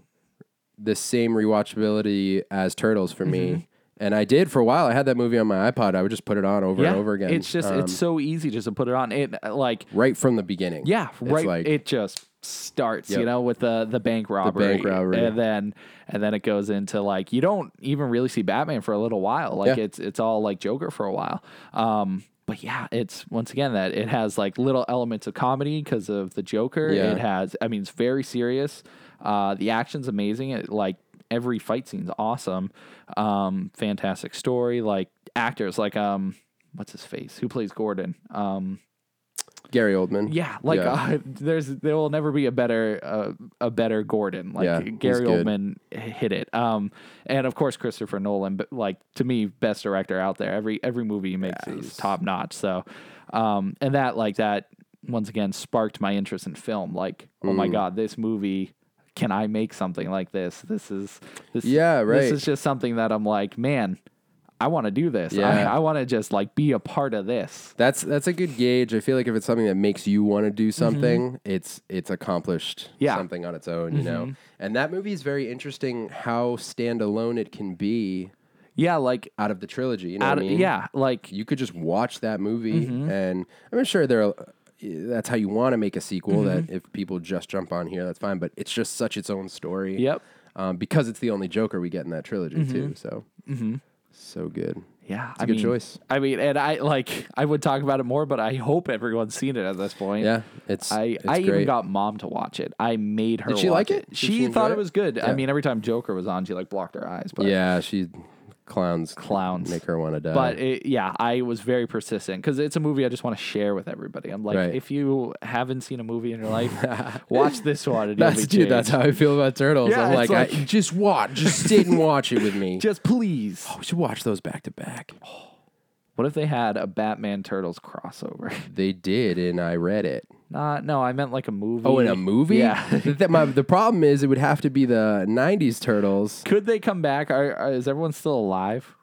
Speaker 1: the same rewatchability as Turtles for
Speaker 2: Mm-hmm.
Speaker 1: me. And I did for a while. I had that movie on my iPod. I would just put it on over
Speaker 2: Yeah.
Speaker 1: and over again.
Speaker 2: It's just
Speaker 1: um,
Speaker 2: it's so easy just to put it on. It uh, like
Speaker 1: right from the beginning.
Speaker 2: Yeah,
Speaker 1: It's
Speaker 2: right.
Speaker 1: like-
Speaker 2: it just starts, you
Speaker 1: Yep.
Speaker 2: know, with the the bank robbery,
Speaker 1: robbery.
Speaker 2: and then and then it goes into like you don't even really see Batman for a little while. Like
Speaker 1: Yeah.
Speaker 2: it's it's all like Joker for a while. Um, but yeah, it's once again that it has like little elements of comedy because of the Joker.
Speaker 1: Yeah.
Speaker 2: It has, I mean, it's very serious. Uh, the action's amazing. It like every fight scene's awesome. Um, fantastic story. Like actors, like um, what's his face? Who plays Gordon? Um.
Speaker 1: Gary Oldman.
Speaker 2: Yeah, like
Speaker 1: Yeah.
Speaker 2: Uh, there's there will never be a better uh, a better Gordon. Like
Speaker 1: Yeah, he's
Speaker 2: Gary
Speaker 1: good.
Speaker 2: Oldman hit it. Um, and of course Christopher Nolan, but like to me, best director out there. Every every movie he makes is top notch. So, um, and that like that once again sparked my interest in film. Like, oh
Speaker 1: Mm.
Speaker 2: my god, this movie. Can I make something like this? This is this.
Speaker 1: Yeah,
Speaker 2: This
Speaker 1: right.
Speaker 2: is just something that I'm like, man, I want to do this.
Speaker 1: Yeah.
Speaker 2: I, I want to just like be a part of this.
Speaker 1: That's that's a good gauge. I feel like if it's something that makes you want to do something, it's it's accomplished
Speaker 2: Mm-hmm. Yeah. Mm-hmm.
Speaker 1: something on its own, you know. And that movie is very interesting how standalone it can be
Speaker 2: Yeah, like
Speaker 1: out of the trilogy. You know
Speaker 2: out
Speaker 1: what I
Speaker 2: of-
Speaker 1: mean?
Speaker 2: yeah, Mm-hmm. like
Speaker 1: you could just watch that movie and i'm sure there are, eh, that's how you want to make a sequel
Speaker 2: Mm-hmm.
Speaker 1: that if people just jump on here that's fine but it's just such its own story
Speaker 2: Yep. Mm-hmm.
Speaker 1: um, because it's the only joker we get in that trilogy too so so good
Speaker 2: Yeah,
Speaker 1: a
Speaker 2: I
Speaker 1: good
Speaker 2: mean,
Speaker 1: choice.
Speaker 2: I mean, and I like I would talk about it more, but I hope everyone's seen it at this point.
Speaker 1: yeah it's
Speaker 2: I,
Speaker 1: it's
Speaker 2: I even
Speaker 1: great.
Speaker 2: got mom to watch it. I made her.
Speaker 1: Did she like
Speaker 2: watch
Speaker 1: it? Did
Speaker 2: She,
Speaker 1: she enjoy
Speaker 2: thought it
Speaker 1: it?
Speaker 2: was good. I
Speaker 1: Yeah.
Speaker 2: mean, every time Joker was on, she like blocked her eyes. But
Speaker 1: yeah she clowns
Speaker 2: Clowns.
Speaker 1: make her want to die
Speaker 2: But it, yeah, I was very persistent because it's a movie I just want to share with everybody. I'm like,
Speaker 1: Right.
Speaker 2: if you haven't seen a movie in your life, watch this one. And
Speaker 1: that's
Speaker 2: you'll be
Speaker 1: dude, that's
Speaker 2: changed.
Speaker 1: how I feel about turtles.
Speaker 2: Yeah,
Speaker 1: I'm
Speaker 2: it's
Speaker 1: like, I,
Speaker 2: like-
Speaker 1: just watch, just sit and watch it with me.
Speaker 2: Just please.
Speaker 1: we should watch those back to back.
Speaker 2: What if they had a Batman Turtles crossover?
Speaker 1: They did, and I read it.
Speaker 2: Not no, I meant like a movie.
Speaker 1: Oh, in a movie?
Speaker 2: Yeah.
Speaker 1: Th- that- my- the problem is, it would have to be the '90s Turtles.
Speaker 2: Could they come back? Are, are- is everyone still alive?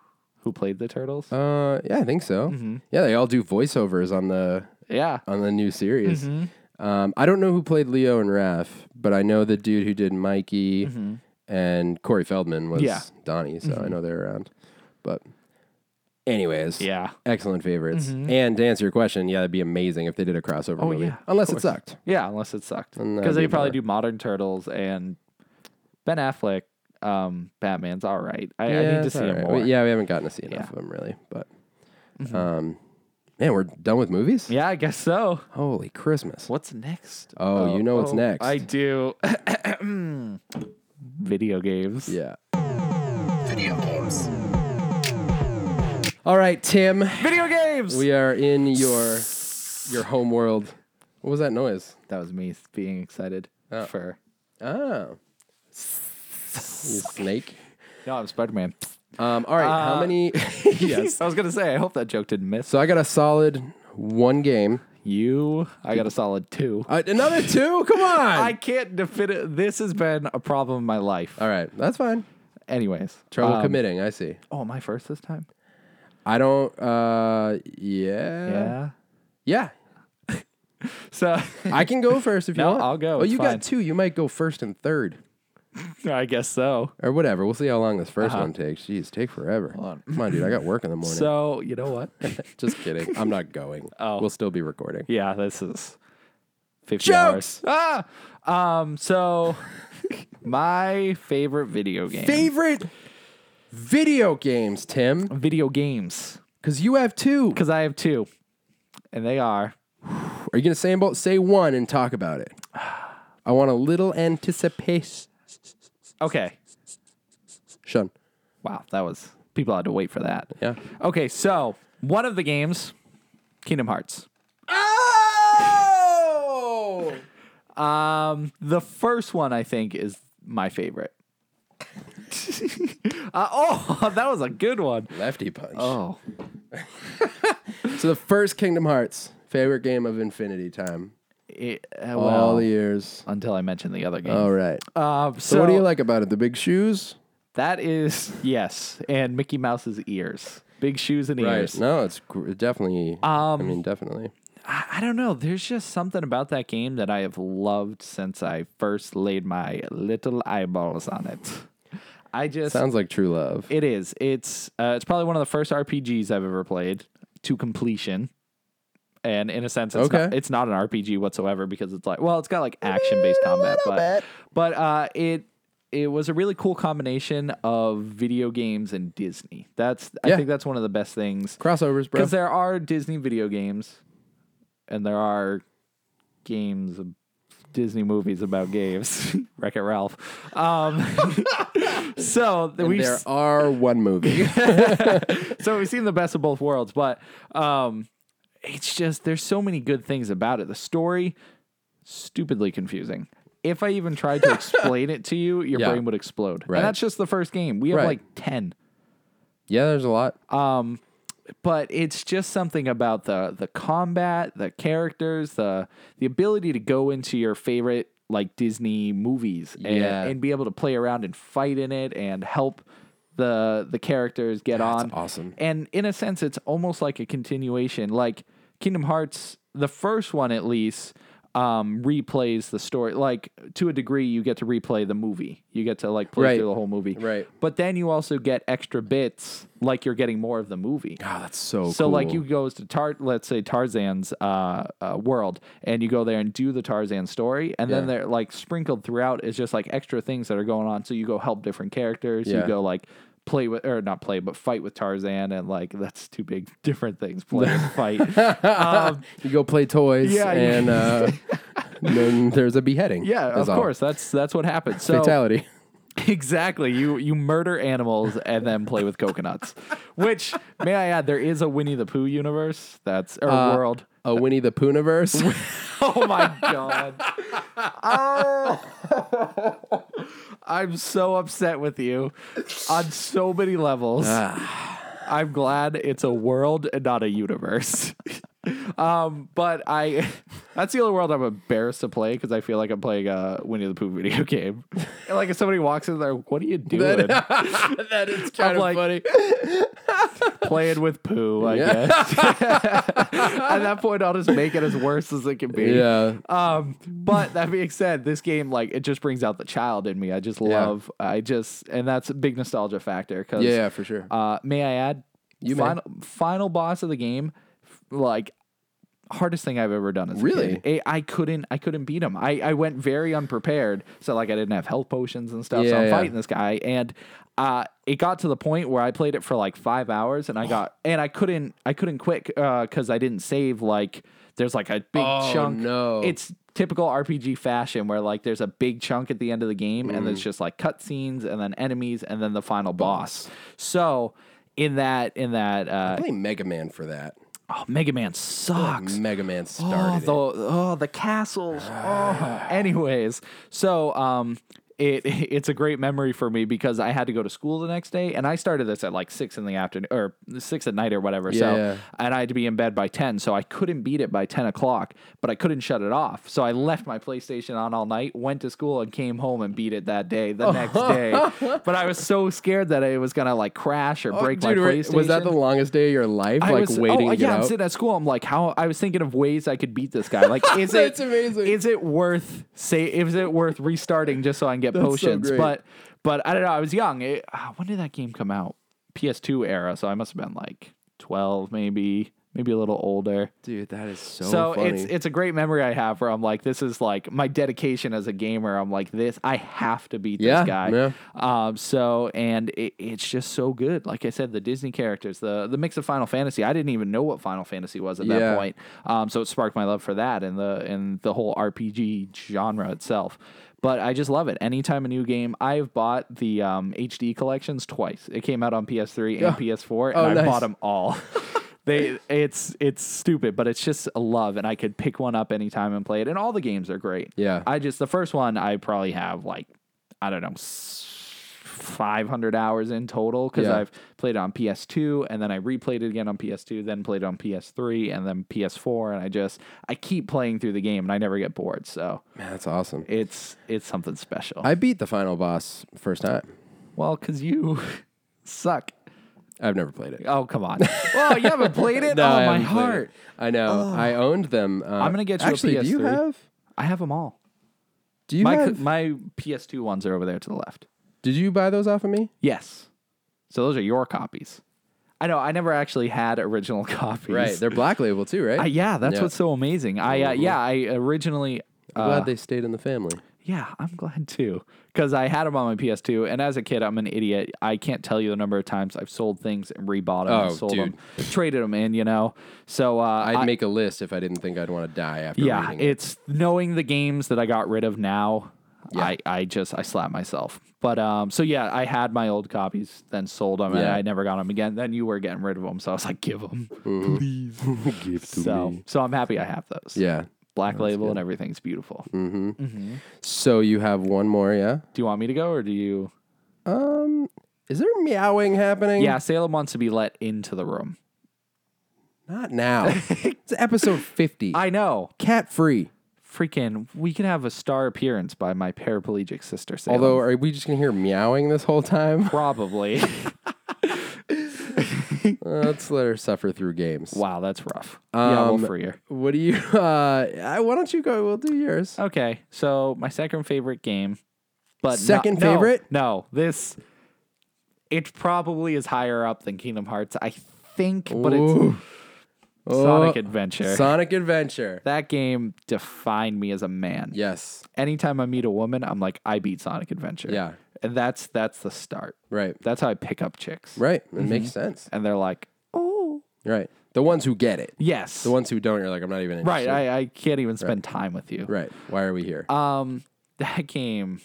Speaker 2: Who played the turtles?
Speaker 1: Uh, yeah, I think so. Yeah, they all do voiceovers on the
Speaker 2: yeah,
Speaker 1: on the new series.
Speaker 2: Mm-hmm.
Speaker 1: Um, I don't know who played Leo and Raph, but I know the dude who did Mikey and Corey Feldman was
Speaker 2: Mm-hmm. Yeah. Mm-hmm.
Speaker 1: Donnie, so I know they're around. But, anyways,
Speaker 2: yeah, Mm-hmm.
Speaker 1: excellent favorites. And to answer your question, yeah, that'd be amazing if they did a crossover movie,
Speaker 2: Oh, yeah, of
Speaker 1: unless it sucked.
Speaker 2: yeah. Unless it sucked,
Speaker 1: And that'd
Speaker 2: because they
Speaker 1: be
Speaker 2: probably
Speaker 1: more.
Speaker 2: do modern turtles and Ben Affleck. Um, Batman's all right. I, I need to
Speaker 1: it's
Speaker 2: see
Speaker 1: all
Speaker 2: him
Speaker 1: right.
Speaker 2: more.
Speaker 1: We- yeah, we haven't gotten to see enough
Speaker 2: Yeah. Mm-hmm.
Speaker 1: of them really, but um, man, we're done with movies.
Speaker 2: Yeah, I guess so.
Speaker 1: Holy Christmas!
Speaker 2: What's next?
Speaker 1: Oh, you know what's next.
Speaker 2: I do. Video games.
Speaker 1: Yeah.
Speaker 4: Video games.
Speaker 1: All right, Tim.
Speaker 2: Video games.
Speaker 1: We are in your your home world. What was that noise?
Speaker 2: that was me being excited for.
Speaker 1: Oh, you snake.
Speaker 2: No, I'm Spider Man.
Speaker 1: Um, all right,
Speaker 2: Uh,
Speaker 1: how many? yes.
Speaker 2: I was gonna say. I hope that joke didn't miss
Speaker 1: So I got a solid one game.
Speaker 2: you. I got a solid two.
Speaker 1: Uh, another two? Come on.
Speaker 2: I can't defini- This has been a problem in my life.
Speaker 1: all right, that's fine.
Speaker 2: Anyways,
Speaker 1: Trouble
Speaker 2: um,
Speaker 1: committing. I see.
Speaker 2: Oh, am I first this time?
Speaker 1: I don't. Uh, yeah.
Speaker 2: Yeah.
Speaker 1: Yeah.
Speaker 2: So
Speaker 1: I can go first if you
Speaker 2: No,
Speaker 1: want.
Speaker 2: I'll go.
Speaker 1: Oh,
Speaker 2: It's
Speaker 1: you
Speaker 2: fine.
Speaker 1: got two. You might go first and third,
Speaker 2: I guess so.
Speaker 1: or whatever. We'll see how long this 1st
Speaker 2: Uh-huh.
Speaker 1: one takes. Jeez, take forever. Come on, dude. I got work in the morning.
Speaker 2: So you know what?
Speaker 1: Just kidding. I'm not going.
Speaker 2: Oh.
Speaker 1: we'll still be recording.
Speaker 2: yeah, this is fifty
Speaker 1: Jokes!
Speaker 2: hours. Ah. Um. So my favorite video game.
Speaker 1: Favorite video games, Tim?
Speaker 2: video games.
Speaker 1: Because you have two.
Speaker 2: Because I have two. and they are.
Speaker 1: Are you going to say, 'em both? say one and talk about it? I want a little anticipation.
Speaker 2: Okay. Wow, that was people had to wait for that.
Speaker 1: Yeah.
Speaker 2: Okay, so one of the games, Kingdom Hearts.
Speaker 1: Oh!
Speaker 2: Um, the first one I think is my favorite. uh, oh, that was a good one.
Speaker 1: Lefty punch.
Speaker 2: Oh,
Speaker 1: So the first Kingdom Hearts, favorite game of Infinity Time.
Speaker 2: it, uh,
Speaker 1: All
Speaker 2: well,
Speaker 1: the years.
Speaker 2: until I mentioned the other game.
Speaker 1: All right.
Speaker 2: Um, so,
Speaker 1: so what do you like about it? The big shoes?
Speaker 2: That is yes, and Mickey Mouse's ears, big shoes and
Speaker 1: Right.
Speaker 2: ears.
Speaker 1: No, it's gr- definitely. I
Speaker 2: Um,
Speaker 1: mean, definitely.
Speaker 2: I, I don't know. There's just something about that game that I have loved since I first laid my little eyeballs on it. I just
Speaker 1: Sounds like true love.
Speaker 2: it is. It's uh, it's probably one of the first RPGs I've ever played to completion. And in a sense, it's,
Speaker 1: Okay.
Speaker 2: not, it's not an RPG whatsoever because it's like, well, it's got like action
Speaker 1: Mm,
Speaker 2: based combat, but but uh, it it was a really cool combination of video games and Disney. That's I
Speaker 1: Yeah.
Speaker 2: think that's one of the best things
Speaker 1: Crossovers, bro.
Speaker 2: because there are Disney video games, and there are games, of Disney movies about games. Wreck It Ralph. Um, so we
Speaker 1: There are one movie.
Speaker 2: so we've seen the best of both worlds, but um, it's just there's so many good things about it. The story, stupidly confusing. If I even tried to explain it to you, your
Speaker 1: Yeah.
Speaker 2: brain would explode.
Speaker 1: Right.
Speaker 2: And that's just the first game. We have
Speaker 1: Right.
Speaker 2: like ten,
Speaker 1: yeah, there's a lot.
Speaker 2: but it's just something about the the combat, the characters, the the ability to go into your favorite like Disney movies and,
Speaker 1: Yeah.
Speaker 2: and be able to play around and fight in it and help the the characters get
Speaker 1: That's
Speaker 2: on.
Speaker 1: awesome.
Speaker 2: And in a sense, it's almost like a continuation. Like Kingdom Hearts, the first one at least, um, replays the story. Like to a degree, you get to replay the movie. You get to like play
Speaker 1: Right.
Speaker 2: through the whole movie.
Speaker 1: Right.
Speaker 2: But then you also get extra bits, like you're getting more of the movie.
Speaker 1: Oh, that's so.
Speaker 2: Ah, So like
Speaker 1: cool.
Speaker 2: you go to Tar, let's say Tarzan's uh, uh, world, and you go there and do the Tarzan story, and then
Speaker 1: Yeah.
Speaker 2: they're like sprinkled throughout is just like extra things that are going on. So you go help different characters, you
Speaker 1: Yeah.
Speaker 2: go like play with or not play, but fight with Tarzan, and like that's two big different things. Play and fight.
Speaker 1: uh,
Speaker 2: Um,
Speaker 1: You go play toys.
Speaker 2: Yeah, you-
Speaker 1: And uh, then there's a beheading.
Speaker 2: Yeah,
Speaker 1: That's
Speaker 2: of
Speaker 1: all.
Speaker 2: course. That's that's what happens. So
Speaker 1: Fatality.
Speaker 2: Exactly. You you murder animals and then play with coconuts. Which may I add, there is a Winnie the Pooh universe that's or
Speaker 1: Uh,
Speaker 2: world.
Speaker 1: A Winnie the Poohniverse.
Speaker 2: Oh my god. Oh. I'm so upset with you on so many levels. I'm glad it's a world and not a universe. um, but I that's the only world I'm embarrassed to play because I feel like I'm playing a Winnie the Pooh video game. And like if somebody walks in there, what are you doing?
Speaker 1: that is kind
Speaker 2: I'm like-
Speaker 1: funny.
Speaker 2: playing with poo, I
Speaker 1: Yeah.
Speaker 2: guess. At that point, I'll just make it as worse as it can be.
Speaker 1: Yeah.
Speaker 2: Um, but that being said, this game like it just brings out the child in me. I just love. I just and that's a big nostalgia factor. Cause
Speaker 1: yeah, yeah, for sure.
Speaker 2: Uh, may I add?
Speaker 1: You may.
Speaker 2: final final boss of the game, f- like hardest thing I've ever done. As a
Speaker 1: Really?
Speaker 2: kid. I, I couldn't I couldn't beat him. I I went very unprepared, so like I didn't have health potions and stuff. so
Speaker 1: Yeah,
Speaker 2: I'm
Speaker 1: yeah.
Speaker 2: fighting this guy, and uh, it got to the point where I played it for like five hours, and I got and I couldn't I couldn't quit because I didn't save like. There's like a big
Speaker 1: Oh,
Speaker 2: chunk.
Speaker 1: no.
Speaker 2: It's typical RPG fashion where like there's a big chunk at the end of the game and there's just like cutscenes and then enemies and then the final boss. So in that in that uh,
Speaker 1: Play Mega Man for that.
Speaker 2: oh, Mega Man sucks.
Speaker 1: Mega Man started.
Speaker 2: Oh,
Speaker 1: it.
Speaker 2: the oh the castles. Oh. Anyways, so um, it it's a great memory for me because I had to go to school the next day, and I started this at like six in the afternoon or six at night or whatever. so
Speaker 1: Yeah.
Speaker 2: and I had to be in bed by ten, so I couldn't beat it by ten o'clock, but I couldn't shut it off. So I left my PlayStation on all night, went to school, and came home and beat it that day, the next day. But I was so scared that it was gonna like crash or break my
Speaker 1: Oh, Dude, were-
Speaker 2: PlayStation.
Speaker 1: was that the longest day of your life?
Speaker 2: I
Speaker 1: like
Speaker 2: was,
Speaker 1: waiting
Speaker 2: oh,
Speaker 1: to get
Speaker 2: yeah,
Speaker 1: out.
Speaker 2: I'm sitting at school. I'm like, how? I was thinking of ways I could beat this guy. Like, is
Speaker 1: That's
Speaker 2: it
Speaker 1: amazing.
Speaker 2: Is it worth say? Is it worth restarting just so I can get
Speaker 1: so
Speaker 2: potions?
Speaker 1: great.
Speaker 2: but but I don't know. I was young. It, uh, ah, when did that game come out? PS2 era. So I must have been like 12, maybe maybe a little older.
Speaker 1: Dude, that is so,
Speaker 2: So
Speaker 1: funny.
Speaker 2: it's it's a great memory I have where I'm like, this is like my dedication as a gamer. I'm like, this I have to beat
Speaker 1: Yeah,
Speaker 2: this guy.
Speaker 1: yeah.
Speaker 2: Um. So and it, it's just so good. Like I said, the Disney characters, the the mix of Final Fantasy. I didn't even know what Final Fantasy was at
Speaker 1: Yeah.
Speaker 2: that point. Um. So it sparked my love for that and the and the whole RPG genre itself. But I just love it. Anytime a new game, I've bought the um, HD collections twice. It came out on PS3 and PS4, and
Speaker 1: Oh,
Speaker 2: I
Speaker 1: nice.
Speaker 2: bought them all. they it's it's stupid, but it's just a love, and I could pick one up anytime and play it. And all the games are great.
Speaker 1: Yeah.
Speaker 2: I just the first one I probably have like I don't know. Five hundred hours in total because
Speaker 1: Yeah.
Speaker 2: I've played it on PS2 and then I replayed it again on PS2, then played it on PS3 and then PS4, and I just I keep playing through the game and I never get bored. So
Speaker 1: Man, that's awesome.
Speaker 2: it's it's something special.
Speaker 1: I beat the final boss first time.
Speaker 2: well, because you suck.
Speaker 1: I've never played it.
Speaker 2: Oh come on! oh, you haven't played it?
Speaker 1: No,
Speaker 2: oh
Speaker 1: I
Speaker 2: my
Speaker 1: haven't played it.
Speaker 2: heart! Oh.
Speaker 1: I know. I owned them. Uh,
Speaker 2: I'm gonna get you a
Speaker 1: actually. Do you
Speaker 2: PS3.
Speaker 1: have?
Speaker 2: I have them all.
Speaker 1: Do you
Speaker 2: my
Speaker 1: have?
Speaker 2: my PS2 ones are over there to the left.
Speaker 1: did you buy those off of me?
Speaker 2: Yes. So those are your copies. I know. I never actually had original copies.
Speaker 1: Right. They're black label too, right?
Speaker 2: Uh, yeah, that's
Speaker 1: Yeah.
Speaker 2: what's so amazing. I uh, yeah, I originally.
Speaker 1: I'm
Speaker 2: uh,
Speaker 1: glad they stayed in the family.
Speaker 2: yeah, I'm glad too, because I had them on my PS2, and as a kid, I'm an idiot. I can't tell you the number of times I've sold things and rebought them,
Speaker 1: Oh,
Speaker 2: and sold
Speaker 1: dude.
Speaker 2: them, traded them in. You know, so uh,
Speaker 1: I'd
Speaker 2: I-
Speaker 1: make a list if I didn't think I'd want to die after.
Speaker 2: yeah,
Speaker 1: reading it.
Speaker 2: it's knowing the games that I got rid of now. I, I just I slap myself. But um, so yeah, I had my old copies, then sold them, and
Speaker 1: Yeah.
Speaker 2: I never got them again. Then you were getting rid of them, so I was like, give them, please.
Speaker 1: Give to
Speaker 2: so
Speaker 1: me.
Speaker 2: so I'm happy I have those.
Speaker 1: Yeah. Mm.
Speaker 2: black label and everything's beautiful.
Speaker 1: So you have one more, yeah? Um,
Speaker 2: Do you want me to go or do you?
Speaker 1: Is there meowing happening?
Speaker 2: Yeah, Salem wants to be let into the room.
Speaker 1: Not now. it's episode 50.
Speaker 2: I know.
Speaker 1: Cat free.
Speaker 2: Freaking, we can have a star appearance by my paraplegic sister. Salem.
Speaker 1: Although, are we just going to hear meowing this whole time?
Speaker 2: probably.
Speaker 1: Let's let her suffer through games.
Speaker 2: wow, that's rough. yeah,
Speaker 1: Um,
Speaker 2: we'll free her.
Speaker 1: What do you, uh, I- why don't you go? We'll do yours.
Speaker 2: Okay, so my second favorite game, but not-
Speaker 1: Second
Speaker 2: no,
Speaker 1: favorite?
Speaker 2: No, this it probably is higher up than Kingdom Hearts, I think, but
Speaker 1: Ooh.
Speaker 2: it's Sonic
Speaker 1: Oh,
Speaker 2: Adventure.
Speaker 1: Sonic Adventure.
Speaker 2: that game defined me as a man.
Speaker 1: Yes.
Speaker 2: Anytime I meet a woman, I'm like, I beat Sonic Adventure.
Speaker 1: Yeah.
Speaker 2: and that's that's the start.
Speaker 1: Right.
Speaker 2: That's how I pick up chicks,
Speaker 1: Right. It makes sense.
Speaker 2: and they're like, oh,
Speaker 1: Right. The ones who get it.
Speaker 2: yes,
Speaker 1: The ones who don't, you're like, I'm not even interested.
Speaker 2: right. I, I can't even spend time with you.
Speaker 1: right. Why are we here?
Speaker 2: Um, that game,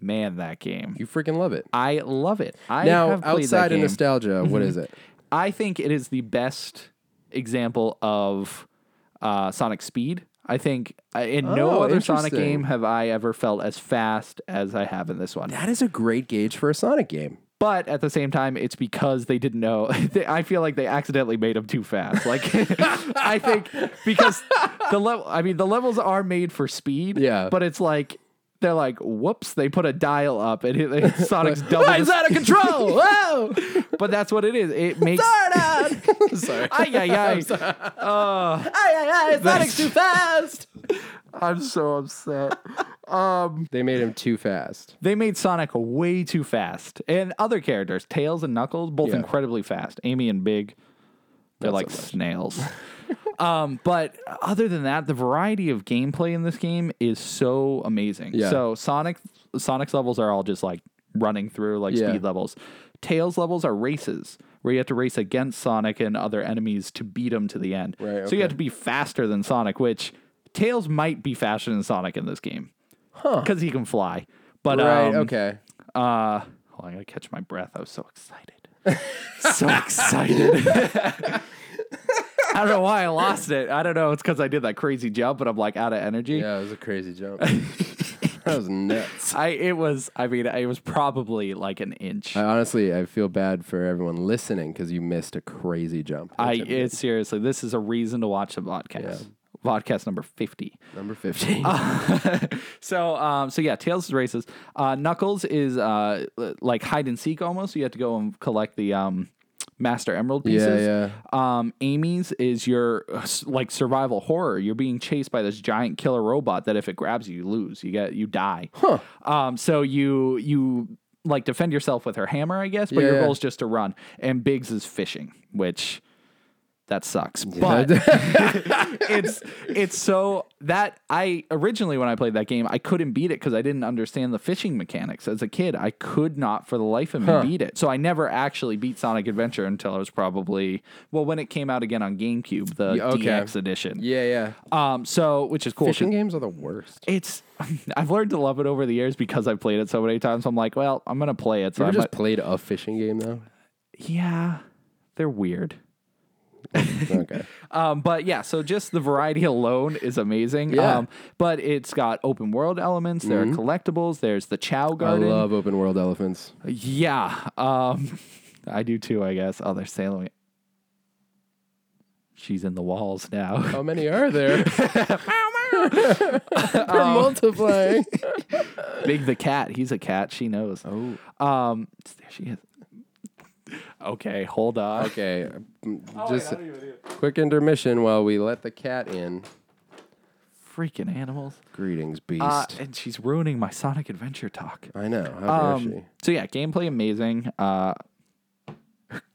Speaker 2: man, that game.
Speaker 1: you freaking love it.
Speaker 2: I love it. I
Speaker 1: now,
Speaker 2: have played
Speaker 1: outside
Speaker 2: that
Speaker 1: of
Speaker 2: game. Mm-hmm.
Speaker 1: nostalgia, what is it?
Speaker 2: I think it is the best example of uh, Sonic speed. I think uh, in no
Speaker 1: Oh,
Speaker 2: other Sonic
Speaker 1: interesting.
Speaker 2: game have I ever felt as fast as I have in this one.
Speaker 1: That is a great gauge for a Sonic game.
Speaker 2: But at the same time, it's because they didn't know. They, I feel like they accidentally made him too fast. Like I think because the level. I mean, the levels are made for speed.
Speaker 1: Yeah.
Speaker 2: But it's like they're like, whoops! They put a dial up, and it, it's Sonic's double. the
Speaker 1: He's out of control. Whoa!
Speaker 2: But that's what it is. It makes.
Speaker 1: Sorry.
Speaker 2: Ay, ay, ay.
Speaker 1: Sonic's too fast.
Speaker 2: I'm so upset.
Speaker 1: They made him too fast.
Speaker 2: They made Sonic way too fast. And other characters, Tails and Knuckles, both
Speaker 1: Yeah.
Speaker 2: incredibly fast. Amy and Big, they're like snails. um, but other than that, the variety of gameplay in this game is so amazing.
Speaker 1: Yeah.
Speaker 2: So Sonic Sonic's levels are all just like running through like
Speaker 1: Yeah.
Speaker 2: speed levels. Tails levels are races where you have to race against Sonic and other enemies to beat him to the end.
Speaker 1: Right,
Speaker 2: So
Speaker 1: okay.
Speaker 2: you have to be faster than Sonic, which Tails might be faster than Sonic in this game. Huh. Because he can fly. But
Speaker 1: Right.
Speaker 2: um,
Speaker 1: okay.
Speaker 2: uh, hold on, I gotta catch my breath. I was so excited. so excited. I don't know why I lost it. I don't know. It's because I did that crazy jump, but I'm like out of energy.
Speaker 1: Yeah, it was a crazy jump. that was nuts.
Speaker 2: I it was. I mean, it was probably like an inch.
Speaker 1: I honestly, I feel bad for everyone listening because you missed a crazy jump.
Speaker 2: I it, seriously. This is a reason to watch the podcast. Podcast number fifty.
Speaker 1: Number 15.
Speaker 2: So, um, so yeah, Tails is races. Uh, Knuckles is uh, l- like hide and seek almost. You have to go and collect the um, Master Emerald pieces.
Speaker 1: yeah.
Speaker 2: Um, Amy's is your uh, s- like survival horror. You're being chased by this giant killer robot that if it grabs you, you lose. You get you die. Huh. Um, so you you like defend yourself with her hammer, I guess. But
Speaker 1: Yeah,
Speaker 2: your
Speaker 1: yeah.
Speaker 2: goal is just to run. And Biggs is fishing, which That sucks. But it's it's so that I originally when I played that game, I couldn't beat it because I didn't understand the fishing mechanics as a kid. I could not for the life of me beat it. So I never actually beat Sonic Adventure until I was probably well when it came out again on GameCube, the
Speaker 1: Yeah, okay.
Speaker 2: DX edition.
Speaker 1: Yeah, yeah.
Speaker 2: Um so which is cool. 'cause
Speaker 1: Fishing games are the worst.
Speaker 2: It's I've learned to love it over the years because I've played it so many times. I'm like, well, I'm gonna play it. So
Speaker 1: Ever
Speaker 2: I
Speaker 1: just
Speaker 2: just
Speaker 1: played a fishing game though?
Speaker 2: yeah, they're weird.
Speaker 1: Okay.
Speaker 2: Um, but yeah, so just the variety alone is amazing.
Speaker 1: Yeah. Mm-hmm.
Speaker 2: Um, but it's got open world elements. There are collectibles. There's the Chow
Speaker 1: I
Speaker 2: Garden.
Speaker 1: love open world elephants.
Speaker 2: yeah, um, I do too. I guess. Oh, they're sailing. She's in the walls now.
Speaker 1: How many are there? They're multiplying.
Speaker 2: Big the cat. He's a cat. She knows. Oh. Um, there she is. Okay, hold on.
Speaker 1: Okay, Mm, just quick intermission while we let the cat in.
Speaker 2: Freaking animals.
Speaker 1: Greetings, beast.
Speaker 2: Uh, and she's ruining my Sonic Adventure talk.
Speaker 1: I know. How dare she?
Speaker 2: Um, so yeah, gameplay amazing. Uh,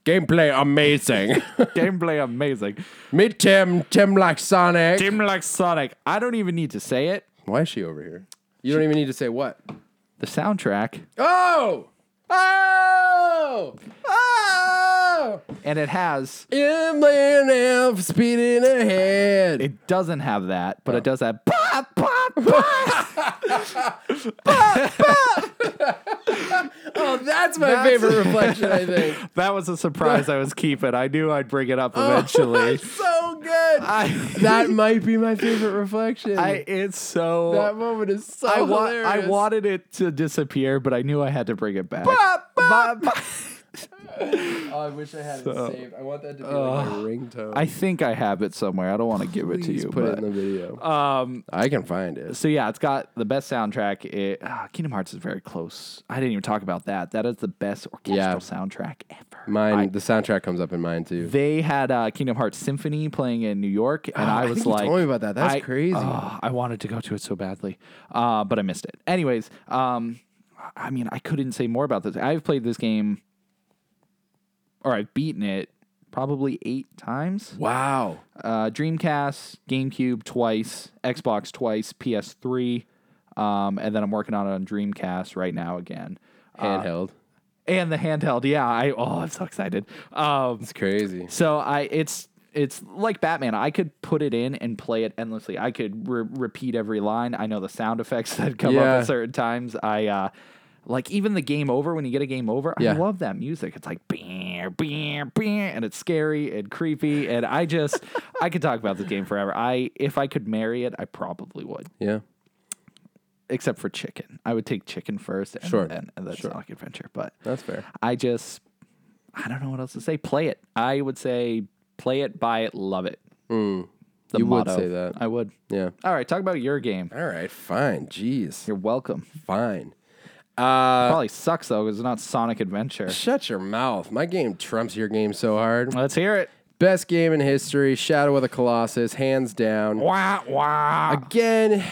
Speaker 1: Gameplay amazing.
Speaker 2: gameplay amazing.
Speaker 1: Me Tim, Tim like Sonic.
Speaker 2: Game like Sonic. I don't even need to say it.
Speaker 1: Why is she over here? You don't even need to say what.
Speaker 2: The soundtrack,
Speaker 1: Oh! Oh! Oh!
Speaker 2: and it has.
Speaker 1: Inland elf speeding ahead.
Speaker 2: It doesn't have that, but it does have pop pop pop.
Speaker 1: oh, that's my favorite reflection, I think.
Speaker 2: that was a surprise I was keeping. I knew I'd bring it up
Speaker 1: Oh,
Speaker 2: eventually.
Speaker 1: so good.
Speaker 2: I,
Speaker 1: that might be my favorite reflection.
Speaker 2: I, it's so.
Speaker 1: that moment is so
Speaker 2: I, wa- I
Speaker 1: hilarious.
Speaker 2: wanted it to disappear, but I knew I had to bring it back.
Speaker 1: Ah,
Speaker 2: Ba- ba-
Speaker 1: Oh, I wish I had it saved. I want that to be like my ringtone.
Speaker 2: uh, I think I have it somewhere. I don't want to give it to
Speaker 1: Please
Speaker 2: you.
Speaker 1: put
Speaker 2: but,
Speaker 1: it in the video.
Speaker 2: um,
Speaker 1: I can find it.
Speaker 2: So yeah, it's got the best soundtrack. It, ah, Kingdom Hearts is very close. I didn't even talk about that. That is the best orchestral
Speaker 1: Yeah.
Speaker 2: soundtrack ever.
Speaker 1: Mine,
Speaker 2: I-
Speaker 1: the soundtrack comes up in mine too.
Speaker 2: they had uh, Kingdom Hearts Symphony playing in New York, and
Speaker 1: Oh, I
Speaker 2: I was
Speaker 1: think you
Speaker 2: like,
Speaker 1: told me about that. That's
Speaker 2: I-
Speaker 1: crazy.
Speaker 2: ah, I wanted to go to it so badly, uh, but I missed it. Anyways, um, I mean, I couldn't say more about this. I've played this game, or I've beaten it probably eight times.
Speaker 1: Wow.
Speaker 2: uh, Dreamcast, GameCube twice, Xbox twice, PS3, um, and then I'm working on it on Dreamcast right now again. Uh,
Speaker 1: Handheld.
Speaker 2: and the handheld, yeah. I oh, I'm so excited. Um,
Speaker 1: it's crazy.
Speaker 2: so I it's it's like Batman. I could put it in and play it endlessly. I could re- repeat every line. I know the sound effects that come up
Speaker 1: Yeah.
Speaker 2: at certain times. I uh, like even the game over when you get a game over.
Speaker 1: Yeah.
Speaker 2: I love that music. It's like beer, beer, beer, and it's scary and creepy. And I just I could talk about this game forever. I if I could marry it, I probably would.
Speaker 1: Yeah.
Speaker 2: Except for chicken, I would take chicken first, and,
Speaker 1: Sure.
Speaker 2: and, and that's Sonic Adventure. But
Speaker 1: That's fair.
Speaker 2: I just I don't know what else to say. Play it. I would say play it, buy it, love it. The
Speaker 1: Mm. You would
Speaker 2: motto.
Speaker 1: say that.
Speaker 2: I would.
Speaker 1: Yeah.
Speaker 2: All right, talk about your game.
Speaker 1: All right. Fine. Jeez.
Speaker 2: You're welcome.
Speaker 1: Fine. Uh,
Speaker 2: Probably sucks though because it's not Sonic Adventure.
Speaker 1: shut your mouth. My game trumps your game so hard.
Speaker 2: Let's hear it.
Speaker 1: Best game in history. Shadow of the Colossus, hands down.
Speaker 2: Wah wah.
Speaker 1: Again,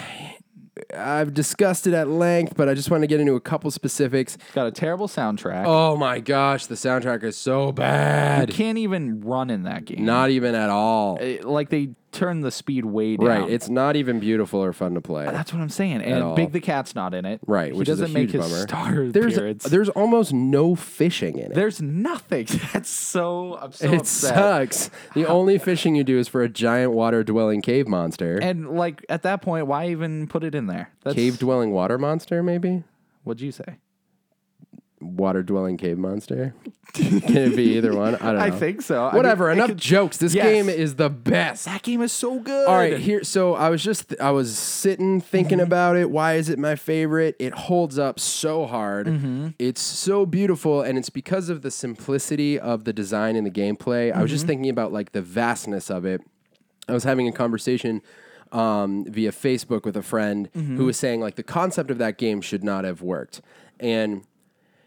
Speaker 1: I've discussed it at length, but I just want to get into a couple specifics.
Speaker 2: Got a terrible soundtrack.
Speaker 1: Oh my gosh, the soundtrack is so
Speaker 2: You
Speaker 1: bad.
Speaker 2: can't even run in that game.
Speaker 1: Not even at all. Right,
Speaker 2: It- like they turn the speed way down.
Speaker 1: It's not even beautiful or fun to play.
Speaker 2: that's what I'm saying.
Speaker 1: all.
Speaker 2: And Big the Cat's not in it.
Speaker 1: Right,
Speaker 2: He
Speaker 1: which is a
Speaker 2: doesn't make
Speaker 1: huge
Speaker 2: his
Speaker 1: bummer.
Speaker 2: star
Speaker 1: There's
Speaker 2: appearance.
Speaker 1: there's almost no fishing in it.
Speaker 2: There's nothing. That's so. I'm so
Speaker 1: it
Speaker 2: upset.
Speaker 1: sucks. The only fishing you do is for a giant water dwelling cave monster.
Speaker 2: And like at that point, why even put it in there? That's,
Speaker 1: cave dwelling water monster, maybe?
Speaker 2: What'd you say?
Speaker 1: Water dwelling cave monster? Can it be either one? I don't know.
Speaker 2: I think so. I
Speaker 1: Whatever,
Speaker 2: mean, it
Speaker 1: enough
Speaker 2: could-
Speaker 1: jokes. This
Speaker 2: Yes.
Speaker 1: game is the best.
Speaker 2: that game is so good.
Speaker 1: All right, here. So I was just I was sitting thinking about it. Why is it my favorite? It holds up so hard. It's so beautiful, and it's because of the simplicity of the design and the gameplay. I was just thinking about like the vastness of it. I was having a conversation um, via Facebook with a friend who was saying like the concept of that game should not have worked, and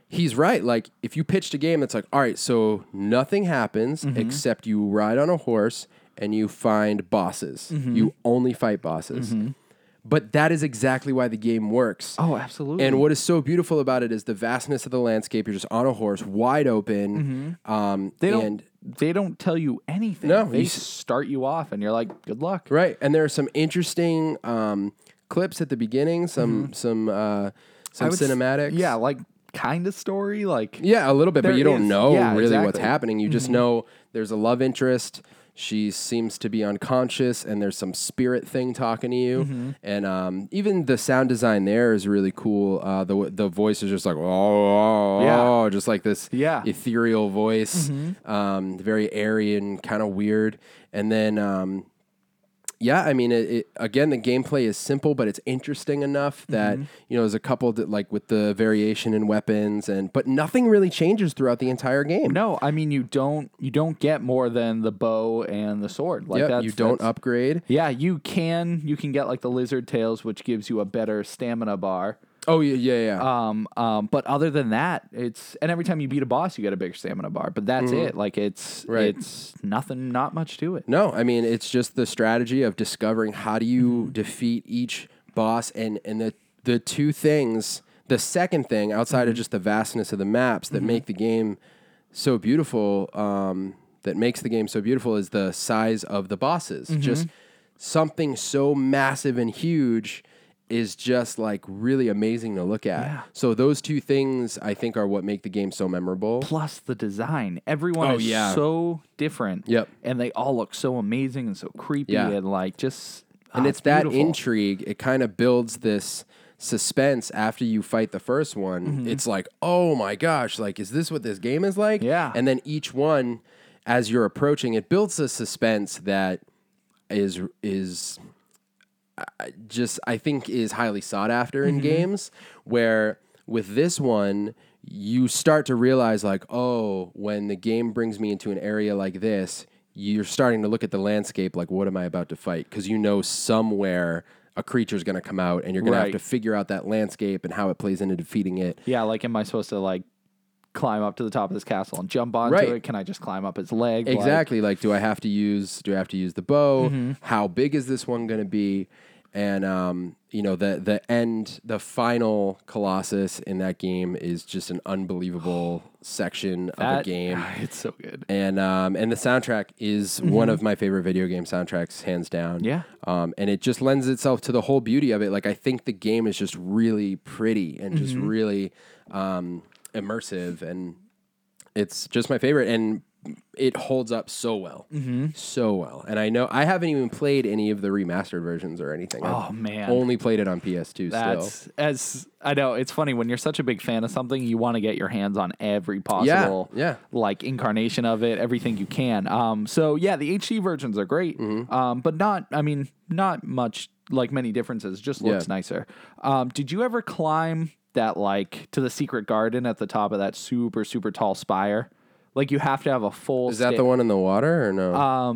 Speaker 1: he's right. Like if you pitched a game that's like, all right, so nothing happens
Speaker 2: Mm-hmm.
Speaker 1: except you ride on a horse and you find bosses.
Speaker 2: Mm-hmm.
Speaker 1: You only fight bosses. But that is exactly why the game works.
Speaker 2: Oh, absolutely.
Speaker 1: And what is so beautiful about it is the vastness of the landscape. You're just on a horse, wide open. Um,
Speaker 2: Mm-hmm. they don't
Speaker 1: and
Speaker 2: they don't tell you anything.
Speaker 1: No,
Speaker 2: they
Speaker 1: you s-
Speaker 2: start you off, and you're like, "Good luck."
Speaker 1: Right, and there are some interesting um, clips at the beginning, some some uh, some
Speaker 2: Mm-hmm. would s-
Speaker 1: cinematics.
Speaker 2: Yeah, like kind of story. Like
Speaker 1: yeah, a little bit, but
Speaker 2: There
Speaker 1: you don't
Speaker 2: is-
Speaker 1: know
Speaker 2: yeah,
Speaker 1: really what's
Speaker 2: exactly. Mm-hmm.
Speaker 1: happening. You just know there's a love interest. She seems to be unconscious, and there's some spirit thing talking to you.
Speaker 2: Mm-hmm.
Speaker 1: And um, even the sound design there is really cool. Uh, the the voice is just like oh, oh,
Speaker 2: Yeah.
Speaker 1: oh," just like this
Speaker 2: Yeah. Mm-hmm.
Speaker 1: ethereal voice, um, very airy and kind of weird. And then um, yeah, I mean, it, it, again, the gameplay is simple, but it's interesting enough that
Speaker 2: Mm-hmm.
Speaker 1: you know there's a couple that like with the variation in weapons and but nothing really changes throughout the entire game.
Speaker 2: no, I mean you don't you don't get more than the bow and the sword. Like
Speaker 1: Yep,
Speaker 2: that's
Speaker 1: you don't
Speaker 2: that's-
Speaker 1: upgrade.
Speaker 2: Yeah, you can you can get like the lizard tails, which gives you a better stamina bar.
Speaker 1: Oh yeah, yeah, yeah.
Speaker 2: Um, um, but other than that, it's and every time you beat a boss, you get a bigger stamina bar. But that's it. Like it's
Speaker 1: Mm-hmm. Right.
Speaker 2: it's nothing, not much to it.
Speaker 1: No, I mean it's just the strategy of discovering how do you defeat each boss and and the the two things, the second thing outside of just the vastness of the maps that make the game so beautiful, um, that makes the game so beautiful is the size of the bosses. Just something so massive and huge is just like really amazing to look at. So those two things I think are what make the game so memorable.
Speaker 2: Plus the design, everyone
Speaker 1: Oh,
Speaker 2: is
Speaker 1: yeah.
Speaker 2: so different.
Speaker 1: Yep.
Speaker 2: and they all look so amazing and so creepy
Speaker 1: Yeah.
Speaker 2: and like just
Speaker 1: and
Speaker 2: ah,
Speaker 1: it's, that
Speaker 2: beautiful.
Speaker 1: intrigue. It kind of builds this suspense after you fight the first one.
Speaker 2: Mm-hmm.
Speaker 1: It's like, oh my gosh, like is this what this game is like?
Speaker 2: Yeah.
Speaker 1: And then each one, as you're approaching, it builds a suspense that is is uh, just I think is highly sought after in games. Where with this one. You start to realize, like, oh, when the game brings me into an area like this, you're starting to look at the landscape like what am i about to fight because you know somewhere a creature's going to come out and you're going to
Speaker 2: Right.
Speaker 1: have to figure out that landscape and how it plays into defeating it
Speaker 2: Yeah, like am I supposed to like climb up to the top of this castle and jump onto
Speaker 1: Right.
Speaker 2: it? Can I just climb up its leg? Like,
Speaker 1: exactly like, do i have to use do i have to use the bow how big is this one going to be and um, you know the the end the final colossus in that game is just an unbelievable section of
Speaker 2: that
Speaker 1: the game
Speaker 2: It's so good.
Speaker 1: and um, and the soundtrack is one of my favorite video game soundtracks, hands down.
Speaker 2: Mm-hmm. Yeah.
Speaker 1: Um, and it just lends itself to the whole beauty of it. Like I think the game is just really pretty and just
Speaker 2: Mm-hmm.
Speaker 1: really um, immersive, and it's just my favorite. And it holds up so well,
Speaker 2: Mm-hmm.
Speaker 1: so well. And I know I haven't even played any of the remastered versions or anything.
Speaker 2: Oh,
Speaker 1: I've
Speaker 2: man.
Speaker 1: only played it on PS2. still.
Speaker 2: That's as I know. It's funny when you're such a big fan of something, you want to get your hands on every possible,
Speaker 1: yeah.
Speaker 2: like incarnation of it, everything you can. Um, so yeah, the HD versions are great,
Speaker 1: Mm-hmm.
Speaker 2: um, but not. I mean, not much like many differences. Just looks
Speaker 1: Yeah.
Speaker 2: nicer. Um, did you ever climb that like to the secret garden at the top of that super super tall spire? Like you have to have a full.
Speaker 1: Is that the one in the water or no?
Speaker 2: Uh,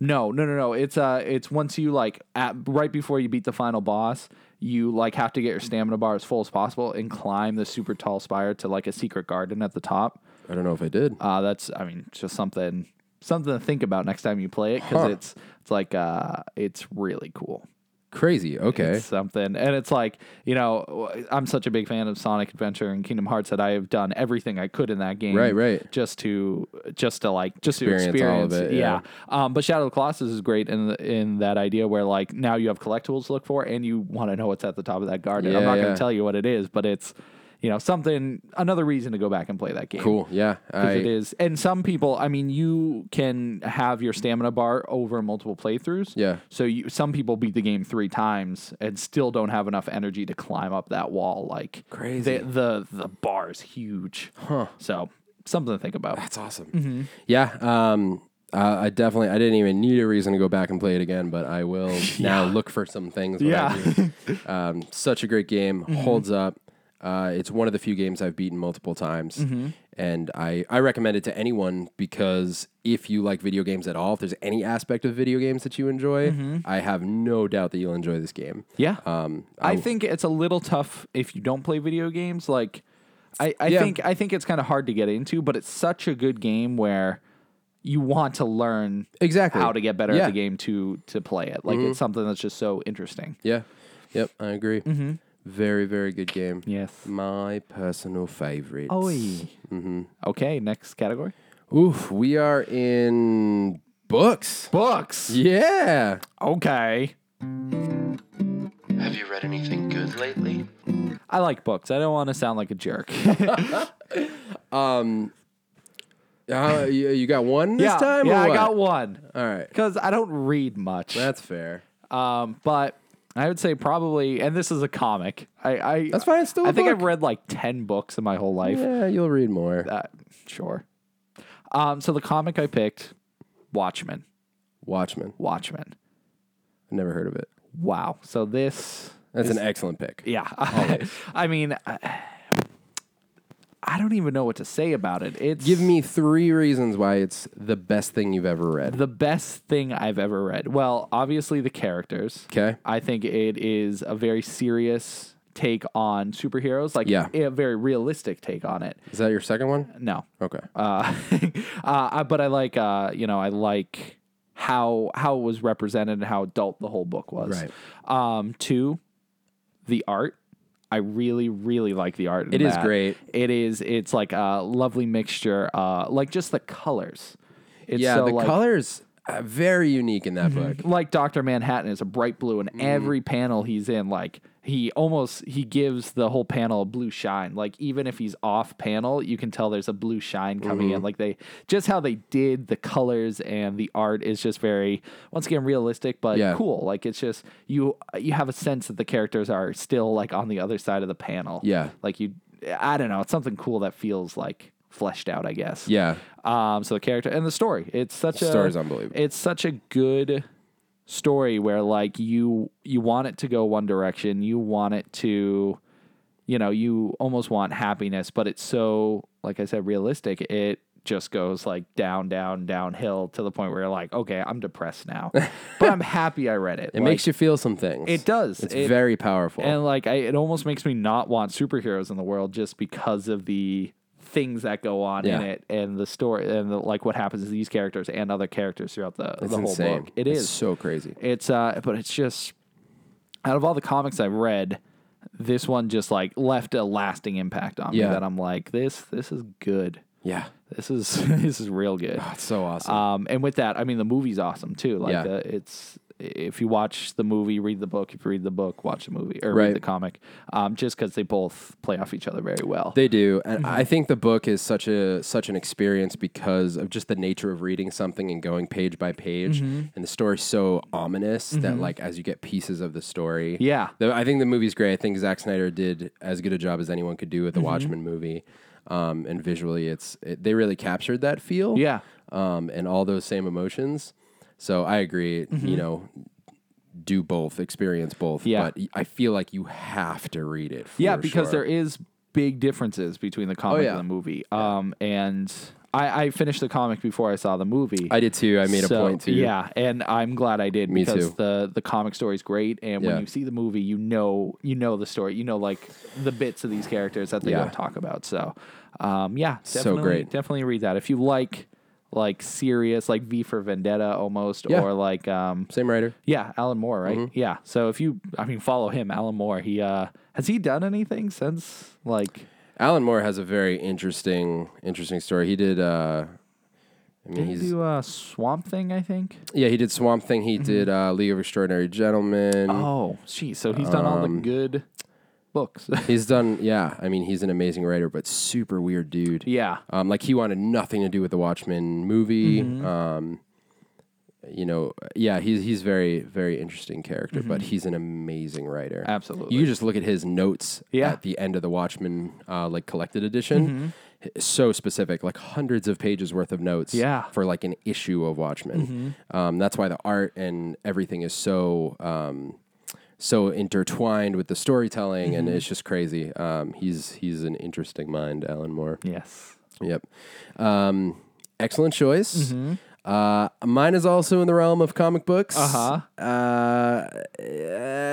Speaker 2: No, no, no, no. It's uh, it's once you like at, right before you beat the final boss, you like have to get your stamina bar as full as possible and climb the super tall spire to like a secret garden at the top.
Speaker 1: I don't know if I did.
Speaker 2: Uh, that's I mean, just something something to think about next time you play it because it's it's like uh, it's really cool.
Speaker 1: Crazy. Okay.
Speaker 2: It's something, and it's like you know, I'm such a big fan of Sonic Adventure and Kingdom Hearts that I have done everything I could in that game,
Speaker 1: Right, right.
Speaker 2: just to just to like just to
Speaker 1: Experience all
Speaker 2: experience
Speaker 1: of it,
Speaker 2: yeah. Um, but Shadow of the Colossus is great in the, in that idea where like now you have collectibles to look for, and you want to know what's at the top of that garden. I'm
Speaker 1: Yeah,
Speaker 2: not
Speaker 1: yeah.
Speaker 2: going to tell you what it is, but it's you know something another reason to go back and play that game.
Speaker 1: Cool. Yeah. I,
Speaker 2: Because it is. And some people, I mean, you can have your stamina bar over multiple playthroughs.
Speaker 1: Yeah.
Speaker 2: So you, some people beat the game three times and still don't have enough energy to climb up that wall. Like
Speaker 1: Crazy.
Speaker 2: The the, the bar is huge. Huh. So something to think about.
Speaker 3: That's awesome.
Speaker 2: Mm-hmm.
Speaker 1: Yeah, um, uh, I definitely. I didn't even need a reason to go back and play it again, but I will now look for some things. when I
Speaker 2: Yeah. Mm-hmm.
Speaker 1: do. um, such a great game, holds up. Uh, it's one of the few games I've beaten multiple times,
Speaker 2: Mm-hmm.
Speaker 1: and I I recommend it to anyone because if you like video games at all, if there's any aspect of video games that you enjoy, I have no doubt that you'll enjoy this game.
Speaker 2: Mm-hmm. Yeah.
Speaker 1: Um,
Speaker 2: I think it's a little tough if you don't play video games. Like, I, I
Speaker 1: Yeah.
Speaker 2: think I think it's kind of hard to get into, but it's such a good game where you want to learn
Speaker 1: Exactly.
Speaker 2: how to get better at
Speaker 1: Yeah. Mm-hmm.
Speaker 2: the game to to play it. Like, it's something that's just so interesting.
Speaker 1: Yeah. Yep. I agree.
Speaker 2: Mm-hmm.
Speaker 1: Very very good game.
Speaker 2: Yes. Oh,
Speaker 1: My personal favorite. Mm-hmm.
Speaker 2: Oi. Okay, next category.
Speaker 1: Oof, we are in books.
Speaker 2: Books.
Speaker 1: Yeah.
Speaker 2: Okay.
Speaker 5: Have you read anything good lately?
Speaker 2: I like books. I don't want to sound like a jerk.
Speaker 1: Uh, you, you got one this
Speaker 2: yeah,
Speaker 1: time?
Speaker 2: yeah,
Speaker 1: or
Speaker 2: I
Speaker 1: what?
Speaker 2: got one
Speaker 1: All right.
Speaker 2: because I don't read much.
Speaker 1: That's fair.
Speaker 2: Um, but I would say probably, and this is a comic. I, I
Speaker 1: That's fine, it's still
Speaker 2: I
Speaker 1: a
Speaker 2: think
Speaker 1: book.
Speaker 2: I've read like ten books in my whole life.
Speaker 1: Yeah, you'll read more.
Speaker 2: Uh, sure. Um, so the comic I picked, Watchmen.
Speaker 1: Watchmen.
Speaker 2: Watchmen.
Speaker 1: I never heard of it.
Speaker 2: Wow. So this,
Speaker 1: That's an excellent pick.
Speaker 2: yeah. I mean, I, I don't even know what to say about it. It's
Speaker 1: Give me three reasons why it's the best thing you've ever read.
Speaker 2: the best thing I've ever read. Well, obviously the characters.
Speaker 1: 'Kay.
Speaker 2: I think it is a very serious take on superheroes, like
Speaker 1: Yeah.
Speaker 2: a very realistic take on it.
Speaker 1: Is that your second one?
Speaker 2: No.
Speaker 1: Okay.
Speaker 2: Uh, uh, I- but I like, uh, you know, I like how how it was represented and how adult the whole book was.
Speaker 1: Right.
Speaker 2: Um, two, the art. I really, really like the art. in
Speaker 1: It is
Speaker 2: that.
Speaker 1: great.
Speaker 2: It is. It's like a lovely mixture. Uh, like just the colors. It's
Speaker 1: yeah,
Speaker 2: so
Speaker 1: the
Speaker 2: like, Mm-hmm.
Speaker 1: colors are very unique in that book.
Speaker 2: like Doctor Manhattan is a bright blue,
Speaker 1: Mm-hmm.
Speaker 2: and every panel he's in, like he almost he gives the whole panel a blue shine. Like even if he's off panel, you can tell there's a blue shine coming
Speaker 1: Mm-hmm.
Speaker 2: in. Like they just how they did the colors and the art is just very once again realistic, but
Speaker 1: Yeah.
Speaker 2: cool. Like it's just you you have a sense that the characters are still like on the other side of the panel.
Speaker 1: Yeah.
Speaker 2: like you, I don't know, it's something cool that feels like fleshed out. I guess.
Speaker 1: Yeah.
Speaker 2: Um, so the character and the story. It's such a
Speaker 1: story's unbelievable.
Speaker 2: It's such a good story where like you you want it to go one direction, you want it to you know, you almost want happiness, but it's so like I said, realistic. It just goes like down, down, downhill to the point where you're like, okay, I'm depressed now. but I'm happy I read it.
Speaker 1: It makes you feel some things.
Speaker 2: it does.
Speaker 1: It's
Speaker 2: It-
Speaker 1: very powerful.
Speaker 2: and like I, it almost makes me not want superheroes in the world just because of the things that go on in
Speaker 1: Yeah.
Speaker 2: it and the story and the, like what happens to these characters and other characters throughout the,
Speaker 1: it's
Speaker 2: the whole
Speaker 1: insane.
Speaker 2: book. It
Speaker 1: it's
Speaker 2: is.
Speaker 1: so crazy.
Speaker 2: It's uh, but it's just out of all the comics I've read, this one just like left a lasting impact on
Speaker 1: Yeah.
Speaker 2: me that I'm like this. This is good.
Speaker 1: Yeah.
Speaker 2: This is this is real good.
Speaker 1: Oh, It's so awesome.
Speaker 2: Um, and with that, I mean the movie's awesome too. Like
Speaker 1: Yeah.
Speaker 2: the, it's if you watch the movie, read the book. If you read the book, watch the movie or
Speaker 1: Right.
Speaker 2: read the comic. Um, just because they both play off each other very well.
Speaker 1: They do, and I
Speaker 2: Mm-hmm.
Speaker 1: think the book is such a such an experience because of just the nature of reading something and going page by page,
Speaker 2: Mm-hmm.
Speaker 1: and the story's so ominous that like as you get pieces of the story,
Speaker 2: Yeah.
Speaker 1: The- I think the movie's great. I think Zack Snyder did as good a job as anyone could do with the
Speaker 2: Mm-hmm.
Speaker 1: Watchmen movie, um, and visually, it's it, they really captured that feel,
Speaker 2: Yeah.
Speaker 1: um, and all those same emotions. So I agree, you know. Do both, experience both,
Speaker 2: Mm-hmm. Yeah.
Speaker 1: but I feel like you have to read it. For
Speaker 2: yeah, because
Speaker 1: sure. Oh,
Speaker 2: there is big differences between the comic
Speaker 1: yeah.
Speaker 2: and the movie. Um, and I, I finished the comic before I saw the movie.
Speaker 1: I did too. I made a
Speaker 2: So,
Speaker 1: point too.
Speaker 2: Yeah, and I'm glad I did
Speaker 1: Me
Speaker 2: because
Speaker 1: too.
Speaker 2: the the comic story is great, and
Speaker 1: Yeah.
Speaker 2: when you see the movie, you know you know the story, you know like the bits of these characters that they
Speaker 1: Yeah.
Speaker 2: don't talk about. So, um, yeah,
Speaker 1: So
Speaker 2: definitely,
Speaker 1: great.
Speaker 2: Definitely read that if you like like serious like V for Vendetta almost
Speaker 1: Yeah. Mm-hmm.
Speaker 2: or like um
Speaker 1: Same writer.
Speaker 2: yeah Alan Moore right yeah. So if you I mean follow him Alan Moore he uh has he done anything since like
Speaker 1: Alan Moore has a very interesting, interesting story. He did. Uh, I mean,
Speaker 2: did he
Speaker 1: he's
Speaker 2: do uh, Swamp Thing I think
Speaker 1: yeah, he did Swamp Thing. He did uh, League of Extraordinary Gentlemen.
Speaker 2: oh geez so he's done all the
Speaker 1: Um,
Speaker 2: good books
Speaker 1: He's done. Yeah, I mean, he's an amazing writer, but super weird dude.
Speaker 2: yeah
Speaker 1: Um, like he wanted nothing to do with the Watchmen movie.
Speaker 2: Mm-hmm.
Speaker 1: Um, you know, yeah, he's he's very very interesting character, but he's an amazing writer.
Speaker 2: Mm-hmm. Absolutely.
Speaker 1: you can just look at his notes
Speaker 2: Yeah. Mm-hmm.
Speaker 1: at the end of the Watchmen uh, like collected edition. H- So specific, like hundreds of pages worth of notes.
Speaker 2: Yeah. Mm-hmm.
Speaker 1: for like an issue of Watchmen. Um, that's why the art and everything is so. Um, so intertwined with the storytelling, and
Speaker 2: Mm-hmm.
Speaker 1: it's just crazy. Um, he's he's an interesting mind, Alan Moore.
Speaker 2: Yes.
Speaker 1: Yep. Um, excellent choice. Uh, mine is also in the realm of comic books.
Speaker 2: Uh-huh.
Speaker 1: Uh,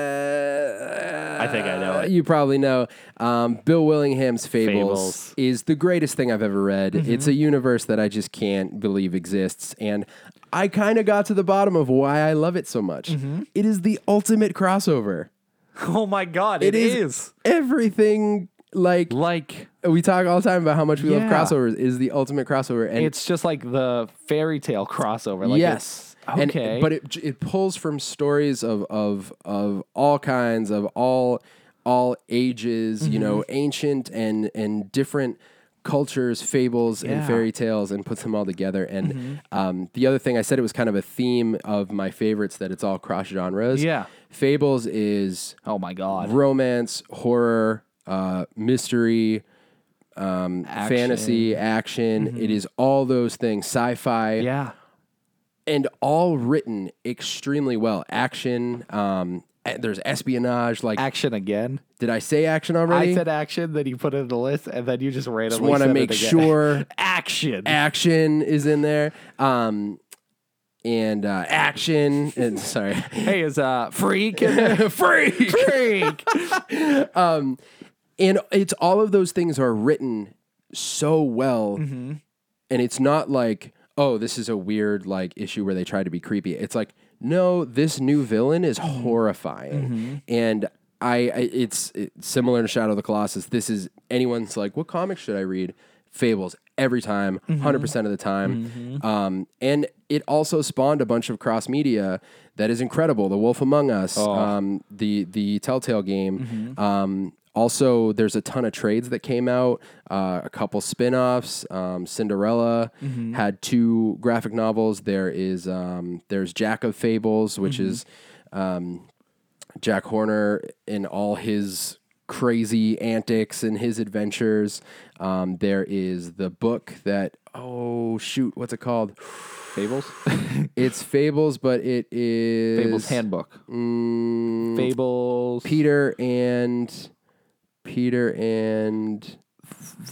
Speaker 1: uh,
Speaker 2: I think I know it.
Speaker 1: You probably know. Um, Bill Willingham's Fables,
Speaker 2: Fables. Mm-hmm.
Speaker 1: is the greatest thing I've ever read. It's a universe that I just can't believe exists. And I kind of got to the bottom of why I love it so much.
Speaker 2: Mm-hmm.
Speaker 1: It is the ultimate crossover.
Speaker 2: Oh my god,
Speaker 1: It is everything like
Speaker 2: Like
Speaker 1: we talk all the time about how much we
Speaker 2: Yeah.
Speaker 1: love crossovers is the ultimate crossover, and
Speaker 2: it's just like the fairy tale crossover. Like
Speaker 1: yes,
Speaker 2: it's-
Speaker 1: And-
Speaker 2: okay,
Speaker 1: but it it pulls from stories of of of all kinds of all all ages, you know,
Speaker 2: Mm-hmm.
Speaker 1: ancient and and different cultures, fables, and
Speaker 2: Yeah. Mm-hmm.
Speaker 1: fairy tales, and puts them all together. And um, the other thing I said it was kind of a theme of my favorites that it's all cross genres.
Speaker 2: Yeah.
Speaker 1: fables is
Speaker 2: oh my god,
Speaker 1: romance, horror, uh, mystery, um,
Speaker 2: Action. Mm-hmm.
Speaker 1: fantasy, action. It is all those things, sci-fi,
Speaker 2: yeah,
Speaker 1: and all written extremely well. Action. Um, eh, there's espionage. Like,
Speaker 2: action again.
Speaker 1: did I say action already?
Speaker 2: I said action, then you put it in the list, and then you just randomly
Speaker 1: Just want to
Speaker 2: said it
Speaker 1: make
Speaker 2: again.
Speaker 1: sure
Speaker 2: action.
Speaker 1: action is in there. Um, and uh, action. And, sorry.
Speaker 2: hey, is uh freak in there? freak freak.
Speaker 1: and it's all of those things are written so well and it's not like oh this is a weird like issue where they try to be creepy it's like no this new villain is horrifying and I, I it's, it's similar to shadow of the colossus this is anyone's like what comic should i read fables every time 100% of the time um, and it also spawned a bunch of cross media that is incredible the wolf among us um, the the telltale game um, also, there's a ton of trades that came out, uh, a couple spin offs. Um, Cinderella had two graphic novels. There is um, there's Jack of Fables, which is um, Jack Horner in all his crazy antics and his adventures. Um, there is the book that, oh, shoot, what's it called?
Speaker 2: Fables.
Speaker 1: It's Fables, but it is. mm,
Speaker 2: Fables handbook. Fables.
Speaker 1: Peter and. Peter and.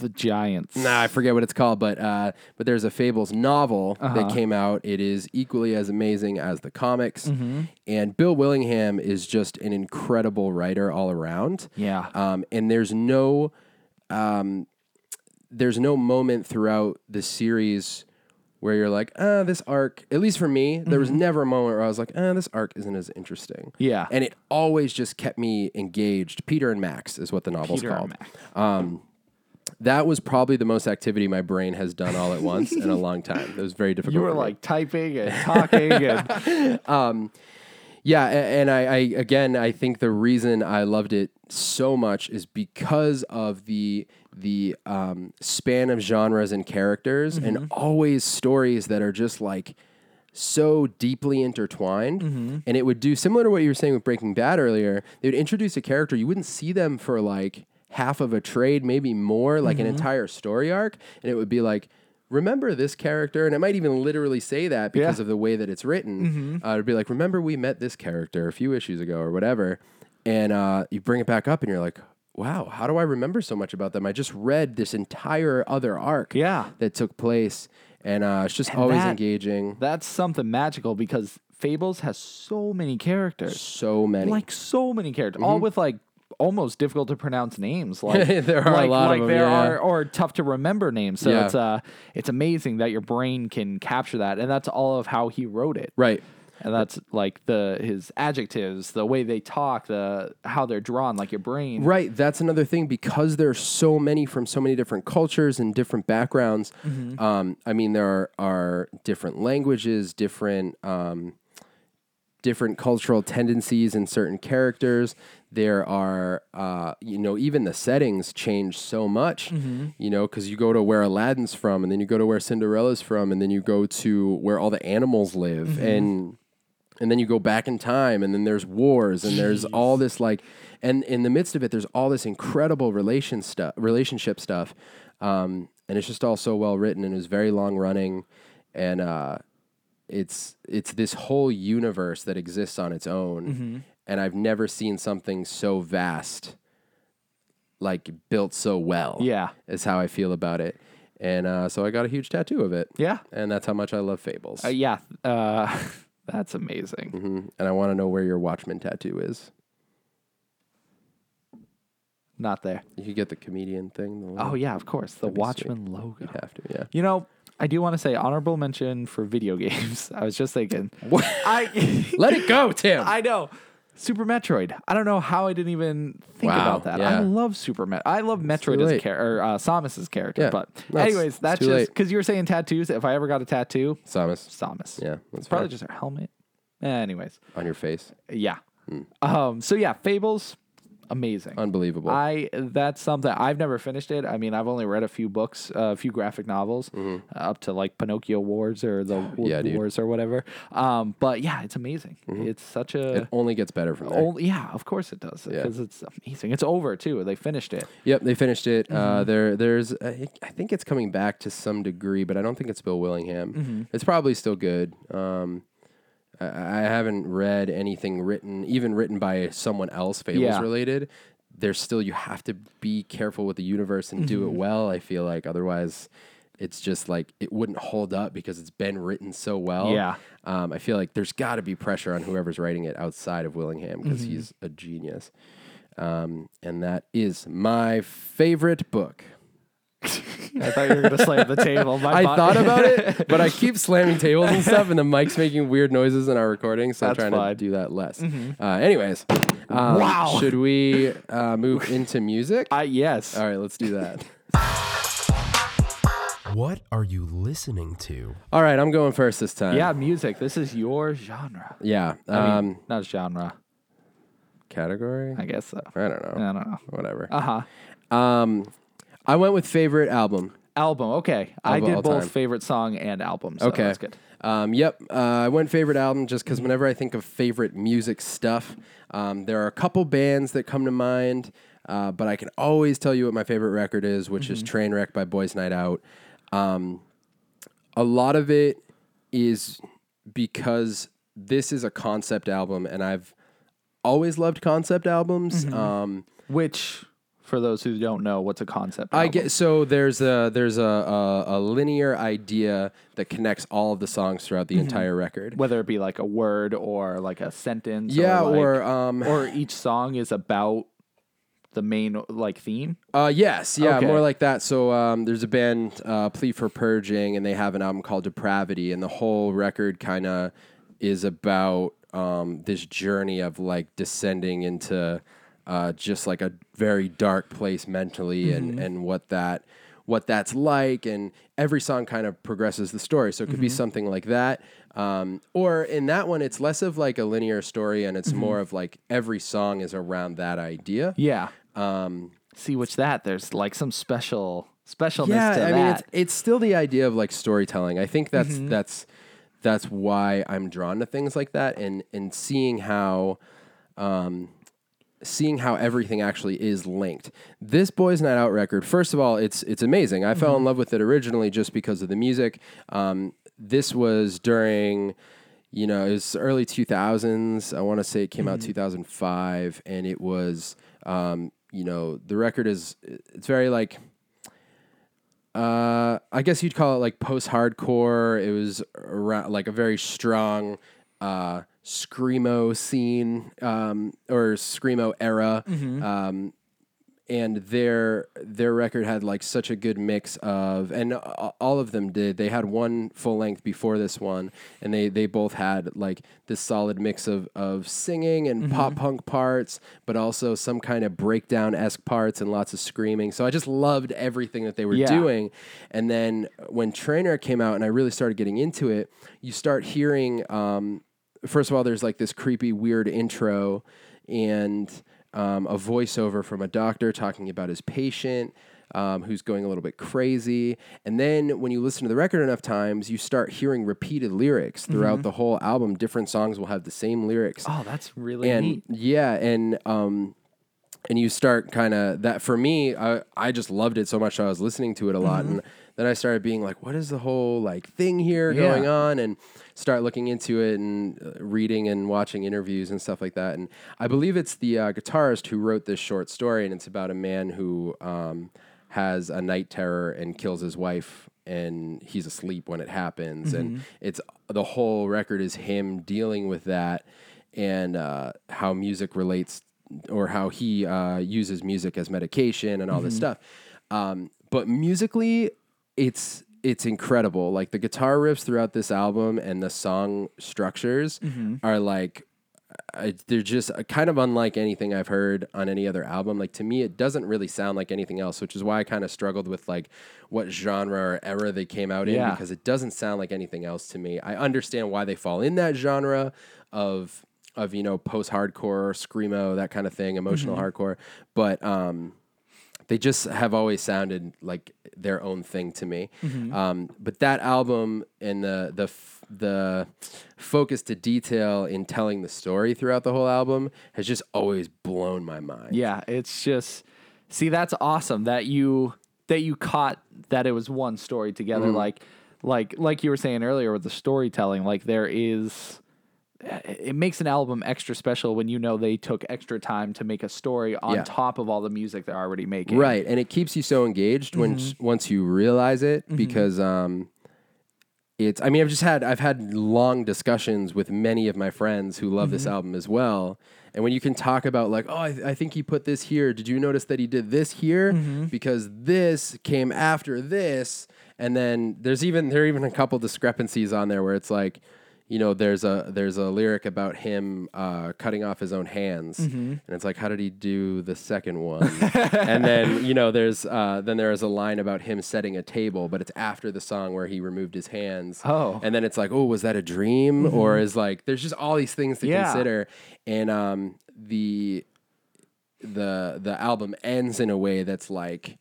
Speaker 2: the giants.
Speaker 1: Nah, I forget what it's called, but uh, but there's a Fables novel that came out. It is equally as amazing as the comics, and Bill Willingham is just an incredible writer all around.
Speaker 2: Yeah.
Speaker 1: um, and there's no, um, there's no moment throughout the series where you're like, ah, this arc. At least for me, there was never a moment where I was like, ah, this arc isn't as interesting.
Speaker 2: Mm-hmm. Yeah.
Speaker 1: and it always just kept me engaged. Peter and Max is what the novel's
Speaker 2: Peter and
Speaker 1: called
Speaker 2: Max.
Speaker 1: that was probably the most activity my brain has done all at once in a long time. It was very difficult.
Speaker 2: You were
Speaker 1: for me.
Speaker 2: like typing and talking and
Speaker 1: yeah, a- and I, I again, I think the reason I loved it so much is because of the the um, span of genres and characters, and always stories that are just like so deeply intertwined. And it would do similar to what you were saying with Breaking Bad earlier. They would introduce a character, you wouldn't see them for like half of a trade, maybe more, like an entire story arc, and it would be like. Remember this character, and it might even literally say that because
Speaker 2: Yeah. Mm-hmm.
Speaker 1: of the way that it's written. Uh, it'd be like, remember we met this character a few issues ago or whatever, and uh, you bring it back up, and you're like, wow, how do I remember so much about them? I just read this entire other arc,
Speaker 2: Yeah.
Speaker 1: that took place, and uh, it's just always
Speaker 2: that-
Speaker 1: engaging.
Speaker 2: that's something magical because Fables has so many characters.
Speaker 1: so many. Mm-hmm.
Speaker 2: Like so many characters. All with like almost difficult to pronounce names. Like
Speaker 1: There are a
Speaker 2: like,
Speaker 1: lot of
Speaker 2: like
Speaker 1: them,
Speaker 2: there
Speaker 1: yeah.
Speaker 2: are or tough to remember names. So
Speaker 1: Yeah.
Speaker 2: it's uh it's amazing that your brain can capture that. And that's all of how he wrote it.
Speaker 1: right.
Speaker 2: And that's like the his adjectives, the way they talk, the how they're drawn, like your brain.
Speaker 1: Right. That's another thing because there are so many from so many different cultures and different backgrounds. Um, I mean, there are, are different languages, different um, different cultural tendencies in certain characters. There are, uh, you know, even the settings change so much, you know, because you go to where Aladdin's from, and then you go to where Cinderella's from, and then you go to where all the animals live, and and then you go back in time and then there's wars and there's all this like and in the midst of it there's all this incredible relation stuff relationship stuff um, and it's just all so well written and it was very long running and uh, it's it's this whole universe that exists on its own
Speaker 2: Mm-hmm.
Speaker 1: and i've never seen something so vast like built so well
Speaker 2: Yeah.
Speaker 1: is how i feel about it and uh, so i got a huge tattoo of it
Speaker 2: Yeah.
Speaker 1: and that's how much i love fables
Speaker 2: Uh, yeah. Uh, that's amazing.
Speaker 1: and I want to know where your Watchmen tattoo is.
Speaker 2: Not there.
Speaker 1: You could get the comedian thing. The
Speaker 2: Oh
Speaker 1: little-
Speaker 2: yeah, of course. The
Speaker 1: That'd be sweet.
Speaker 2: Watchman logo.
Speaker 1: you have to, yeah.
Speaker 2: You know, I do want to say honorable mention for video games. I was just thinking. What? I
Speaker 1: Let it go, Tim.
Speaker 2: I know. Super Metroid. I don't know how I didn't even think
Speaker 1: Wow,
Speaker 2: about that.
Speaker 1: yeah.
Speaker 2: I love Super Met. I love Metroid as a
Speaker 1: late.
Speaker 2: character, or uh, Samus's character.
Speaker 1: Yeah,
Speaker 2: But
Speaker 1: that's-
Speaker 2: anyways,
Speaker 1: it's
Speaker 2: that's
Speaker 1: too
Speaker 2: just
Speaker 1: late.
Speaker 2: because you were saying tattoos. If I ever got a tattoo,
Speaker 1: Samus
Speaker 2: Samus.
Speaker 1: Yeah, that's
Speaker 2: it's probably
Speaker 1: fair.
Speaker 2: just her helmet. Anyways,
Speaker 1: on your face.
Speaker 2: yeah.
Speaker 1: Hmm.
Speaker 2: Um. So yeah, Fables, amazing.
Speaker 1: Unbelievable.
Speaker 2: I that's something I've never finished it. I mean, I've only read a few books, uh, a few graphic novels, uh, up to like Pinocchio Wars or the
Speaker 1: Mm-hmm. Yeah, dude. Mm-hmm.
Speaker 2: Wars or whatever. Um, but yeah, it's amazing. It's such a
Speaker 1: it only gets better from there.
Speaker 2: only, yeah, of course it does because it's amazing. It's over too. They finished it.
Speaker 1: Yep, they finished it. Uh, there, there's, I I think it's coming back to some degree, but I don't think it's Bill Willingham. It's probably still good. Um, I, I haven't read anything written, even written by someone else, Fables
Speaker 2: Yeah.
Speaker 1: related. There's still you have to be careful with the universe and do it well. I feel like otherwise, it's just like it wouldn't hold up because it's been written so well.
Speaker 2: Yeah.
Speaker 1: um, I feel like there's got to be pressure on whoever's writing it outside of Willingham because
Speaker 2: Mm-hmm.
Speaker 1: he's a genius. Um, and that is my favorite book.
Speaker 2: I thought you were gonna slam the table. My
Speaker 1: I
Speaker 2: bo-
Speaker 1: thought about it, but I keep slamming tables and stuff, and the mic's making weird noises in our recording, so
Speaker 2: That's
Speaker 1: I'm trying
Speaker 2: fine. Mm-hmm.
Speaker 1: to do that less. Uh, anyways, um,
Speaker 2: Wow.
Speaker 1: should we uh, move into music?
Speaker 2: I, yes.
Speaker 1: All right, let's do that.
Speaker 3: What are you listening to?
Speaker 1: All right, I'm going first this time.
Speaker 2: Yeah, music. This is your genre.
Speaker 1: Yeah.
Speaker 2: I
Speaker 1: Um,
Speaker 2: mean, not genre.
Speaker 1: category?
Speaker 2: I guess so.
Speaker 1: I don't know.
Speaker 2: I don't know.
Speaker 1: Whatever.
Speaker 2: Uh huh.
Speaker 1: Um, I went with favorite album.
Speaker 2: Album. Okay, I
Speaker 1: Album
Speaker 2: did
Speaker 1: all
Speaker 2: both
Speaker 1: time.
Speaker 2: favorite song and album. So
Speaker 1: Okay.
Speaker 2: that's good.
Speaker 1: Um, yep. Uh, I went favorite album just because whenever I think of favorite music stuff, um, there are a couple bands that come to mind, uh, but I can always tell you what my favorite record is, which is
Speaker 2: Mm-hmm.
Speaker 1: Trainwreck by Boys Night Out. Um, a lot of it is because this is a concept album, and I've always loved concept albums.
Speaker 2: Mm-hmm.
Speaker 1: Um,
Speaker 2: Which, for those who don't know, what's a concept?
Speaker 1: I
Speaker 2: album?
Speaker 1: get so there's a there's a, a, a linear idea that connects all of the songs throughout
Speaker 2: Mm-hmm.
Speaker 1: the entire record.
Speaker 2: whether it be like a word or like a sentence.
Speaker 1: Yeah,
Speaker 2: like-
Speaker 1: or, um,
Speaker 2: or each song is about the main like theme.
Speaker 1: Uh, yes, yeah,
Speaker 2: Okay.
Speaker 1: more like that. So um, there's a band, uh, Plea for Purging, and they have an album called Depravity, and the whole record kind of is about um, this journey of like descending into uh, just like a very dark place mentally, and and what that what that's like, and every song kind of progresses the story. So it could be something like that. Um, or in that one, it's less of like a linear story, and it's more of like every song is around that idea.
Speaker 2: Yeah. Um, see which that there's like some special specialness
Speaker 1: yeah,
Speaker 2: to
Speaker 1: I
Speaker 2: that. Mm-hmm.
Speaker 1: mean, it's, it's still the idea of like storytelling. I think that's that's that's why I'm drawn to things like that, and and seeing how, um, seeing how everything actually is linked. This Boys Night Out record, first of all, it's it's amazing. I
Speaker 2: Mm-hmm.
Speaker 1: fell in love with it originally just because of the music. Um, this was during. You know, it was early 2000s. I want to say it came
Speaker 2: Mm-hmm.
Speaker 1: out 2005, and it was, um, you know, the record is, it's very like, uh, I guess you'd call it like post hardcore. It was around, like a very strong uh, screamo scene um, or screamo era. Um, and their their record had like such a good mix of, and a- all of them did. They had one full length before this one, and they they both had like this solid mix of of singing and pop punk parts, but also some kind of breakdown esque parts and lots of screaming. So I just loved everything that they were
Speaker 2: Yeah.
Speaker 1: doing doing. And then when Trainer came out and I really started getting into it, you start hearing, um, first of all, there's like this creepy, weird intro and um, a voiceover from a doctor talking about his patient. Um, who's going a little bit crazy. And then when you listen to the record enough times, you start hearing repeated lyrics throughout the whole album. Different songs will have the same lyrics
Speaker 2: oh, that's really
Speaker 1: and
Speaker 2: neat.
Speaker 1: yeah and um and you start kind of that for me I, I just loved it so much i was listening to it a lot
Speaker 2: Mm-hmm.
Speaker 1: and then i started being like what is the whole like thing here
Speaker 2: Yeah.
Speaker 1: going on and start looking into it and uh, reading and watching interviews and stuff like that and i believe it's the uh, guitarist who wrote this short story and it's about a man who um, has a night terror and kills his wife and he's asleep when it happens and it's the whole record is him dealing with that and uh, how music relates or how he uh, uses music as medication and all this stuff um, but musically it's it's incredible like the guitar riffs throughout this album and the song structures are like I, they're just uh, kind of unlike anything I've heard on any other album. Like to me, it doesn't really sound like anything else, which is why I kind of struggled with like what genre or era they came out in
Speaker 2: Yeah.
Speaker 1: because it doesn't sound like anything else to me. I understand why they fall in that genre of of you know post hardcore screamo that kind of thing, emotional hardcore, but um, they just have always sounded like their own thing to me. Um, but that album and the the f- the focus to detail in telling the story throughout the whole album has just always blown my mind.
Speaker 2: Yeah, it's just see that's awesome that you that you caught that it was one story together
Speaker 1: Mm-hmm.
Speaker 2: like like like you were saying earlier with the storytelling like there is eh, it makes an album extra special when you know they took extra time to make a story on
Speaker 1: Yeah.
Speaker 2: top of all the music they're already making.
Speaker 1: Right, and it keeps you so engaged when once you realize it because um, it's. I mean, I've just had I've had long discussions with many of my friends who love this album as well, and when you can talk about like, oh, I, I think he put this here. Did you notice that he did this here because this came after this, and then there's even there are even a couple discrepancies on there where it's like. You know, there's a there's a lyric about him uh, cutting off his own hands,
Speaker 2: Mm-hmm.
Speaker 1: and it's like, how did he do the second one? and then you know there's uh, then there is a line about him setting a table, but it's after the song where he removed his hands.
Speaker 2: Oh. Mm-hmm.
Speaker 1: and then it's like, oh, was that a dream? Or is like, there's just all these things to
Speaker 2: Yeah.
Speaker 1: consider, and um, the the the album ends in a way that's like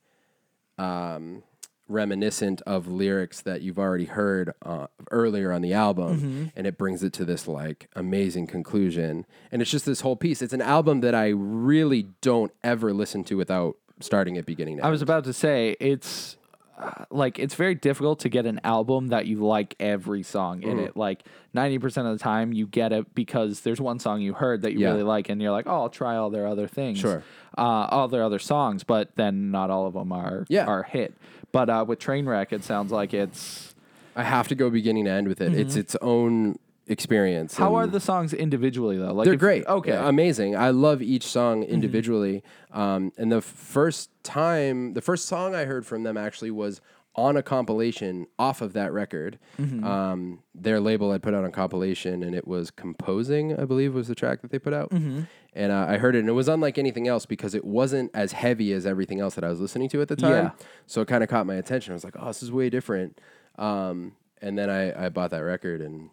Speaker 1: um, reminiscent of lyrics that you've already heard uh, earlier on the album,
Speaker 2: Mm-hmm.
Speaker 1: and it brings it to this like amazing conclusion. And it's just this whole piece. It's an album that I really don't ever listen to without starting at beginning. To
Speaker 2: I
Speaker 1: end.
Speaker 2: was about to say it's uh, like it's very difficult to get an album that you like every song in
Speaker 1: Mm.
Speaker 2: it. Like 90% of the time you get it because there's one song you heard that you
Speaker 1: Yeah.
Speaker 2: really like and you're like, "Oh, I'll try all their other things."
Speaker 1: Sure.
Speaker 2: Uh, all their other songs, but then not all of them are
Speaker 1: Yeah.
Speaker 2: are hit. But uh, with Trainwreck it sounds like it's
Speaker 1: I have to go beginning to end with it. It's its own experience.
Speaker 2: Mm-hmm. How
Speaker 1: and-
Speaker 2: are the songs individually though? Like
Speaker 1: They're
Speaker 2: if-
Speaker 1: great.
Speaker 2: Okay. Mm-hmm.
Speaker 1: Yeah, amazing. I love each song individually. Um, and the first time, the first song I heard from them actually was on a compilation off of that record.
Speaker 2: Mm-hmm.
Speaker 1: Um, their label had put out a compilation, and it was "Composing," I believe, was the track that they put out.
Speaker 2: Mm-hmm.
Speaker 1: And uh, I heard it, and it was unlike anything else because it wasn't as heavy as everything else that I was listening to at the time.
Speaker 2: Yeah.
Speaker 1: So it kind of caught my attention. I was like, "Oh, this is way different." Um, and then I, I bought that record and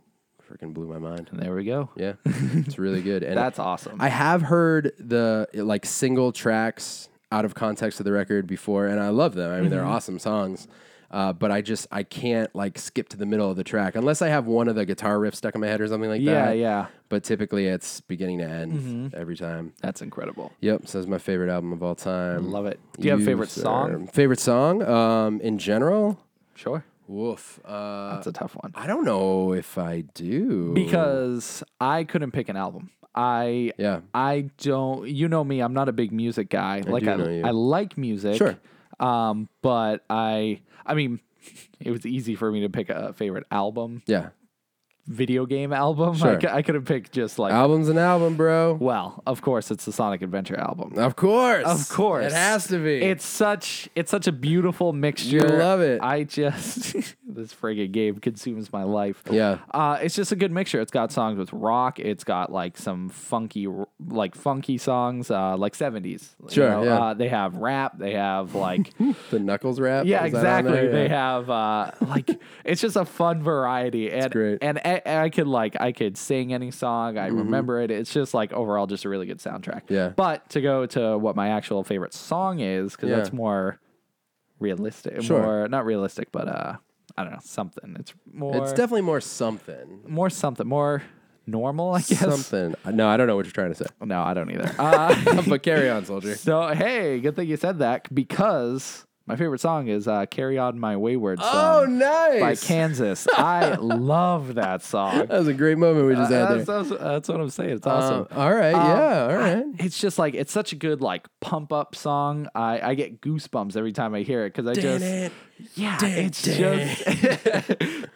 Speaker 1: freaking blew my mind.
Speaker 2: there we go.
Speaker 1: Yeah, it's really good. And
Speaker 2: That's awesome.
Speaker 1: I have heard the like single tracks out of context of the record before, and I love them. I mean,
Speaker 2: Mm-hmm.
Speaker 1: they're awesome songs. Uh, but I just I can't like skip to the middle of the track unless I have one of the guitar riffs stuck in my head or something like
Speaker 2: yeah, Mm-hmm.
Speaker 1: that.
Speaker 2: yeah.
Speaker 1: But typically it's beginning to end every time.
Speaker 2: That's incredible.
Speaker 1: Yep. So it's my favorite album of all time.
Speaker 2: Love it. Do you have a favorite
Speaker 1: sir.
Speaker 2: song?
Speaker 1: Favorite song? Um, in general,
Speaker 2: Sure.
Speaker 1: woof. Uh,
Speaker 2: That's a tough one.
Speaker 1: I don't know if I do
Speaker 2: because I couldn't pick an album. I
Speaker 1: Yeah.
Speaker 2: I don't. You know me. I'm not a big music guy. like
Speaker 1: do
Speaker 2: I
Speaker 1: know you.
Speaker 2: I like music.
Speaker 1: Sure.
Speaker 2: Um, but I I mean, it was easy for me to pick a favorite album,
Speaker 1: yeah,
Speaker 2: video game album. I,
Speaker 1: Sure.
Speaker 2: cou- I could have picked just like.
Speaker 1: album's an album, bro.
Speaker 2: well, of course, it's the Sonic Adventure album.
Speaker 1: Of course.
Speaker 2: Of course,
Speaker 1: It has to be.
Speaker 2: It's such it's such a beautiful mixture.
Speaker 1: love it.
Speaker 2: I just this friggin' game consumes my life.
Speaker 1: Yeah.
Speaker 2: uh, it's just a good mixture. It's got songs with rock. It's got like some funky r- like funky songs, uh, like seventies.
Speaker 1: Sure, yeah.
Speaker 2: Uh, they have rap. They have like
Speaker 1: the Knuckles rap.
Speaker 2: yeah,
Speaker 1: is that on
Speaker 2: exactly.
Speaker 1: there?
Speaker 2: They
Speaker 1: Yeah.
Speaker 2: have uh, like it's just a fun variety, and
Speaker 1: great. Mm-hmm.
Speaker 2: and I, and I could like I could sing any song. I remember it. It's just like overall just a really good soundtrack.
Speaker 1: Yeah.
Speaker 2: But to go to what my actual favorite song is, because
Speaker 1: Yeah.
Speaker 2: that's more realistic.
Speaker 1: Sure.
Speaker 2: More not realistic, but uh, I don't know something. It's more.
Speaker 1: It's definitely more something.
Speaker 2: more something more normal, I guess.
Speaker 1: Something. No, I don't know what you're trying to say.
Speaker 2: No, I don't either. Uh,
Speaker 1: but carry on, soldier.
Speaker 2: so hey, good thing you said that because my favorite song is uh, "Carry On My Wayward Son."
Speaker 1: Oh, nice.
Speaker 2: by Kansas. I love that song.
Speaker 1: That was a great moment we just had there.
Speaker 2: That's, that's- that's what I'm saying. It's Uh, awesome.
Speaker 1: Um, all right. yeah. All right.
Speaker 2: It's just like it's such a good like pump up song. I, I get goosebumps every time I hear it because I just yeah, it's
Speaker 1: Oh,
Speaker 2: just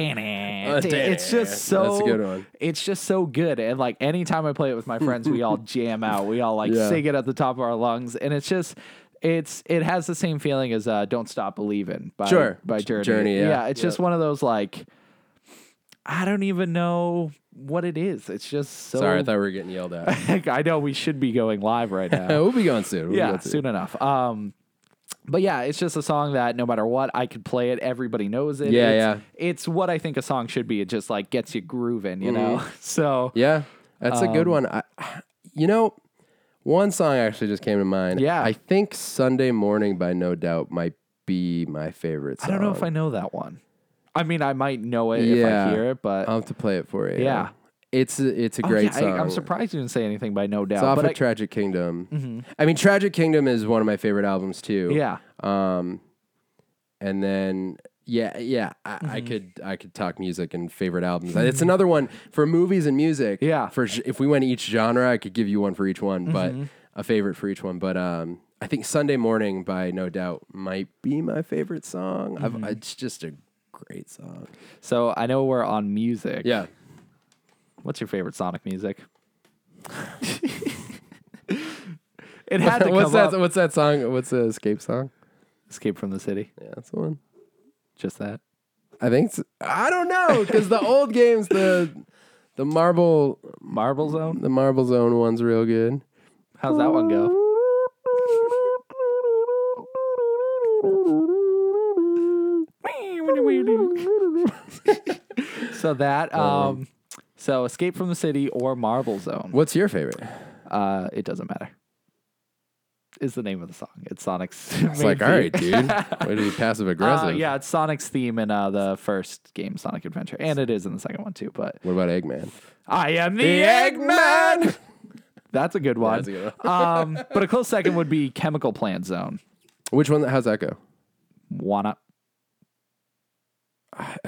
Speaker 2: it's just so
Speaker 1: That's a good one.
Speaker 2: It's just so good, and like anytime I play it with my friends, we all jam out. We all like
Speaker 1: Yeah.
Speaker 2: sing it at the top of our lungs, and it's just. It's it has the same feeling as uh, "Don't Stop Believing" by
Speaker 1: Sure.
Speaker 2: by Journey.
Speaker 1: Journey, yeah.
Speaker 2: it's just one of those like I don't even know what it is. It's just so.
Speaker 1: Sorry, I thought we were getting yelled at.
Speaker 2: I know we should be going live right now.
Speaker 1: we'll be gone soon. We'll be
Speaker 2: yeah,
Speaker 1: gone soon.
Speaker 2: soon enough. Um, but yeah, it's just a song that no matter what, I could play it. Everybody knows it.
Speaker 1: Yeah,
Speaker 2: it's, It's what I think a song should be. It just like gets you grooving, you know. So
Speaker 1: Mm. Yeah, that's a
Speaker 2: Um,
Speaker 1: good one. I, you know, one song actually just came to mind.
Speaker 2: Yeah.
Speaker 1: I think "Sunday Morning" by No Doubt might be my favorite.
Speaker 2: I
Speaker 1: Song.
Speaker 2: don't know if I know that one. I mean, I might know it if
Speaker 1: Yeah.
Speaker 2: I hear it, but
Speaker 1: I'll have to play it for you.
Speaker 2: Yeah.
Speaker 1: it's a, it's a
Speaker 2: Oh,
Speaker 1: great
Speaker 2: yeah,
Speaker 1: song.
Speaker 2: I, am surprised you didn't say anything by No Doubt.
Speaker 1: It's off
Speaker 2: but
Speaker 1: of
Speaker 2: I- Mm-hmm.
Speaker 1: Tragic Kingdom. I mean, Tragic Kingdom is one of my favorite albums too.
Speaker 2: yeah,
Speaker 1: Um, and then yeah, yeah, I, I
Speaker 2: Mm-hmm.
Speaker 1: could I could talk music and favorite albums. It's another one for movies and music.
Speaker 2: Yeah. Mm-hmm.
Speaker 1: For g- if we went each genre, I could give you one for each one, but a favorite for each one. But um, I think Sunday Morning by No Doubt might be my favorite song.
Speaker 2: Mm-hmm.
Speaker 1: I've, it's just a great song.
Speaker 2: so I know we're on music.
Speaker 1: Yeah.
Speaker 2: What's your favorite Sonic music? it had to
Speaker 1: what's
Speaker 2: come
Speaker 1: that?
Speaker 2: up.
Speaker 1: What's that song? What's the escape song?
Speaker 2: Escape from the City.
Speaker 1: Yeah, that's the one.
Speaker 2: Just that.
Speaker 1: I think it's, I don't know because the old games the the marble
Speaker 2: Marble Zone.
Speaker 1: the marble zone one's real good.
Speaker 2: How's that one go? so that um so escape from the city or marble zone
Speaker 1: What's your favorite?
Speaker 2: uh it doesn't matter is the name of the song it's sonic's
Speaker 1: It's like, all right, dude, way to be passive aggressive.
Speaker 2: Uh, yeah it's sonic's theme in uh the first game sonic adventure and it is in the second one too but
Speaker 1: What about Eggman?
Speaker 2: i am the, eggman
Speaker 1: Eggman.
Speaker 2: that's a good one
Speaker 1: That's a good one.
Speaker 2: um but a close second would be chemical plant zone
Speaker 1: Which one? How's that go?
Speaker 2: wanna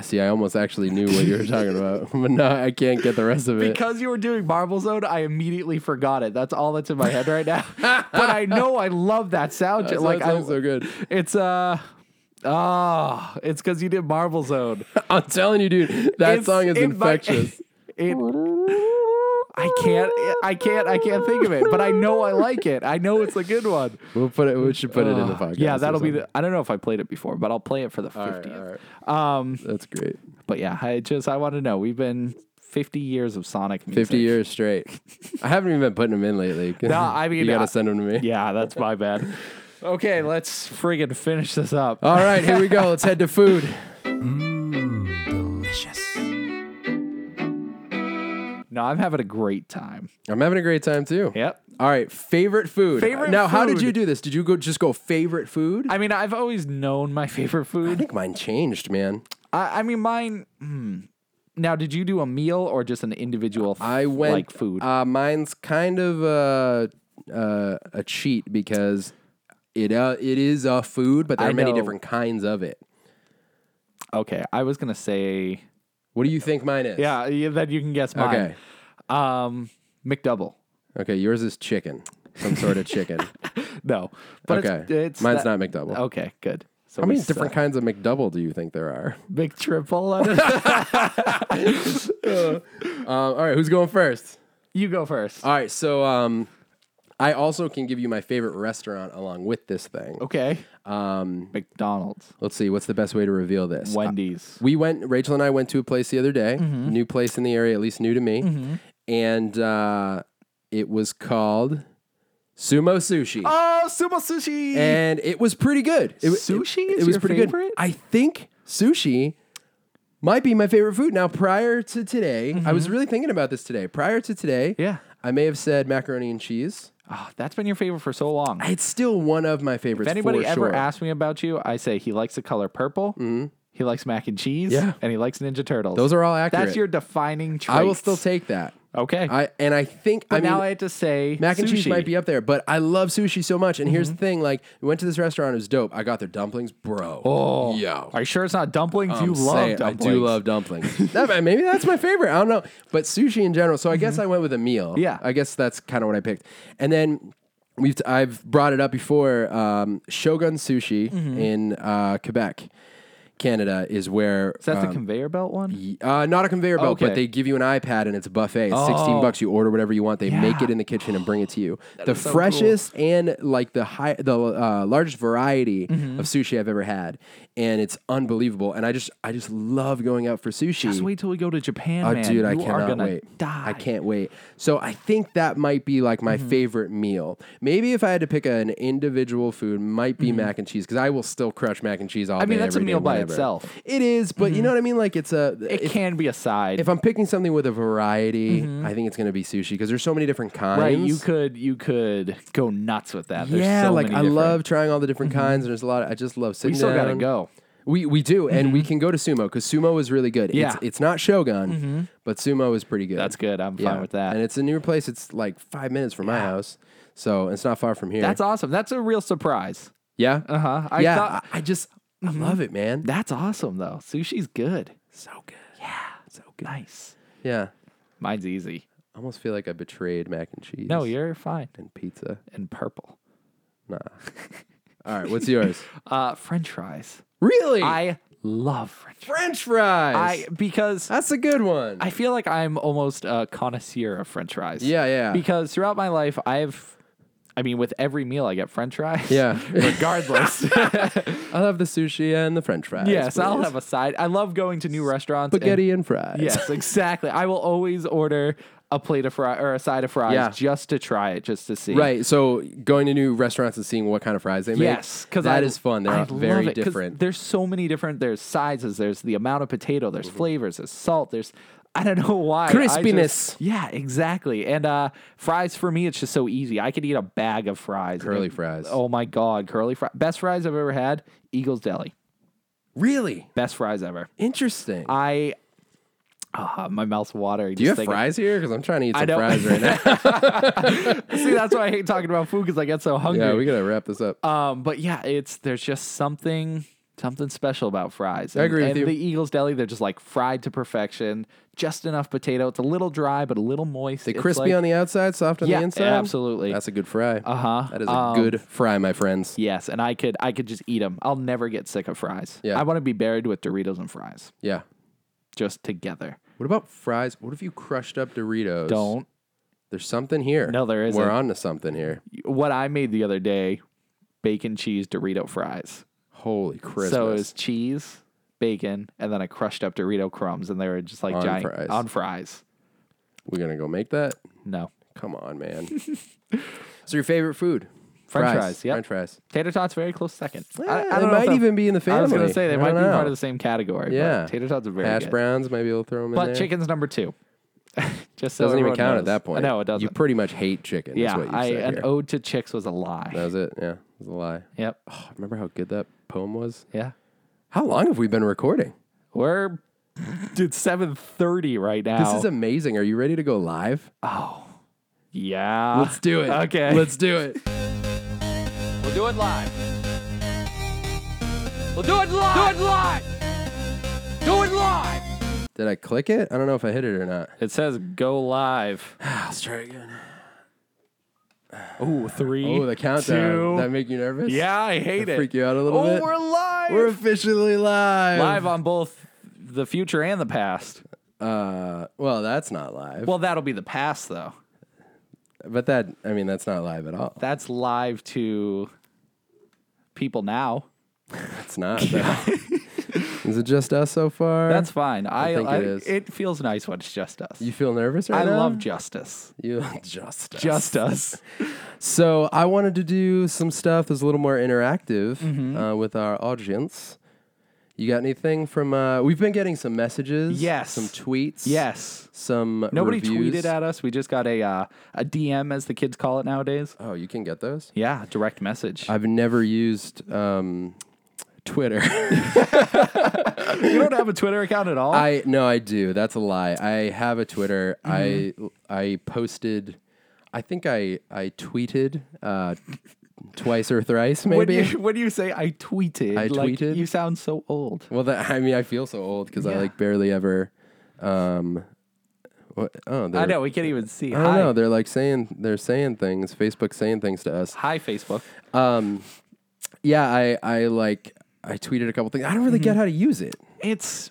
Speaker 1: See, I almost actually knew what you were talking about, but no, I can't get the rest of it.
Speaker 2: Because you were doing Marble Zone, I immediately forgot it. That's all that's in my head right now. but I know I love that sound.
Speaker 1: That's why
Speaker 2: like
Speaker 1: it
Speaker 2: I,
Speaker 1: sounds so good.
Speaker 2: it's uh oh, it's because you did Marble Zone.
Speaker 1: I'm telling you, dude, that
Speaker 2: It's-
Speaker 1: song is
Speaker 2: it mi-
Speaker 1: infectious.
Speaker 2: it, I can't. I can't. I can't think of it. But I know I like it. I know it's a good one.
Speaker 1: we'll put it. We should put it in the podcast.
Speaker 2: yeah,
Speaker 1: or
Speaker 2: that'll be the.
Speaker 1: something.
Speaker 2: I don't know if I played it before, but I'll play it for the
Speaker 1: All right,
Speaker 2: fiftieth.
Speaker 1: all right.
Speaker 2: Um,
Speaker 1: That's great.
Speaker 2: but yeah, I just I want to know. We've been fifty years of Sonic. Music.
Speaker 1: 50 years straight. I haven't even been putting them in lately.
Speaker 2: No, I mean,
Speaker 1: you got
Speaker 2: I-
Speaker 1: to send them to me.
Speaker 2: Yeah, that's my bad. Okay, let's friggin' finish this up.
Speaker 1: All right, here we go. Let's head to food.
Speaker 2: No, I'm having a great time.
Speaker 1: I'm having a great time too.
Speaker 2: Yep.
Speaker 1: All right, favorite food.
Speaker 2: Favorite
Speaker 1: now, how did
Speaker 2: food.
Speaker 1: you do this? Did you go just go favorite food? I
Speaker 2: I mean, I've always known my favorite food.
Speaker 1: think mine changed, man.
Speaker 2: I, I mean, mine. hmm. Now, did you do a meal or just an individual? f-
Speaker 1: I went
Speaker 2: like food.
Speaker 1: Uh, mine's kind of a uh, a cheat because it uh, it is a food, but there
Speaker 2: I
Speaker 1: are many
Speaker 2: know.
Speaker 1: different kinds of it.
Speaker 2: okay, I was gonna say.
Speaker 1: What do you think mine is?
Speaker 2: Yeah, yeah, then you can guess mine.
Speaker 1: Okay.
Speaker 2: Um, McDouble.
Speaker 1: Okay. Yours is chicken, some sort of chicken.
Speaker 2: No, but
Speaker 1: okay.
Speaker 2: it's, it's
Speaker 1: mine's
Speaker 2: that- Oh,
Speaker 1: not McDouble.
Speaker 2: Okay, good. So uh,
Speaker 1: How
Speaker 2: we
Speaker 1: many different
Speaker 2: suck.
Speaker 1: kinds of McDouble do you think there are?
Speaker 2: McTriple?
Speaker 1: Uh, all right, who's going first?
Speaker 2: you go first.
Speaker 1: All right, so um, I also can give you my favorite restaurant along with this thing.
Speaker 2: Okay.
Speaker 1: Um,
Speaker 2: McDonald's,
Speaker 1: let's see, what's the best way to reveal this?
Speaker 2: Wendy's.
Speaker 1: we went. Rachel and I went to a place the other day,
Speaker 2: Mm-hmm.
Speaker 1: new place in the area, at least new to me, and uh, it was called Sumo Sushi.
Speaker 2: Oh, sumo sushi.
Speaker 1: and it was pretty good. It, wa-
Speaker 2: Sushi
Speaker 1: It,
Speaker 2: is
Speaker 1: it was
Speaker 2: your
Speaker 1: pretty
Speaker 2: favorite?
Speaker 1: good. I think sushi might be my favorite food. Now, prior to today, I was really thinking about this today. Prior to today,
Speaker 2: Mm-hmm. Yeah.
Speaker 1: I may have said macaroni and cheese.
Speaker 2: oh, that's been your favorite for so long.
Speaker 1: It's still one of my favorites.
Speaker 2: if anybody
Speaker 1: for
Speaker 2: ever
Speaker 1: sure. Mm-hmm.
Speaker 2: asks me about you, I say he likes the color purple. He likes mac and cheese.
Speaker 1: Yeah.
Speaker 2: And he likes Ninja Turtles.
Speaker 1: Those are all
Speaker 2: That's
Speaker 1: accurate.
Speaker 2: your defining trait.
Speaker 1: I will still take that.
Speaker 2: Okay.
Speaker 1: I and I think I
Speaker 2: but
Speaker 1: mean
Speaker 2: now I have to say
Speaker 1: mac and cheese
Speaker 2: sushi. Mm-hmm.
Speaker 1: might be up there, but I love sushi so much. And here's the thing: like, we went to this restaurant, it was dope. I got their dumplings, bro.
Speaker 2: Oh,
Speaker 1: yo.
Speaker 2: Are you sure it's not dumplings?
Speaker 1: I'm
Speaker 2: you love
Speaker 1: saying,
Speaker 2: dumplings.
Speaker 1: I do love dumplings. That- maybe that's my favorite. I don't know, but sushi in general. So I guess I went with a meal.
Speaker 2: Mm-hmm. Yeah.
Speaker 1: I guess that's kind of what I picked. And then we've t-
Speaker 2: Mm-hmm.
Speaker 1: I've brought it up before. Um, Shogun Sushi in uh, Quebec Canada is where
Speaker 2: Is that the
Speaker 1: um,
Speaker 2: conveyor belt one?
Speaker 1: y- uh, not a conveyor belt,
Speaker 2: Okay.
Speaker 1: but they give you an iPad and it's a buffet. It's
Speaker 2: Oh.
Speaker 1: sixteen bucks. You order whatever you want. They make
Speaker 2: Yeah.
Speaker 1: it in the kitchen and bring it to you. the
Speaker 2: is so cool.
Speaker 1: freshest and like the high, the uh, largest variety
Speaker 2: Mm-hmm.
Speaker 1: of sushi I've ever had, and it's unbelievable. And I just, I just love going out for sushi.
Speaker 2: Just wait till we go to Japan,
Speaker 1: Oh,
Speaker 2: man.
Speaker 1: dude, I
Speaker 2: You are
Speaker 1: cannot
Speaker 2: gonna
Speaker 1: wait.
Speaker 2: Die. Mm-hmm.
Speaker 1: I can't wait. So I think that might be like my favorite meal. Maybe if I had to pick an individual food, might be mac and cheese because I will still crush mac and cheese all day.
Speaker 2: Mm-hmm. I mean, that's a
Speaker 1: every day,
Speaker 2: meal by
Speaker 1: whenever.
Speaker 2: itself. Mm-hmm.
Speaker 1: It is, but you know what I mean. Like it's a.
Speaker 2: It
Speaker 1: if,
Speaker 2: can be a side.
Speaker 1: if I'm picking something with a variety, I think it's going to be sushi because there's so many different kinds.
Speaker 2: right, you could you could go nuts with that. There's
Speaker 1: yeah,
Speaker 2: so
Speaker 1: like
Speaker 2: many
Speaker 1: I
Speaker 2: different-
Speaker 1: love trying all the different kinds. And there's a lot. I just love sitting.
Speaker 2: We still gotta
Speaker 1: down. Mm-hmm.
Speaker 2: go.
Speaker 1: Mm-hmm. We we do, and we can go to sumo because sumo is really good.
Speaker 2: Yeah.
Speaker 1: It's, it's not Shogun, but sumo is pretty good.
Speaker 2: That's good. I'm
Speaker 1: Yeah.
Speaker 2: fine with that.
Speaker 1: And it's a new place. It's like five minutes from my house, so it's not far from here.
Speaker 2: that's awesome. That's a real surprise.
Speaker 1: yeah.
Speaker 2: Uh huh. I mm-hmm.
Speaker 1: yeah.
Speaker 2: thought
Speaker 1: I I just I love it, man.
Speaker 2: that's awesome though. Sushi's good. So good. Yeah. So good. Nice.
Speaker 1: yeah.
Speaker 2: Mine's easy.
Speaker 1: I almost feel like I betrayed mac and cheese.
Speaker 2: No, you're fine.
Speaker 1: and pizza.
Speaker 2: And purple.
Speaker 1: Nah. All right, what's yours?
Speaker 2: Uh, French fries.
Speaker 1: really?
Speaker 2: I love French fries.
Speaker 1: French fries.
Speaker 2: I because
Speaker 1: That's a good one.
Speaker 2: I feel like I'm almost a connoisseur of French fries.
Speaker 1: Yeah, yeah.
Speaker 2: Because throughout my life, I've, I mean, with every meal, I get French fries.
Speaker 1: Yeah.
Speaker 2: Regardless.
Speaker 1: I'll have the sushi and the French fries.
Speaker 2: yes, I'll
Speaker 1: please.
Speaker 2: have a side. I love going to new restaurants. and-
Speaker 1: spaghetti and fries.
Speaker 2: yes, exactly. I will always order a plate of fries or a side of fries
Speaker 1: Yeah.
Speaker 2: just to try it, just to see.
Speaker 1: Right. So going to new restaurants and seeing what kind of fries they make.
Speaker 2: Yes, because
Speaker 1: that is fun. They're very different.
Speaker 2: There's so many different. There's sizes. There's the amount of potato. There's flavors. There's salt. There's I don't know why. I just-
Speaker 1: Crispiness.
Speaker 2: yeah, exactly. And uh, fries for me, it's just so easy. I could eat a bag of fries.
Speaker 1: Curly
Speaker 2: And-
Speaker 1: fries.
Speaker 2: Oh my god, curly fries. Best fries I've ever had. Eagles Deli.
Speaker 1: Really
Speaker 2: Best fries ever.
Speaker 1: interesting.
Speaker 2: I. ah, my mouth's watering.
Speaker 1: Do you have fries here? Because I'm trying to eat some
Speaker 2: don't-
Speaker 1: fries right now.
Speaker 2: See, that's why I hate talking about food because I get so hungry.
Speaker 1: yeah, we gotta wrap this up.
Speaker 2: Um, but yeah, it's there's just something something special about fries. And,
Speaker 1: agree with
Speaker 2: and
Speaker 1: you.
Speaker 2: The Eagles Deli, they're just like fried to perfection, just enough potato. It's a little dry, but a little moist. It's
Speaker 1: Crispy
Speaker 2: like-
Speaker 1: on the outside, soft on
Speaker 2: Yeah,
Speaker 1: the inside.
Speaker 2: absolutely.
Speaker 1: That's a good fry. Uh
Speaker 2: Uh-huh.
Speaker 1: That is a
Speaker 2: Um,
Speaker 1: good fry, my friends.
Speaker 2: Yes, and I could I could just eat them. I'll never get sick of fries.
Speaker 1: Yeah.
Speaker 2: I want to be buried with Doritos and fries,
Speaker 1: Yeah.
Speaker 2: just together.
Speaker 1: What about fries? What if you crushed up Doritos?
Speaker 2: Don't.
Speaker 1: There's something here.
Speaker 2: No, there isn't.
Speaker 1: We're on to something here.
Speaker 2: What I made the other day, bacon cheese Dorito fries.
Speaker 1: Holy Christmas.
Speaker 2: So it was cheese, bacon, and then I crushed up Dorito crumbs, and they were just like
Speaker 1: On
Speaker 2: giant
Speaker 1: fries.
Speaker 2: on fries.
Speaker 1: We're gonna go make that?
Speaker 2: No,
Speaker 1: Come on, man. so your favorite food?
Speaker 2: French
Speaker 1: fries.
Speaker 2: fries, yep.
Speaker 1: French fries.
Speaker 2: Tater tots very close second.
Speaker 1: Yeah, they might
Speaker 2: if
Speaker 1: even be in the
Speaker 2: I was
Speaker 1: family.
Speaker 2: to say they
Speaker 1: I
Speaker 2: might
Speaker 1: don't
Speaker 2: be
Speaker 1: know.
Speaker 2: part of the same category.
Speaker 1: Yeah.
Speaker 2: Yeah, tater tots are very
Speaker 1: Hash
Speaker 2: good.
Speaker 1: browns, maybe we'll throw them
Speaker 2: but
Speaker 1: in there.
Speaker 2: chicken's number two. Just so
Speaker 1: doesn't even
Speaker 2: everyone
Speaker 1: count at
Speaker 2: knows.
Speaker 1: that point.
Speaker 2: No, it doesn't.
Speaker 1: You pretty much hate chicken.
Speaker 2: yeah,
Speaker 1: That's what you
Speaker 2: I,
Speaker 1: said
Speaker 2: an
Speaker 1: here.
Speaker 2: ode to chicks was a lie.
Speaker 1: That was it. Yeah, it was a lie.
Speaker 2: yep.
Speaker 1: Oh, remember how good that poem was?
Speaker 2: Yeah,
Speaker 1: How long have we been recording?
Speaker 2: we're it's seven thirty right now.
Speaker 1: This is amazing. Are you ready to go live?
Speaker 2: yeah.
Speaker 1: Let's do it.
Speaker 2: Okay,
Speaker 1: Let's do it.
Speaker 2: we'll do it live. We'll do it live. Do it live. Do it live.
Speaker 1: Did I click it? I don't know if I hit it or not.
Speaker 2: It says go live.
Speaker 1: Let's try again.
Speaker 2: Ooh, three.
Speaker 1: Oh, the countdown.
Speaker 2: two.
Speaker 1: Does that make you nervous?
Speaker 2: Yeah, I hate it.
Speaker 1: freak you out a little
Speaker 2: oh,
Speaker 1: bit?
Speaker 2: we're live.
Speaker 1: We're officially live.
Speaker 2: live on both the future and the past.
Speaker 1: Uh, well, that's not live.
Speaker 2: Well, that'll be the past though.
Speaker 1: but that, I mean, that's not live at all.
Speaker 2: That's live to people now.
Speaker 1: That's not. though. Is it just us so far?
Speaker 2: That's fine. I,
Speaker 1: think it
Speaker 2: I-
Speaker 1: is.
Speaker 2: It feels nice when it's just us.
Speaker 1: You feel nervous right
Speaker 2: I
Speaker 1: now?
Speaker 2: love justice.
Speaker 1: you. Just us.
Speaker 2: Just us.
Speaker 1: So I wanted to do some stuff that's a little more interactive
Speaker 2: Mm-hmm.
Speaker 1: uh, with our audience. You got anything from? Uh, we've been getting some messages.
Speaker 2: Yes.
Speaker 1: Some tweets.
Speaker 2: yes.
Speaker 1: Some.
Speaker 2: Nobody
Speaker 1: reviews.
Speaker 2: tweeted at us. We just got a uh, a DM, as the kids call it nowadays.
Speaker 1: Oh, you can get those.
Speaker 2: Yeah, direct message.
Speaker 1: I've never used um, Twitter.
Speaker 2: you don't have a Twitter account at all.
Speaker 1: I no, I do. That's a lie. I have a Twitter. I I posted. I think I I tweeted uh, twice or thrice,
Speaker 2: when
Speaker 1: maybe.
Speaker 2: you when you say I tweeted,
Speaker 1: I
Speaker 2: like,
Speaker 1: tweeted?
Speaker 2: You sound so old.
Speaker 1: Well, that I mean, I feel so old because I
Speaker 2: Yeah.
Speaker 1: like barely ever. Um, what? Oh,
Speaker 2: I
Speaker 1: they're-
Speaker 2: know we can't even see.
Speaker 1: I don't
Speaker 2: Hi.
Speaker 1: know. They're like saying they're saying things. Facebook saying things to us.
Speaker 2: Hi, Facebook.
Speaker 1: Yeah, I I like I tweeted a couple things. I don't really get how to use it,
Speaker 2: It's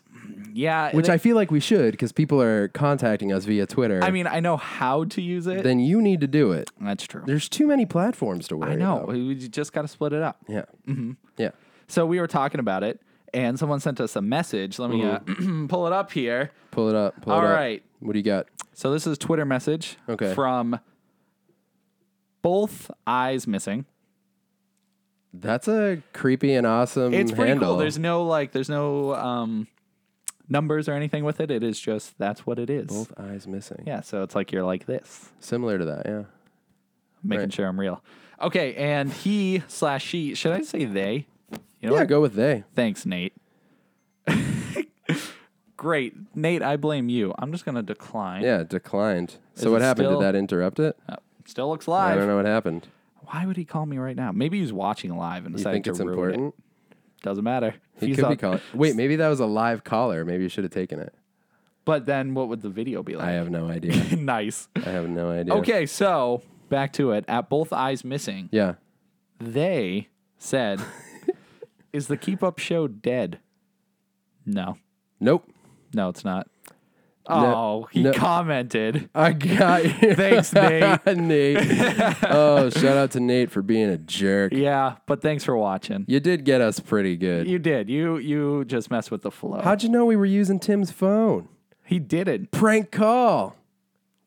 Speaker 2: yeah,
Speaker 1: which I feel like we should because people are contacting us via Twitter.
Speaker 2: I mean, I know how to use it.
Speaker 1: then you need to do it.
Speaker 2: That's true.
Speaker 1: There's too many platforms to worry
Speaker 2: I know.
Speaker 1: about.
Speaker 2: We just got to split it up.
Speaker 1: Yeah.
Speaker 2: Mm-hmm.
Speaker 1: Yeah.
Speaker 2: So we were talking about it, and someone sent us a message. Let me
Speaker 1: Mm-hmm.
Speaker 2: uh, pull it up here.
Speaker 1: Pull it up. Pull
Speaker 2: All
Speaker 1: it up.
Speaker 2: right.
Speaker 1: What do you got?
Speaker 2: So this is a Twitter message
Speaker 1: Okay.
Speaker 2: from both eyes missing.
Speaker 1: That's a creepy and awesome
Speaker 2: It's pretty
Speaker 1: handle.
Speaker 2: cool. There's no like, there's no um, numbers or anything with it. It is just that's what it is.
Speaker 1: Both eyes missing.
Speaker 2: Yeah. So it's like you're like this,
Speaker 1: Similar to that. Yeah.
Speaker 2: making sure I'm real. Okay. And he slash she. Should I say they? You know
Speaker 1: Yeah.
Speaker 2: what?
Speaker 1: Go with they.
Speaker 2: Thanks, Nate. Great, Nate. I blame you. I'm just gonna decline.
Speaker 1: Yeah. Declined. So
Speaker 2: Is
Speaker 1: what
Speaker 2: it
Speaker 1: happened?
Speaker 2: still-
Speaker 1: Did that interrupt it?
Speaker 2: Uh, still looks
Speaker 1: I
Speaker 2: live.
Speaker 1: don't know what happened.
Speaker 2: Why would he call me right now? Maybe he's watching live and
Speaker 1: You
Speaker 2: decided
Speaker 1: think
Speaker 2: to
Speaker 1: it's
Speaker 2: ruin
Speaker 1: important?
Speaker 2: It. Doesn't matter. If
Speaker 1: He
Speaker 2: he's
Speaker 1: could be
Speaker 2: up-
Speaker 1: calling. Wait, maybe that was a live caller. Maybe you should have taken it.
Speaker 2: But then, what would the video be
Speaker 1: I
Speaker 2: like?
Speaker 1: have no idea.
Speaker 2: nice.
Speaker 1: I have no idea.
Speaker 2: Okay, so back to it. At both eyes missing,
Speaker 1: Yeah.
Speaker 2: they said, "Is the Keep Up Show dead?" No,
Speaker 1: Nope.
Speaker 2: no, it's not. Oh, he
Speaker 1: no.
Speaker 2: commented.
Speaker 1: I got you.
Speaker 2: Thanks, Nate.
Speaker 1: Nate. Oh, shout out to Nate for being a jerk.
Speaker 2: Yeah, but thanks for watching.
Speaker 1: You did get us pretty good.
Speaker 2: You did. You you just messed with the flow.
Speaker 1: How'd you know we were using Tim's phone?
Speaker 2: he didn't.
Speaker 1: Prank call.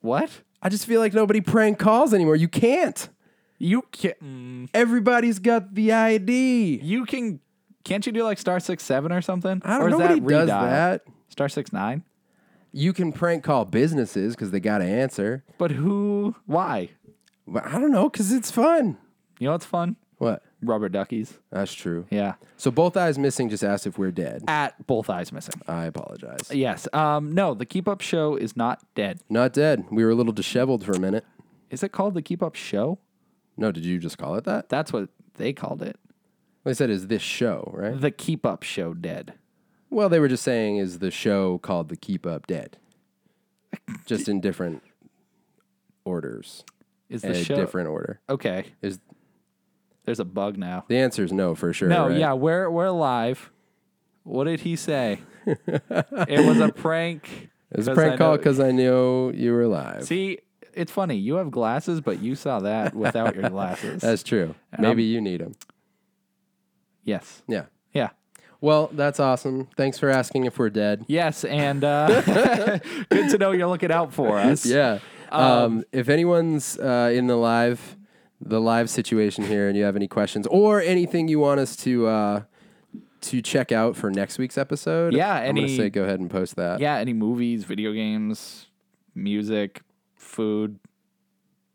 Speaker 2: What?
Speaker 1: I just feel like nobody prank calls anymore. You can't.
Speaker 2: You can mm,
Speaker 1: Everybody's got the ID.
Speaker 2: you can can't you do like star six seven or something?
Speaker 1: I
Speaker 2: or
Speaker 1: don't
Speaker 2: is
Speaker 1: know nobody does
Speaker 2: redial?
Speaker 1: that.
Speaker 2: Star six nine.
Speaker 1: You can prank call businesses because they got to answer.
Speaker 2: But who? Why?
Speaker 1: But I don't know because it's fun.
Speaker 2: You know what's fun?
Speaker 1: What?
Speaker 2: Rubber duckies.
Speaker 1: That's true.
Speaker 2: Yeah.
Speaker 1: So both eyes missing just asked if we're dead.
Speaker 2: At both eyes missing.
Speaker 1: I apologize.
Speaker 2: Yes. Um. No. The Keep Up Show is not dead.
Speaker 1: Not dead. We were a little disheveled for a minute.
Speaker 2: Is it called the Keep Up Show?
Speaker 1: No, did you just call it that?
Speaker 2: That's what they called it.
Speaker 1: They said, is this show, right?
Speaker 2: The Keep Up Show dead.
Speaker 1: Well, they were just saying, is the show called The Keep Up Dead? Just in different orders.
Speaker 2: Is the
Speaker 1: A
Speaker 2: show
Speaker 1: different order.
Speaker 2: Okay.
Speaker 1: Is
Speaker 2: There's a bug now.
Speaker 1: The answer is no for sure.
Speaker 2: No,
Speaker 1: right?
Speaker 2: yeah, we're we're live. What did he say? it was a prank.
Speaker 1: It was a
Speaker 2: 'cause I
Speaker 1: prank call
Speaker 2: know-
Speaker 1: because I knew you were alive.
Speaker 2: see, it's funny. You have glasses, but you saw that without your glasses.
Speaker 1: That's true.
Speaker 2: um,
Speaker 1: Maybe you need them.
Speaker 2: yes,
Speaker 1: Yeah.
Speaker 2: yeah,
Speaker 1: Well, that's awesome. Thanks for asking if we're dead.
Speaker 2: yes, and uh, good to know you're looking out for us.
Speaker 1: Yeah. Um, if anyone's uh, in the live, the live situation here, and you have any questions or anything you want us to uh, to check out for next week's episode,
Speaker 2: Yeah,
Speaker 1: I'm gonna
Speaker 2: any-
Speaker 1: say go ahead and post that.
Speaker 2: yeah. Any movies, video games, music, food,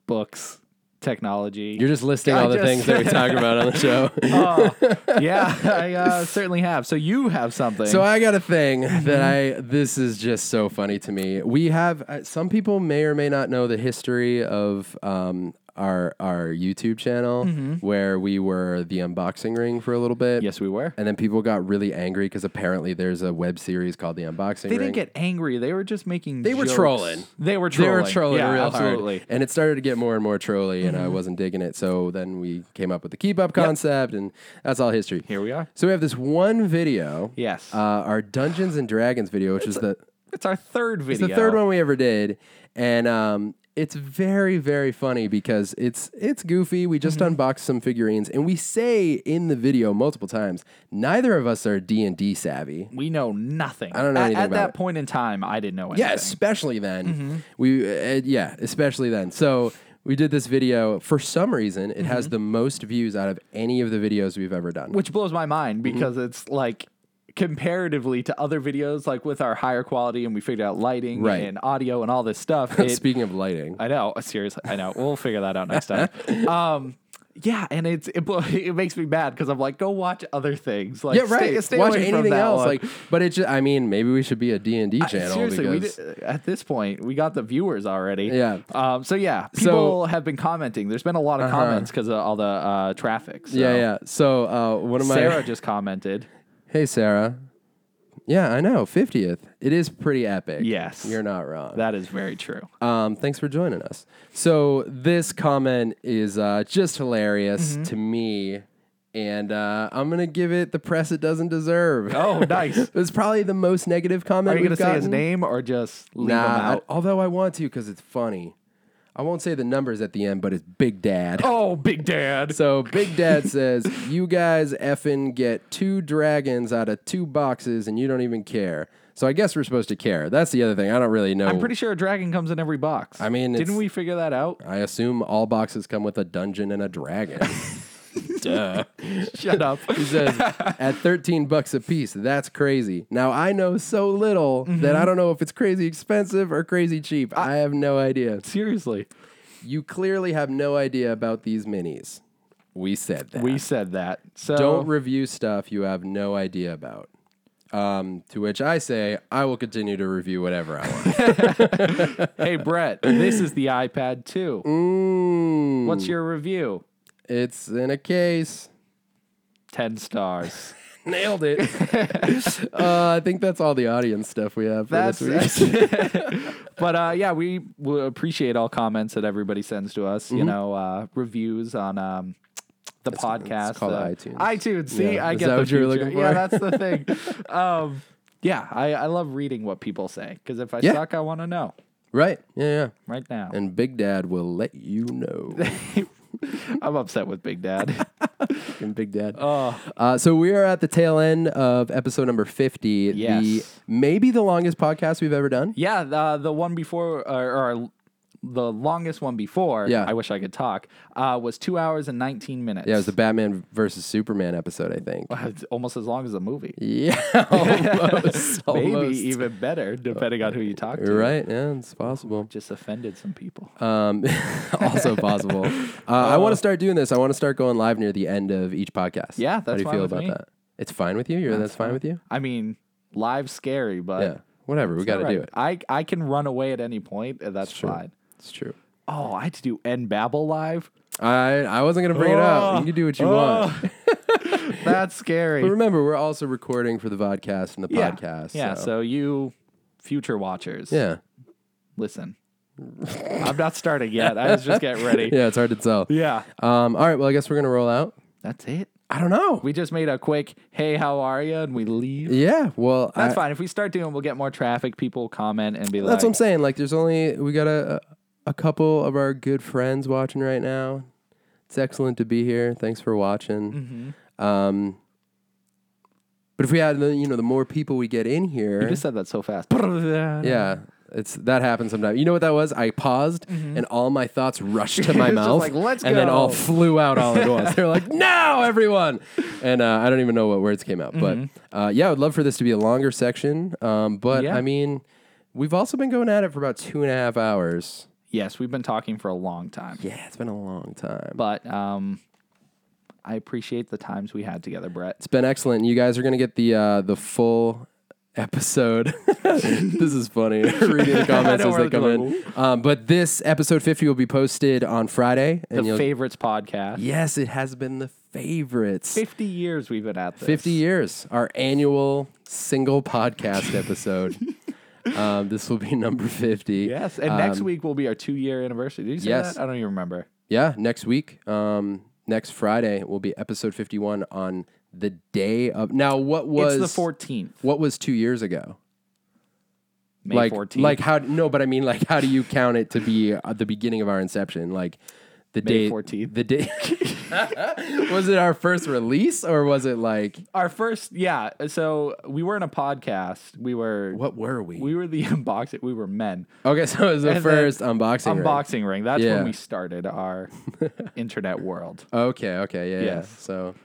Speaker 2: books, technology.
Speaker 1: You're just listing
Speaker 2: I
Speaker 1: all the
Speaker 2: just- Um,
Speaker 1: things that we talk about on the show.
Speaker 2: yeah, I uh, certainly have. So you have something.
Speaker 1: So I got a thing that I
Speaker 2: mm-hmm.
Speaker 1: this is just so funny to me. We have uh, some people may or may not know the history of um, our our YouTube channel
Speaker 2: Mm-hmm.
Speaker 1: where we were the unboxing ring for a little bit.
Speaker 2: yes, we were.
Speaker 1: And then people got really angry because apparently there's a web series called The Unboxing
Speaker 2: They
Speaker 1: Ring.
Speaker 2: didn't get angry. They were just making.
Speaker 1: They were
Speaker 2: jokes.
Speaker 1: trolling.
Speaker 2: They were
Speaker 1: They
Speaker 2: trolling.
Speaker 1: were trolling
Speaker 2: yeah,
Speaker 1: real
Speaker 2: absolutely. Mm-hmm.
Speaker 1: hard, and it started to get more and more trolly, and I wasn't digging it. So then we came up with the keep up concept, and that's all history.
Speaker 2: Here we are.
Speaker 1: So we have this one video,
Speaker 2: Yes.
Speaker 1: uh, our Dungeons and Dragons video, which is the
Speaker 2: It's our third video.
Speaker 1: It's the third one we ever did, and um, it's very very funny because it's it's goofy. We
Speaker 2: Mm-hmm.
Speaker 1: just unboxed some figurines, and we say in the video multiple times, neither of us are D and D savvy.
Speaker 2: We know nothing. I
Speaker 1: don't know
Speaker 2: at,
Speaker 1: anything
Speaker 2: at
Speaker 1: about
Speaker 2: that
Speaker 1: it.
Speaker 2: point in time. I didn't know anything.
Speaker 1: Yeah, especially then.
Speaker 2: Mm-hmm.
Speaker 1: We uh, yeah, especially then. So we did this video for some reason. It
Speaker 2: Mm-hmm.
Speaker 1: has the most views out of any of the videos we've ever done.
Speaker 2: which blows my mind
Speaker 1: Mm-hmm.
Speaker 2: because it's like comparatively to other videos, like with our higher quality, and we figured out lighting
Speaker 1: Right.
Speaker 2: and audio and all this stuff. it-
Speaker 1: Speaking of lighting,
Speaker 2: I know. Seriously, I know. We'll figure that out next time. Um, yeah, and it's it, blo- it makes me mad because I'm like, go watch other things. Like,
Speaker 1: yeah, right.
Speaker 2: Stay, stay
Speaker 1: Watch
Speaker 2: away from
Speaker 1: anything
Speaker 2: that
Speaker 1: else,
Speaker 2: one.
Speaker 1: like, but it. Just, I mean, maybe we should be a D and D channel.
Speaker 2: Seriously, we
Speaker 1: because-
Speaker 2: did, at this point, we got the viewers already.
Speaker 1: Yeah. Uh-huh.
Speaker 2: Um, so yeah, people have been commenting. There's been a lot of comments because of all the uh, traffic. So.
Speaker 1: yeah, yeah. So uh, one of my
Speaker 2: Sarah just commented.
Speaker 1: Hey, Sarah. Yeah, I know. 50th. It is pretty epic.
Speaker 2: Yes.
Speaker 1: You're not wrong.
Speaker 2: That is very true.
Speaker 1: um, thanks for joining
Speaker 2: Mm-hmm.
Speaker 1: us. So, this comment is uh, just hilarious to me and uh, I'm gonna give it the press it doesn't deserve.
Speaker 2: Oh, nice.
Speaker 1: it was probably the most negative comment.
Speaker 2: Are you
Speaker 1: we've
Speaker 2: going to say his
Speaker 1: gotten.
Speaker 2: name or just leave
Speaker 1: Nah,
Speaker 2: him
Speaker 1: I-
Speaker 2: out?
Speaker 1: although I want to because it's funny. I won't say the numbers at the end, but it's Big Dad.
Speaker 2: oh, Big Dad.
Speaker 1: So Big Dad says, "You guys effing get two dragons out of two boxes, and you don't even care." So I guess we're supposed to care. That's the other thing. I don't really know.
Speaker 2: I'm pretty sure a dragon comes in every box.
Speaker 1: I mean,
Speaker 2: didn't
Speaker 1: it's-
Speaker 2: we figure that out?
Speaker 1: I assume all boxes come with a dungeon and a dragon.
Speaker 2: Shut up.
Speaker 1: He says, at 13 bucks a piece, that's crazy. Now, I know so little that I don't know if it's crazy expensive or crazy cheap. Mm-hmm. I, have no idea.
Speaker 2: Seriously,
Speaker 1: You clearly have no idea about these minis. We said that.
Speaker 2: we said that. So
Speaker 1: don't review stuff you have no idea about. Um, to which I say, I will continue to review whatever I want.
Speaker 2: hey, Brett, this is the iPad 2.
Speaker 1: Mm,
Speaker 2: What's your review?
Speaker 1: it's in a case.
Speaker 2: 10 stars.
Speaker 1: Nailed it. uh, I think that's all the audience stuff we have for
Speaker 2: That's
Speaker 1: this week.
Speaker 2: but uh, yeah, we will appreciate all comments that everybody sends to us.
Speaker 1: Mm-hmm.
Speaker 2: You know, uh, reviews on um, the podcast,
Speaker 1: called
Speaker 2: uh,
Speaker 1: iTunes.
Speaker 2: iTunes. See,
Speaker 1: Yeah.
Speaker 2: I
Speaker 1: Is
Speaker 2: get
Speaker 1: that
Speaker 2: the
Speaker 1: what you were
Speaker 2: future.
Speaker 1: looking
Speaker 2: Yeah,
Speaker 1: for?
Speaker 2: that's the thing. um, yeah, I, I love reading what people say because if I
Speaker 1: Yeah.
Speaker 2: suck, I want to know
Speaker 1: Right. Yeah, yeah.
Speaker 2: right now.
Speaker 1: And Big Dad will let you know.
Speaker 2: I'm upset with Big Dad.
Speaker 1: Fucking Big Dad.
Speaker 2: Oh.
Speaker 1: Uh, so we are at the tail end of episode number 50. The,
Speaker 2: Yes.
Speaker 1: maybe the longest podcast we've ever done.
Speaker 2: yeah, the, the one before, or, or the longest one before,
Speaker 1: Yeah.
Speaker 2: I wish I could talk, uh, was two hours and 19 minutes.
Speaker 1: Yeah, it was the Batman versus Superman episode, I think.
Speaker 2: It's almost as long as a movie.
Speaker 1: Yeah, almost.
Speaker 2: Maybe
Speaker 1: almost.
Speaker 2: even better, depending on who you talk to.
Speaker 1: You're right. Yeah, it's possible.
Speaker 2: Just offended some people.
Speaker 1: Um, also possible. Uh, I want to start doing this. I want to start going live near the end of each podcast.
Speaker 2: Yeah,
Speaker 1: How
Speaker 2: that's
Speaker 1: do you
Speaker 2: fine
Speaker 1: feel
Speaker 2: with
Speaker 1: about
Speaker 2: me.
Speaker 1: that? It's fine with you? You're, that's, fine with you?
Speaker 2: I mean, live's scary, but
Speaker 1: Yeah. Whatever. We got to do it.
Speaker 2: I I can run away at any point, and that's
Speaker 1: true.
Speaker 2: fine.
Speaker 1: It's true.
Speaker 2: Oh, I had to do N Babel live.
Speaker 1: I, I wasn't going to bring it
Speaker 2: Oh.
Speaker 1: up. You can do what you want.
Speaker 2: That's
Speaker 1: But
Speaker 2: scary.
Speaker 1: remember, we're also recording for the vodcast and the
Speaker 2: Yeah.
Speaker 1: podcast.
Speaker 2: Yeah. So.
Speaker 1: So.
Speaker 2: you, future watchers,
Speaker 1: Yeah.
Speaker 2: listen. I'm not starting yet. I was just getting ready.
Speaker 1: Yeah. It's hard to tell.
Speaker 2: yeah.
Speaker 1: Um, all right. Well, I guess we're gonna roll out.
Speaker 2: That's it.
Speaker 1: I don't know.
Speaker 2: We just made a quick "Hey, how are you?" and we leave.
Speaker 1: yeah. Well,
Speaker 2: That's
Speaker 1: I-
Speaker 2: fine. If we start doing, we'll get more traffic. People will comment and be
Speaker 1: That's what I'm
Speaker 2: like,
Speaker 1: saying. Like, there's only we got a a couple of our good friends watching right now. It's excellent to be here. Thanks for watching.
Speaker 2: Mm-hmm.
Speaker 1: Um, but if we had the you know the more people we get in here,
Speaker 2: You just said that so fast.
Speaker 1: yeah. It's that happens sometimes. You know what that was? I paused and all my thoughts rushed to my
Speaker 2: It's just
Speaker 1: mouth,
Speaker 2: like, "Let's
Speaker 1: and then all
Speaker 2: go."
Speaker 1: flew out all at once. They're like, "Now, everyone!" And uh, I don't even know what words came out, but uh, yeah, I would love for this to be a longer section. Um, but
Speaker 2: Yeah.
Speaker 1: I mean, we've also been going at it for about two and a half hours.
Speaker 2: Yes, we've been talking for a long time.
Speaker 1: Yeah, it's been a long time.
Speaker 2: But um, I appreciate the times we had together, Brett.
Speaker 1: It's been excellent. You guys are gonna get the uh, the full episode. this is funny. Reading the comments
Speaker 2: know
Speaker 1: as
Speaker 2: where
Speaker 1: they
Speaker 2: it's
Speaker 1: come in.
Speaker 2: going.
Speaker 1: Um, but this episode fifty will be posted on Friday, and
Speaker 2: The
Speaker 1: you'll.
Speaker 2: favorites podcast.
Speaker 1: yes, it has been the favorites.
Speaker 2: 50 years we've been at this.
Speaker 1: Fifty years, our annual single podcast episode. um, this will be number fifty.
Speaker 2: Yes. And next week will be our two year anniversary. Did you say
Speaker 1: Um, yes.
Speaker 2: that? I don't even remember.
Speaker 1: Yeah, next week, um, next Friday will be episode fifty-one on the day of. Now, what was
Speaker 2: it's the 14th.
Speaker 1: What was two years ago?
Speaker 2: May
Speaker 1: like
Speaker 2: 14th.
Speaker 1: like how no but i mean like how do you count it to be uh, the beginning of our inception like the
Speaker 2: May
Speaker 1: day
Speaker 2: 14th.
Speaker 1: the day was it our first release or was it like
Speaker 2: our first, yeah. So we weren't a podcast. We were,
Speaker 1: what were we,
Speaker 2: we were the unboxing, we were men.
Speaker 1: okay so it was the
Speaker 2: And then-
Speaker 1: first unboxing ring.
Speaker 2: Unboxing ring. That's
Speaker 1: Yeah.
Speaker 2: when we started our internet world.
Speaker 1: okay okay yeah, yeah
Speaker 2: Yes.
Speaker 1: so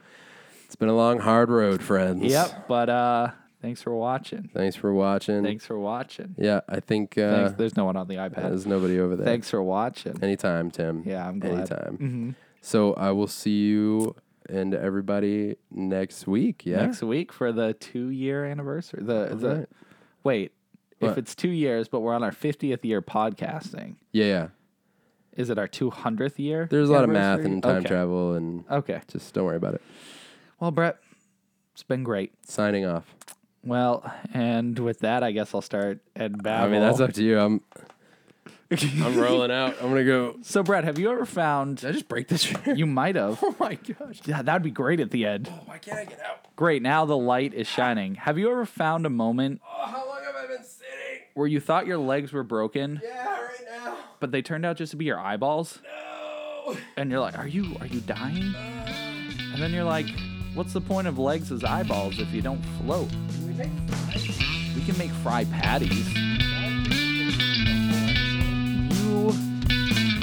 Speaker 1: it's been a long hard road friends
Speaker 2: Yep. But uh, thanks for watching.
Speaker 1: thanks for watching
Speaker 2: Thanks for watching.
Speaker 1: yeah i think uh,
Speaker 2: Thanks. There's no one on the iPad.
Speaker 1: there's nobody over there
Speaker 2: Thanks for watching.
Speaker 1: anytime tim
Speaker 2: Yeah, I'm glad. Mm-hmm.
Speaker 1: anytime so i will see you and everybody next week yeah
Speaker 2: Next week for the two year anniversary. The, the
Speaker 1: right.
Speaker 2: wait,
Speaker 1: What?
Speaker 2: if it's two years, but we're on our fiftieth year podcasting,
Speaker 1: yeah yeah
Speaker 2: is it our two hundredth year?
Speaker 1: There's a lot of math
Speaker 2: anniversary?
Speaker 1: and time
Speaker 2: Okay.
Speaker 1: travel, and
Speaker 2: Okay.
Speaker 1: just don't worry about it.
Speaker 2: Well, Brett, it's been great.
Speaker 1: Signing off.
Speaker 2: Well, and with that, I guess I'll start at Babel.
Speaker 1: I mean, that's up to you. I'm I'm rolling out. I'm gonna go.
Speaker 2: So, Brad, have you ever found
Speaker 1: Did I just break this? chair?
Speaker 2: you might have?
Speaker 1: oh my gosh! Oh,
Speaker 2: Yeah, that'd be great at the end.
Speaker 1: Why can't I get out?
Speaker 2: Great. Now the light is shining. Have you ever found a moment
Speaker 1: Oh, how long have I been sitting?
Speaker 2: where you thought your legs were broken,
Speaker 1: Yeah, right now.
Speaker 2: but they turned out just to be your eyeballs?
Speaker 1: No. Uh.
Speaker 2: and you're like, "Are you are you dying?" And then you're like, "What's the point of legs as eyeballs if you don't float?" We can make fry patties. You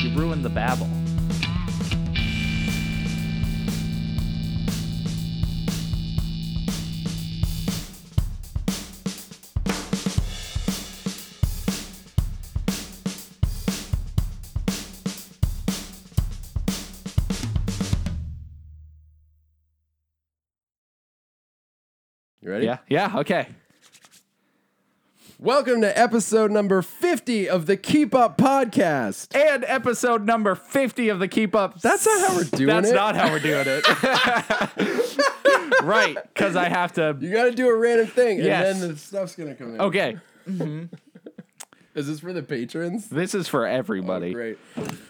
Speaker 2: you ruined the babble.
Speaker 1: You ready?
Speaker 2: Yeah, yeah, okay.
Speaker 1: Welcome to episode number 50 of the Keep Up Podcast.
Speaker 2: And episode number fifty of the Keep Up.
Speaker 1: That's not how we're doing
Speaker 2: That's
Speaker 1: it.
Speaker 2: not how we're doing it. right, because I have to.
Speaker 1: You got to do a random thing,
Speaker 2: Yes.
Speaker 1: and then the stuff's gonna come in.
Speaker 2: Okay,
Speaker 1: Is this for the patrons?
Speaker 2: this is for everybody.
Speaker 1: Oh, Great.